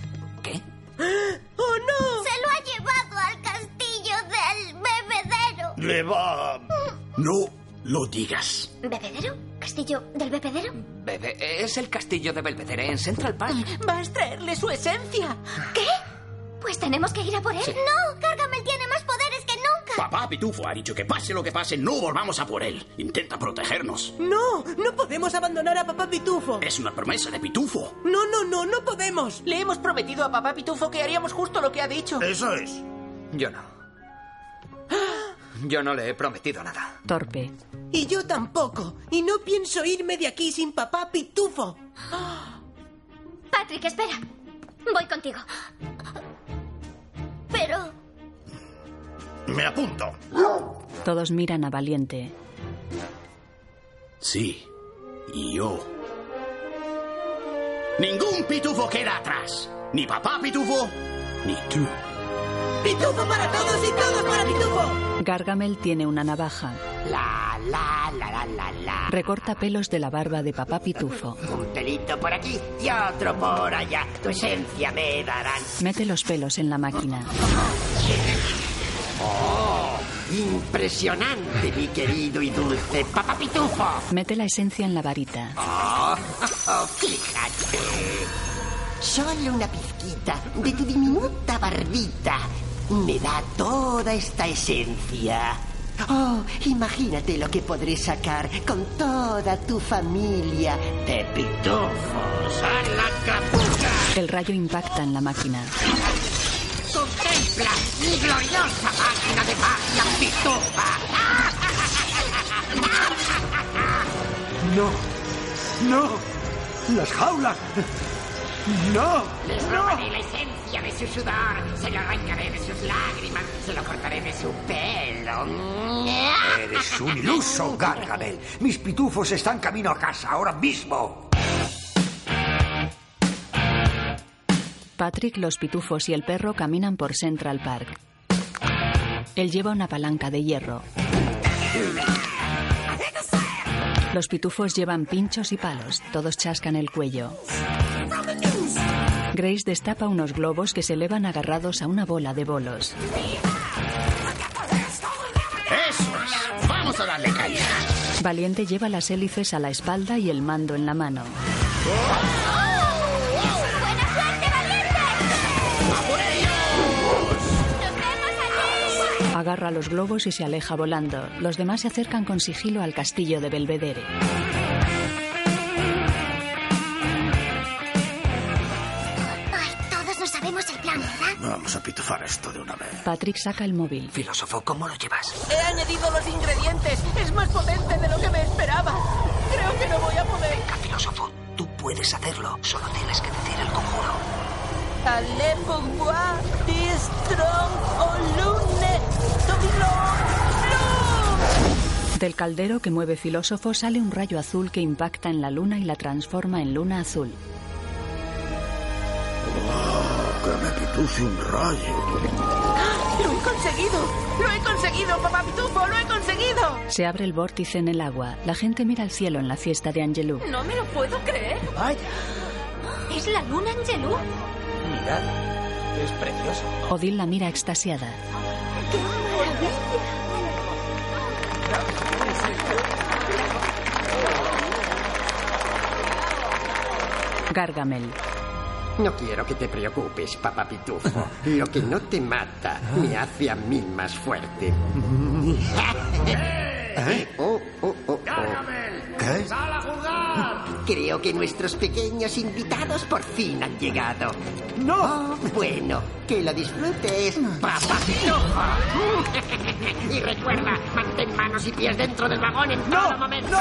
[SPEAKER 49] ¡Oh, no!
[SPEAKER 7] Se lo ha llevado al castillo del bebedero.
[SPEAKER 5] Le va. No lo digas.
[SPEAKER 7] ¿Bebedero? ¿Castillo del bebedero?
[SPEAKER 20] Bebe, es el castillo de Belvedere en Central Park.
[SPEAKER 7] ¡Vas a traerle su esencia! ¿Qué? Pues tenemos que ir a por él.
[SPEAKER 5] Sí.
[SPEAKER 7] ¡No! Gargamel tiene más poderes que nunca.
[SPEAKER 5] Papá Pitufo ha dicho que pase lo que pase, no volvamos a por él. Intenta protegernos.
[SPEAKER 49] ¡No! ¡No podemos abandonar a papá Pitufo!
[SPEAKER 5] Es una promesa de Pitufo.
[SPEAKER 49] ¡No, no, no! ¡No podemos!
[SPEAKER 8] Le hemos prometido a papá Pitufo que haríamos justo lo que ha dicho.
[SPEAKER 5] Eso es.
[SPEAKER 20] Yo no. Yo no le he prometido nada.
[SPEAKER 2] Torpe.
[SPEAKER 49] Y yo tampoco. Y no pienso irme de aquí sin papá Pitufo.
[SPEAKER 7] Patrick, espera. Voy contigo. Pero...
[SPEAKER 50] Me apunto.
[SPEAKER 2] Todos miran a Valiente.
[SPEAKER 5] Sí. Y yo.
[SPEAKER 51] Ningún pitufo queda atrás. Ni papá pitufo,
[SPEAKER 5] ni tú.
[SPEAKER 49] ¡Pitufo para todos y todos para Pitufo!
[SPEAKER 2] Gargamel tiene una navaja.
[SPEAKER 6] La, la, la, la, la, la.
[SPEAKER 2] Recorta pelos de la barba de papá Pitufo.
[SPEAKER 6] Un pelito por aquí y otro por allá. Tu esencia me darán.
[SPEAKER 2] Mete los pelos en la máquina.
[SPEAKER 6] ¡Oh! Impresionante, mi querido y dulce papá pitufo.
[SPEAKER 2] Mete la esencia en la varita.
[SPEAKER 6] Oh, <laughs> fíjate. Solo una pizquita de tu diminuta barbita me da toda esta esencia. Oh, imagínate lo que podré sacar con toda tu familia de pitufos a la capucha.
[SPEAKER 2] El rayo impacta en la máquina.
[SPEAKER 6] Contempla mi gloriosa máquina de magia pitufa.
[SPEAKER 14] No, no, las jaulas. No,
[SPEAKER 52] Les robaré la esencia de su sudor, se lo arrancaré de sus lágrimas, se lo cortaré de su pelo.
[SPEAKER 14] Eres un iluso, Gargamel. Mis pitufos están camino a casa ahora mismo.
[SPEAKER 2] Patrick, los pitufos y el perro caminan por Central Park. Él lleva una palanca de hierro. Los pitufos llevan pinchos y palos. Todos chascan el cuello. Grace destapa unos globos que se elevan agarrados a una bola de bolos.
[SPEAKER 48] ¡Eso es! ¡Vamos a darle caña!
[SPEAKER 2] Valiente lleva las hélices a la espalda y el mando en la mano. Agarra los globos y se aleja volando. Los demás se acercan con sigilo al castillo de Belvedere.
[SPEAKER 7] Ay, todos no sabemos el plan, ¿verdad?
[SPEAKER 50] Vamos a pitufar esto de una vez.
[SPEAKER 2] Patrick saca el móvil.
[SPEAKER 20] Filósofo, ¿cómo lo llevas?
[SPEAKER 8] He añadido los ingredientes. Es más potente de lo que me esperaba. Creo que no voy a poder.
[SPEAKER 20] Filósofo, tú puedes hacerlo. Solo tienes que decir el conjuro.
[SPEAKER 8] Allez pour moi, be strong or lune, to be
[SPEAKER 2] Del caldero que mueve filósofo sale un rayo azul que impacta en la luna y la transforma en luna azul.
[SPEAKER 50] Que me pitufe un rayo.
[SPEAKER 8] ¡Lo he conseguido!
[SPEAKER 10] conseguido! ¡Lo he conseguido, papá Pitufo! ¡Lo he conseguido!
[SPEAKER 2] Se abre el vórtice en el agua. La gente mira al cielo en la fiesta de Angelou.
[SPEAKER 26] No me lo puedo creer.
[SPEAKER 31] Vaya.
[SPEAKER 26] ¿Es la luna, Angelou?
[SPEAKER 31] Mirad, es precioso.
[SPEAKER 2] Odile la mira extasiada. Gargamel.
[SPEAKER 6] No quiero que te preocupes, papá Pitufo. Lo que no te mata me hace a mí más fuerte. Oh, oh, oh, oh. ¿Qué?
[SPEAKER 37] ¡Sal a juzgar!
[SPEAKER 53] <laughs>
[SPEAKER 6] Creo que nuestros pequeños invitados por fin han llegado. ¡No! bueno, que lo disfrutes, papá Pitufo.
[SPEAKER 37] <laughs> Y recuerda, mantén manos y pies dentro del vagón en todo momento.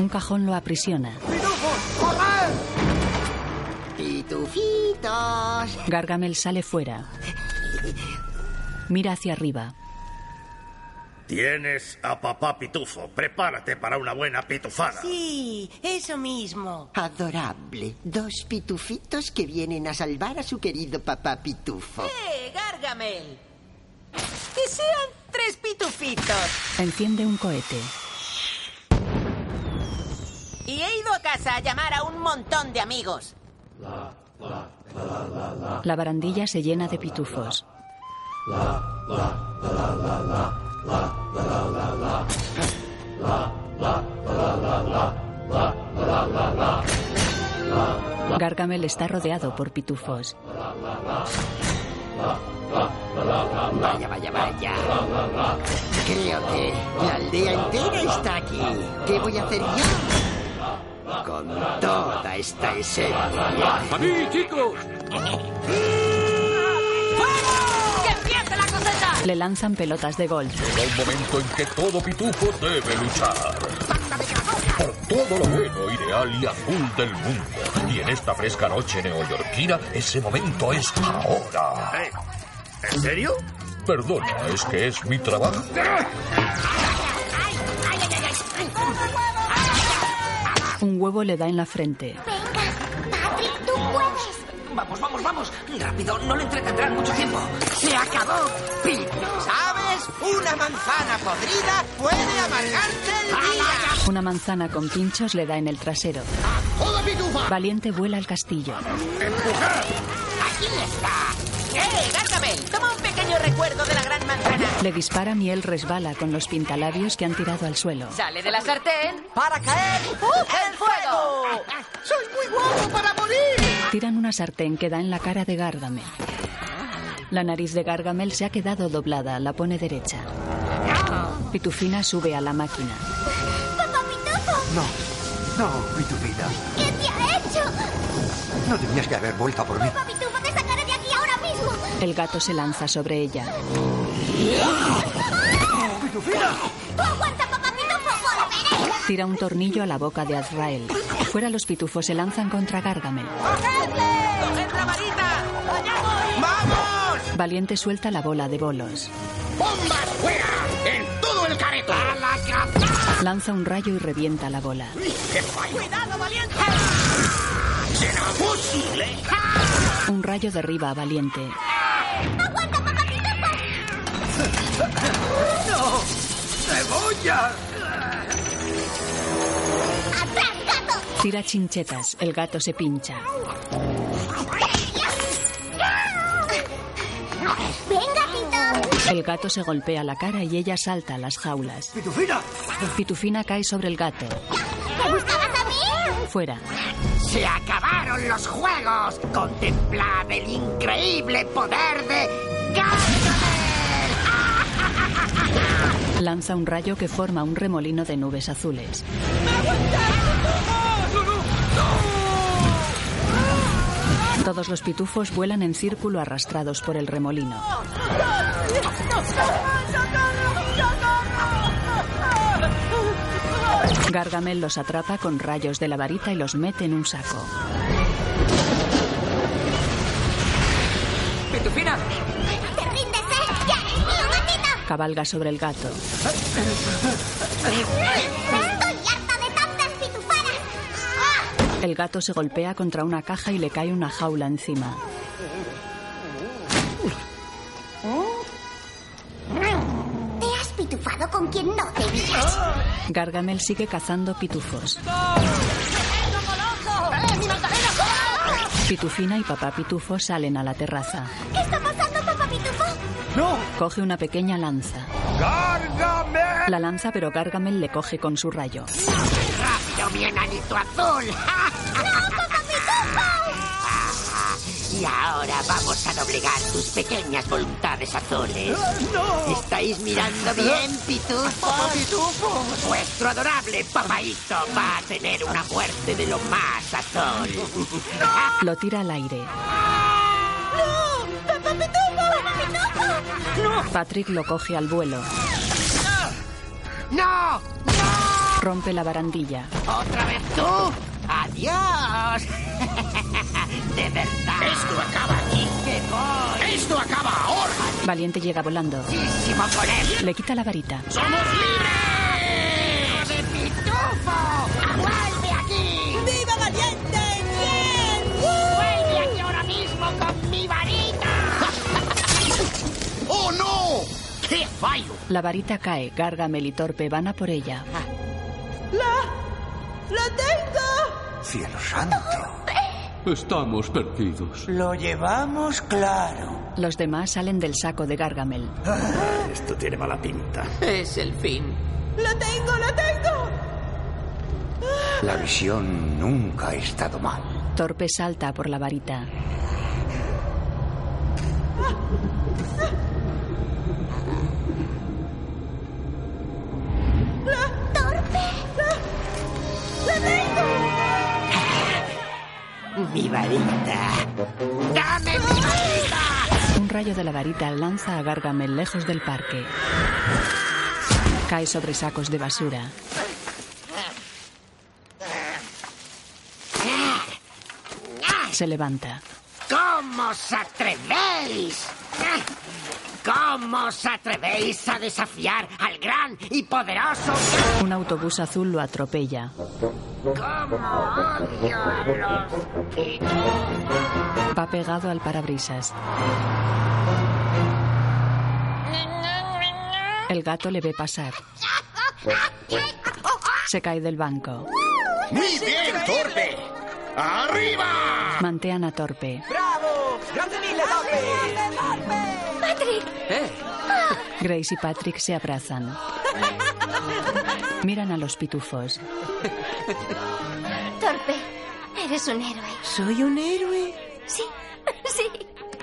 [SPEAKER 2] Un cajón lo aprisiona.
[SPEAKER 6] Pitufitos.
[SPEAKER 2] Gargamel sale fuera. Mira hacia arriba.
[SPEAKER 30] Tienes a papá Pitufo. Prepárate para una buena pitufada.
[SPEAKER 8] Sí, eso mismo.
[SPEAKER 6] Adorable. Dos pitufitos que vienen a salvar a su querido papá Pitufo.
[SPEAKER 10] ¡Eh, Gargamel! ¡Que sean tres pitufitos!
[SPEAKER 2] Enciende un cohete.
[SPEAKER 10] Y he ido a casa a llamar a un montón de amigos.
[SPEAKER 2] La barandilla se llena de pitufos. Gargamel está rodeado por pitufos.
[SPEAKER 6] Vaya, vaya, vaya. Creo que la aldea entera está aquí. ¿Qué voy a hacer yo? Con toda esta esencia.
[SPEAKER 37] ¡A mí, chicos!
[SPEAKER 26] ¡Que empiece la cosecha!
[SPEAKER 2] Le lanzan pelotas de golf.
[SPEAKER 3] Llega un momento en que todo pitufo debe luchar. Por todo lo bueno, ideal y azul del mundo. Y en esta fresca noche neoyorquina, ese momento es ahora.
[SPEAKER 30] Eh, ¿En serio?
[SPEAKER 3] Perdona, es que es mi trabajo.
[SPEAKER 2] Un huevo le da en la frente.
[SPEAKER 7] ¡Patrick, tú puedes!
[SPEAKER 10] Vamos, vamos, vamos. Rápido, no le entretendrán mucho tiempo. Se acabó. Pip. ¿Sabes? Una manzana podrida puede amargarte el día.
[SPEAKER 2] Una manzana con pinchos le da en el trasero.
[SPEAKER 37] ¡Joda, pitufa!
[SPEAKER 2] Valiente vuela al castillo.
[SPEAKER 37] ¡Empujar!
[SPEAKER 10] Aquí está. ¡Eh, Gargamel! Toma un pequeño recuerdo de la gran manzana.
[SPEAKER 2] Le disparan y él resbala con los pintalabios que han tirado al suelo.
[SPEAKER 10] Sale de la sartén ¡Uh! para caer en fuego.
[SPEAKER 37] ¡Soy muy guapo para morir!
[SPEAKER 2] Tiran una sartén que da en la cara de Gargamel. La nariz de Gargamel se ha quedado doblada, la pone derecha. Pitufina sube a la máquina.
[SPEAKER 7] ¡Papá Pitufo!
[SPEAKER 14] No, no, Pitufina.
[SPEAKER 7] ¿Qué te ha hecho?
[SPEAKER 14] No tenías que haber vuelto a por mí.
[SPEAKER 7] ¡Papá Pitufo te sacaré de aquí ahora mismo!
[SPEAKER 2] El gato se lanza sobre ella.
[SPEAKER 7] ¡Tú aguanta, papá Pitufo! ¡Volveré!
[SPEAKER 2] Tira un tornillo a la boca de Azrael. Fuera los pitufos se lanzan contra Gargamel.
[SPEAKER 10] ¡Coged la varita! ¡Allá voy! ¡Vamos!
[SPEAKER 2] Valiente suelta la bola de bolos.
[SPEAKER 37] ¡Bombas fuera! ¡En todo el careto! ¡A la caza!
[SPEAKER 2] Lanza un rayo y revienta la bola.
[SPEAKER 37] ¡Qué fallo!
[SPEAKER 10] ¡Cuidado, valiente!
[SPEAKER 37] ¡Será posible!
[SPEAKER 2] Un rayo derriba a Valiente.
[SPEAKER 7] ¡Aguanta, papá Pitufo!
[SPEAKER 53] ¡No! ¡Cebolla!
[SPEAKER 7] ¡Atrás, gato!
[SPEAKER 2] Tira chinchetas. El gato se pincha.
[SPEAKER 7] ¡Venga, Pito!
[SPEAKER 2] El gato se golpea la cara y ella salta a las jaulas.
[SPEAKER 53] ¡Pitufina!
[SPEAKER 2] Pitufina cae sobre el gato.
[SPEAKER 7] ¿Me buscabas a mí?
[SPEAKER 2] Fuera.
[SPEAKER 37] ¡Se acabaron los juegos! ¡Contemplad el increíble poder de Gargamel!
[SPEAKER 2] Lanza un rayo que forma un remolino de nubes azules. Todos los pitufos vuelan en círculo arrastrados por el remolino. Gargamel los atrapa con rayos de la varita y los mete en un saco.
[SPEAKER 20] Pitufina,
[SPEAKER 7] ¡Te ríndete! ¡Ya eres mío, gatito!
[SPEAKER 2] Cabalga sobre el gato.
[SPEAKER 7] ¡Estoy harta de tantas pitufadas! ¡Ah!
[SPEAKER 2] El gato se golpea contra una caja y le cae una jaula encima.
[SPEAKER 7] pitufado con quien no debías.
[SPEAKER 2] Gargamel sigue cazando pitufos.
[SPEAKER 7] ¡Eh, mi magdalena!
[SPEAKER 2] Pitufina y papá pitufo salen a la terraza.
[SPEAKER 7] ¿Qué está pasando, papá pitufo?
[SPEAKER 2] ¡No! Coge una pequeña lanza.
[SPEAKER 7] ¡Cárgame!
[SPEAKER 2] La lanza, pero Gargamel le coge con su rayo.
[SPEAKER 37] ¡Rápido, mi enanito azul!
[SPEAKER 6] <laughs> Y ahora vamos a doblegar tus pequeñas voluntades azules.
[SPEAKER 37] Ah, ¡No! Ah.
[SPEAKER 6] ¿Estáis mirando bien, pitufos? ¡Pitufos! Vuestro adorable papaíto va a tener una muerte de lo
[SPEAKER 37] <laughs>
[SPEAKER 6] más azul.
[SPEAKER 2] Lo tira al aire.
[SPEAKER 37] ¡No! ¡Papá Pitufo!
[SPEAKER 2] Patrick lo coge al vuelo.
[SPEAKER 37] ¡No!
[SPEAKER 2] Rompe la barandilla.
[SPEAKER 6] ¿Otra vez tú? ¡Adiós! <laughs> ¡De verdad! ¡Esto acaba aquí! ¡Que voy! ¡Esto acaba ahora!
[SPEAKER 2] Valiente llega volando. Le quita la varita.
[SPEAKER 37] ¡Somos libres! ¡Hijo de Pitufo! ¡Vuelve aquí! ¡Viva Valiente! ¡Bien! ¡Vuelve aquí ahora mismo con mi varita!
[SPEAKER 54] ¡Oh, no! ¡Qué fallo!
[SPEAKER 2] La varita cae. Gargamel y Torpe van a por ella.
[SPEAKER 37] ¡La! ¡La tengo!
[SPEAKER 25] Cielo santo. Estamos perdidos.
[SPEAKER 2] Lo llevamos claro. Los demás salen del saco de Gargamel.
[SPEAKER 38] Ah, Esto tiene mala pinta.
[SPEAKER 10] Es el fin.
[SPEAKER 37] ¡La tengo! ¡La tengo!
[SPEAKER 25] La visión nunca ha estado mal.
[SPEAKER 2] Torpe salta por la varita.
[SPEAKER 37] ¡Torpe! ¡La tengo!
[SPEAKER 6] Mi varita.
[SPEAKER 37] ¡Dame mi varita!
[SPEAKER 2] Un rayo de la varita lanza a Gargamel lejos del parque. Cae sobre sacos de basura. Se levanta.
[SPEAKER 6] ¿Cómo os atrevéis? ¿Cómo os atrevéis a desafiar al gran y poderoso?
[SPEAKER 2] Un autobús azul lo atropella. Va pegado al parabrisas. El gato le ve pasar. Se cae del banco.
[SPEAKER 5] ¡Muy bien, Torpe! ¡Arriba!
[SPEAKER 2] Mantean a Torpe.
[SPEAKER 37] ¡Bravo! ¡Grande ¡Patrick!
[SPEAKER 6] Eh.
[SPEAKER 37] Ah.
[SPEAKER 2] Grace y Patrick se abrazan. Miran a los pitufos.
[SPEAKER 7] Torpe, eres un e-. héroe.
[SPEAKER 8] ¿Soy un héroe?
[SPEAKER 7] Sí, sí.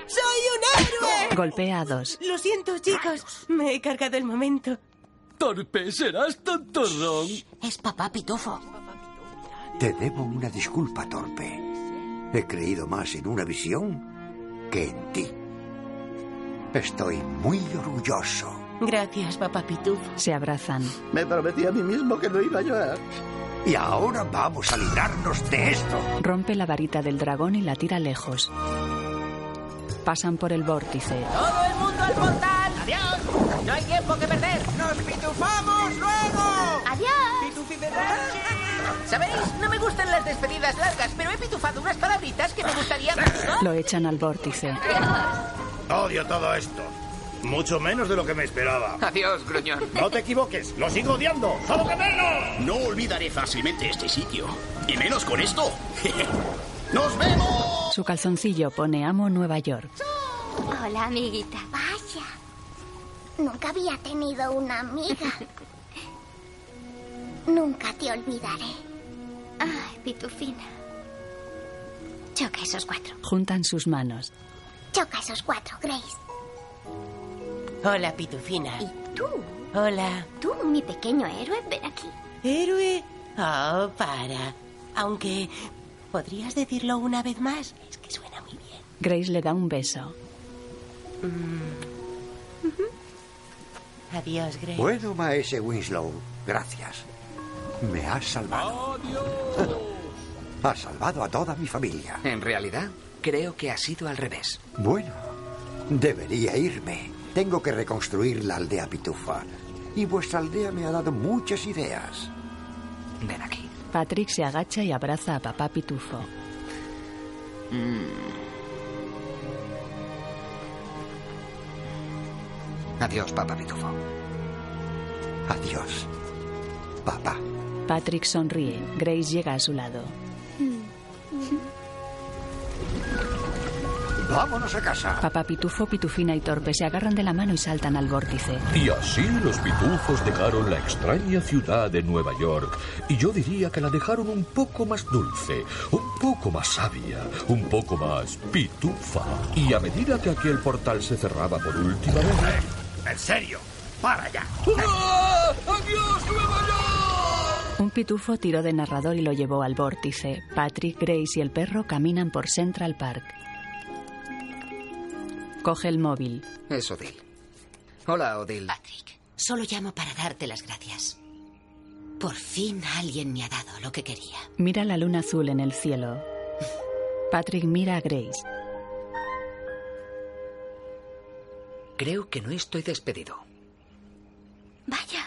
[SPEAKER 8] ¡Soy un héroe!
[SPEAKER 2] Golpea a dos.
[SPEAKER 8] Lo siento, chicos. Me he cargado el momento.
[SPEAKER 25] Torpe, serás tontorrón.
[SPEAKER 10] Es papá pitufo.
[SPEAKER 14] Te debo una disculpa, Torpe. He creído más en una visión que en ti. Estoy muy orgulloso.
[SPEAKER 8] Gracias, papá pitufo.
[SPEAKER 2] Se abrazan.
[SPEAKER 53] Me prometí a mí mismo que no iba a llorar.
[SPEAKER 14] Y ahora vamos a librarnos de esto.
[SPEAKER 2] Rompe la varita del dragón y la tira lejos. Pasan por el vórtice.
[SPEAKER 37] ¡Todo el mundo al portal! ¡Adiós! ¡No hay tiempo que perder! ¡Nos pitufamos luego! ¡Adiós!
[SPEAKER 10] ¿Sabéis? No me gustan las despedidas largas, pero he pitufado unas palabritas que me gustaría...
[SPEAKER 2] Lo echan al vórtice.
[SPEAKER 30] Odio todo esto. Mucho menos de lo que me esperaba.
[SPEAKER 20] Adiós, gruñón.
[SPEAKER 30] No te equivoques, lo sigo odiando. ¡Solo que menos!
[SPEAKER 38] No olvidaré fácilmente este sitio. Y menos con esto. <laughs> ¡Nos vemos!
[SPEAKER 2] Su calzoncillo pone amo Nueva York.
[SPEAKER 7] Hola, amiguita. Vaya. Nunca había tenido una <laughs> amiga. Nunca te olvidaré. Ay, Pitufina. Choca esos cuatro.
[SPEAKER 2] Juntan sus manos.
[SPEAKER 7] Choca esos cuatro, Grace.
[SPEAKER 8] Hola, pitufina.
[SPEAKER 7] Tú,
[SPEAKER 8] Hola.
[SPEAKER 7] tú, mi pequeño héroe, ven aquí.
[SPEAKER 8] ¿Héroe? Oh, para. Aunque... ¿Podrías decirlo una vez más? Es que suena muy bien.
[SPEAKER 2] Grace le da un beso.
[SPEAKER 8] Mm. Adiós, Grace.
[SPEAKER 14] Bueno, maese Winslow, gracias. Me has salvado. Has salvado a toda mi familia.
[SPEAKER 20] En realidad, creo que ha sido al revés.
[SPEAKER 14] Bueno, debería irme. Tengo que reconstruir la aldea pitufa. Y vuestra aldea me ha dado muchas ideas.
[SPEAKER 20] Ven aquí.
[SPEAKER 2] Patrick se agacha y abraza a papá Pitufo.
[SPEAKER 20] Adiós, papá pitufo.
[SPEAKER 14] Adiós, papá.
[SPEAKER 2] Patrick sonríe. Grace llega a su lado.
[SPEAKER 14] Vámonos a casa.
[SPEAKER 2] Papá Pitufo, Pitufina y Torpe se agarran de la mano y saltan al vórtice.
[SPEAKER 3] Y así los pitufos dejaron la extraña ciudad de Nueva York. Y yo diría que la dejaron un poco más dulce, un poco más sabia, un poco más pitufa. Y a medida que aquel portal se cerraba por última vez...
[SPEAKER 5] En serio, para ya.
[SPEAKER 7] ¡Adiós, Nueva York!
[SPEAKER 2] Un pitufo tiró de narrador y lo llevó al vórtice. Patrick, Grace y el perro caminan por Central Park. Coge el móvil.
[SPEAKER 20] Es Odil. Hola, Odil.
[SPEAKER 13] Solo llamo para darte las gracias. Por fin alguien me ha dado lo que quería.
[SPEAKER 2] Mira la luna azul en el cielo. Patrick mira a Grace.
[SPEAKER 20] Creo que no estoy despedido.
[SPEAKER 24] Vaya.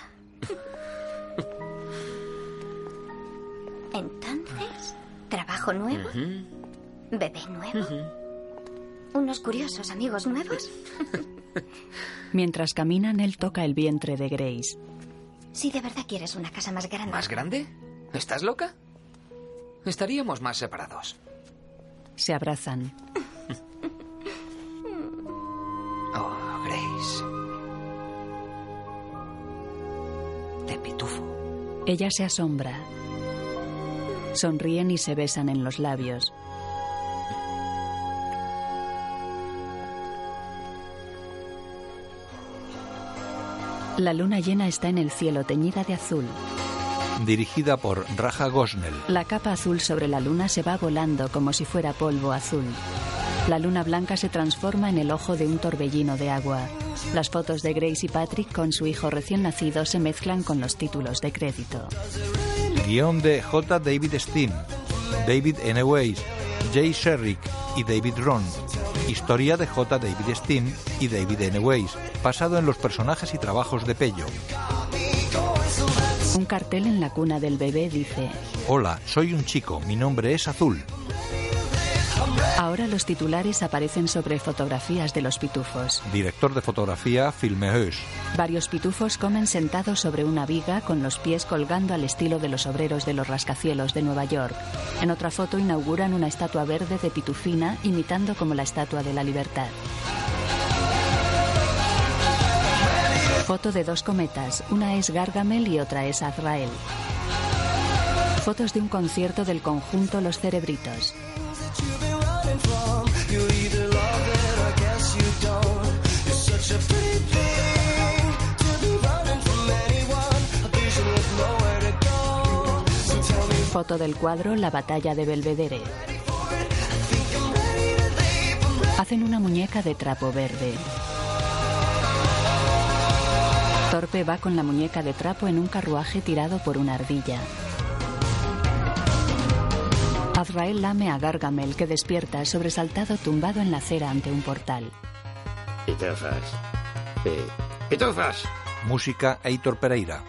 [SPEAKER 24] Entonces, trabajo nuevo, bebé nuevo, unos curiosos amigos nuevos.
[SPEAKER 2] Mientras caminan, él toca el vientre de Grace.
[SPEAKER 24] Si de verdad quieres una casa más grande.
[SPEAKER 20] ¿Más grande? ¿Estás loca? Estaríamos más separados.
[SPEAKER 2] Se abrazan.
[SPEAKER 20] Oh, Grace. Te pitufo.
[SPEAKER 2] Ella se asombra. Sonríen y se besan en los labios. La luna llena está en el cielo teñida de azul.
[SPEAKER 1] Dirigida por Raja Gosnell.
[SPEAKER 2] La capa azul sobre la luna se va volando como si fuera polvo azul. La luna blanca se transforma en el ojo de un torbellino de agua. Las fotos de Grace y Patrick con su hijo recién nacido se mezclan con los títulos de crédito.
[SPEAKER 1] Guión de J. David Steen, David N. Weiss, Jay Sherrick y David Ron. Historia de J. David Steen y David N. Weiss, basado en los personajes y trabajos de Pello.
[SPEAKER 2] Un cartel en la cuna del bebé dice,
[SPEAKER 1] Hola, soy un chico, mi nombre es Azul.
[SPEAKER 2] ahora los titulares aparecen sobre fotografías de los pitufos.
[SPEAKER 1] Director de fotografía Filmeus.
[SPEAKER 2] Varios pitufos comen sentados sobre una viga con los pies colgando al estilo de los obreros de los rascacielos de Nueva York. En otra foto inauguran una estatua verde de pitufina imitando como la estatua de la libertad. Foto de dos cometas, una es Gargamel y otra es Azrael. Fotos de un concierto del conjunto Los Cerebritos. Foto del cuadro La batalla de Belvedere. Hacen una muñeca de trapo verde. Torpe va con la muñeca de trapo en un carruaje tirado por una ardilla. Azrael lame a Gargamel que despierta sobresaltado tumbado en la acera ante un portal.
[SPEAKER 5] Pitufos. Pitufos.
[SPEAKER 1] Música Heitor Pereira.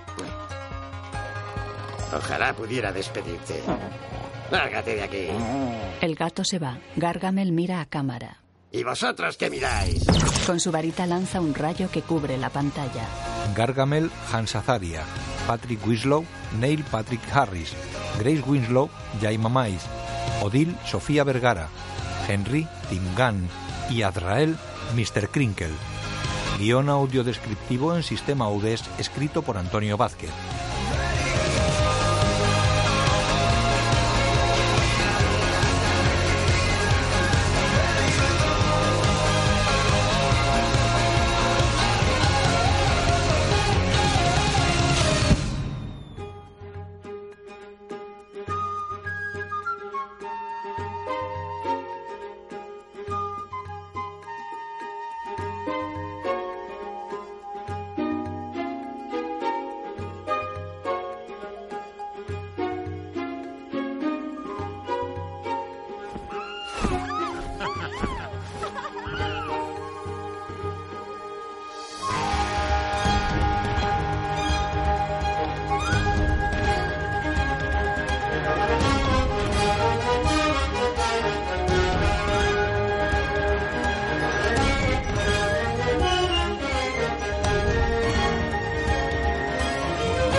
[SPEAKER 6] Ojalá pudiera despedirte.
[SPEAKER 37] Ah.
[SPEAKER 6] Lárgate de aquí.
[SPEAKER 2] El gato se va. Gargamel mira a cámara.
[SPEAKER 6] ¿Y vosotros qué miráis?
[SPEAKER 2] Con su varita lanza un rayo que cubre la pantalla.
[SPEAKER 1] Gargamel Hans Azaria, Patrick Winslow, Neil Patrick Harris, Grace Winslow, Jaima Mais, Odil Sofía Vergara, Henry Tim Gunn y Azrael Mr. Crinkle. Guión audiodescriptivo en sistema UDES escrito por Antonio Vázquez.
[SPEAKER 37] Ah.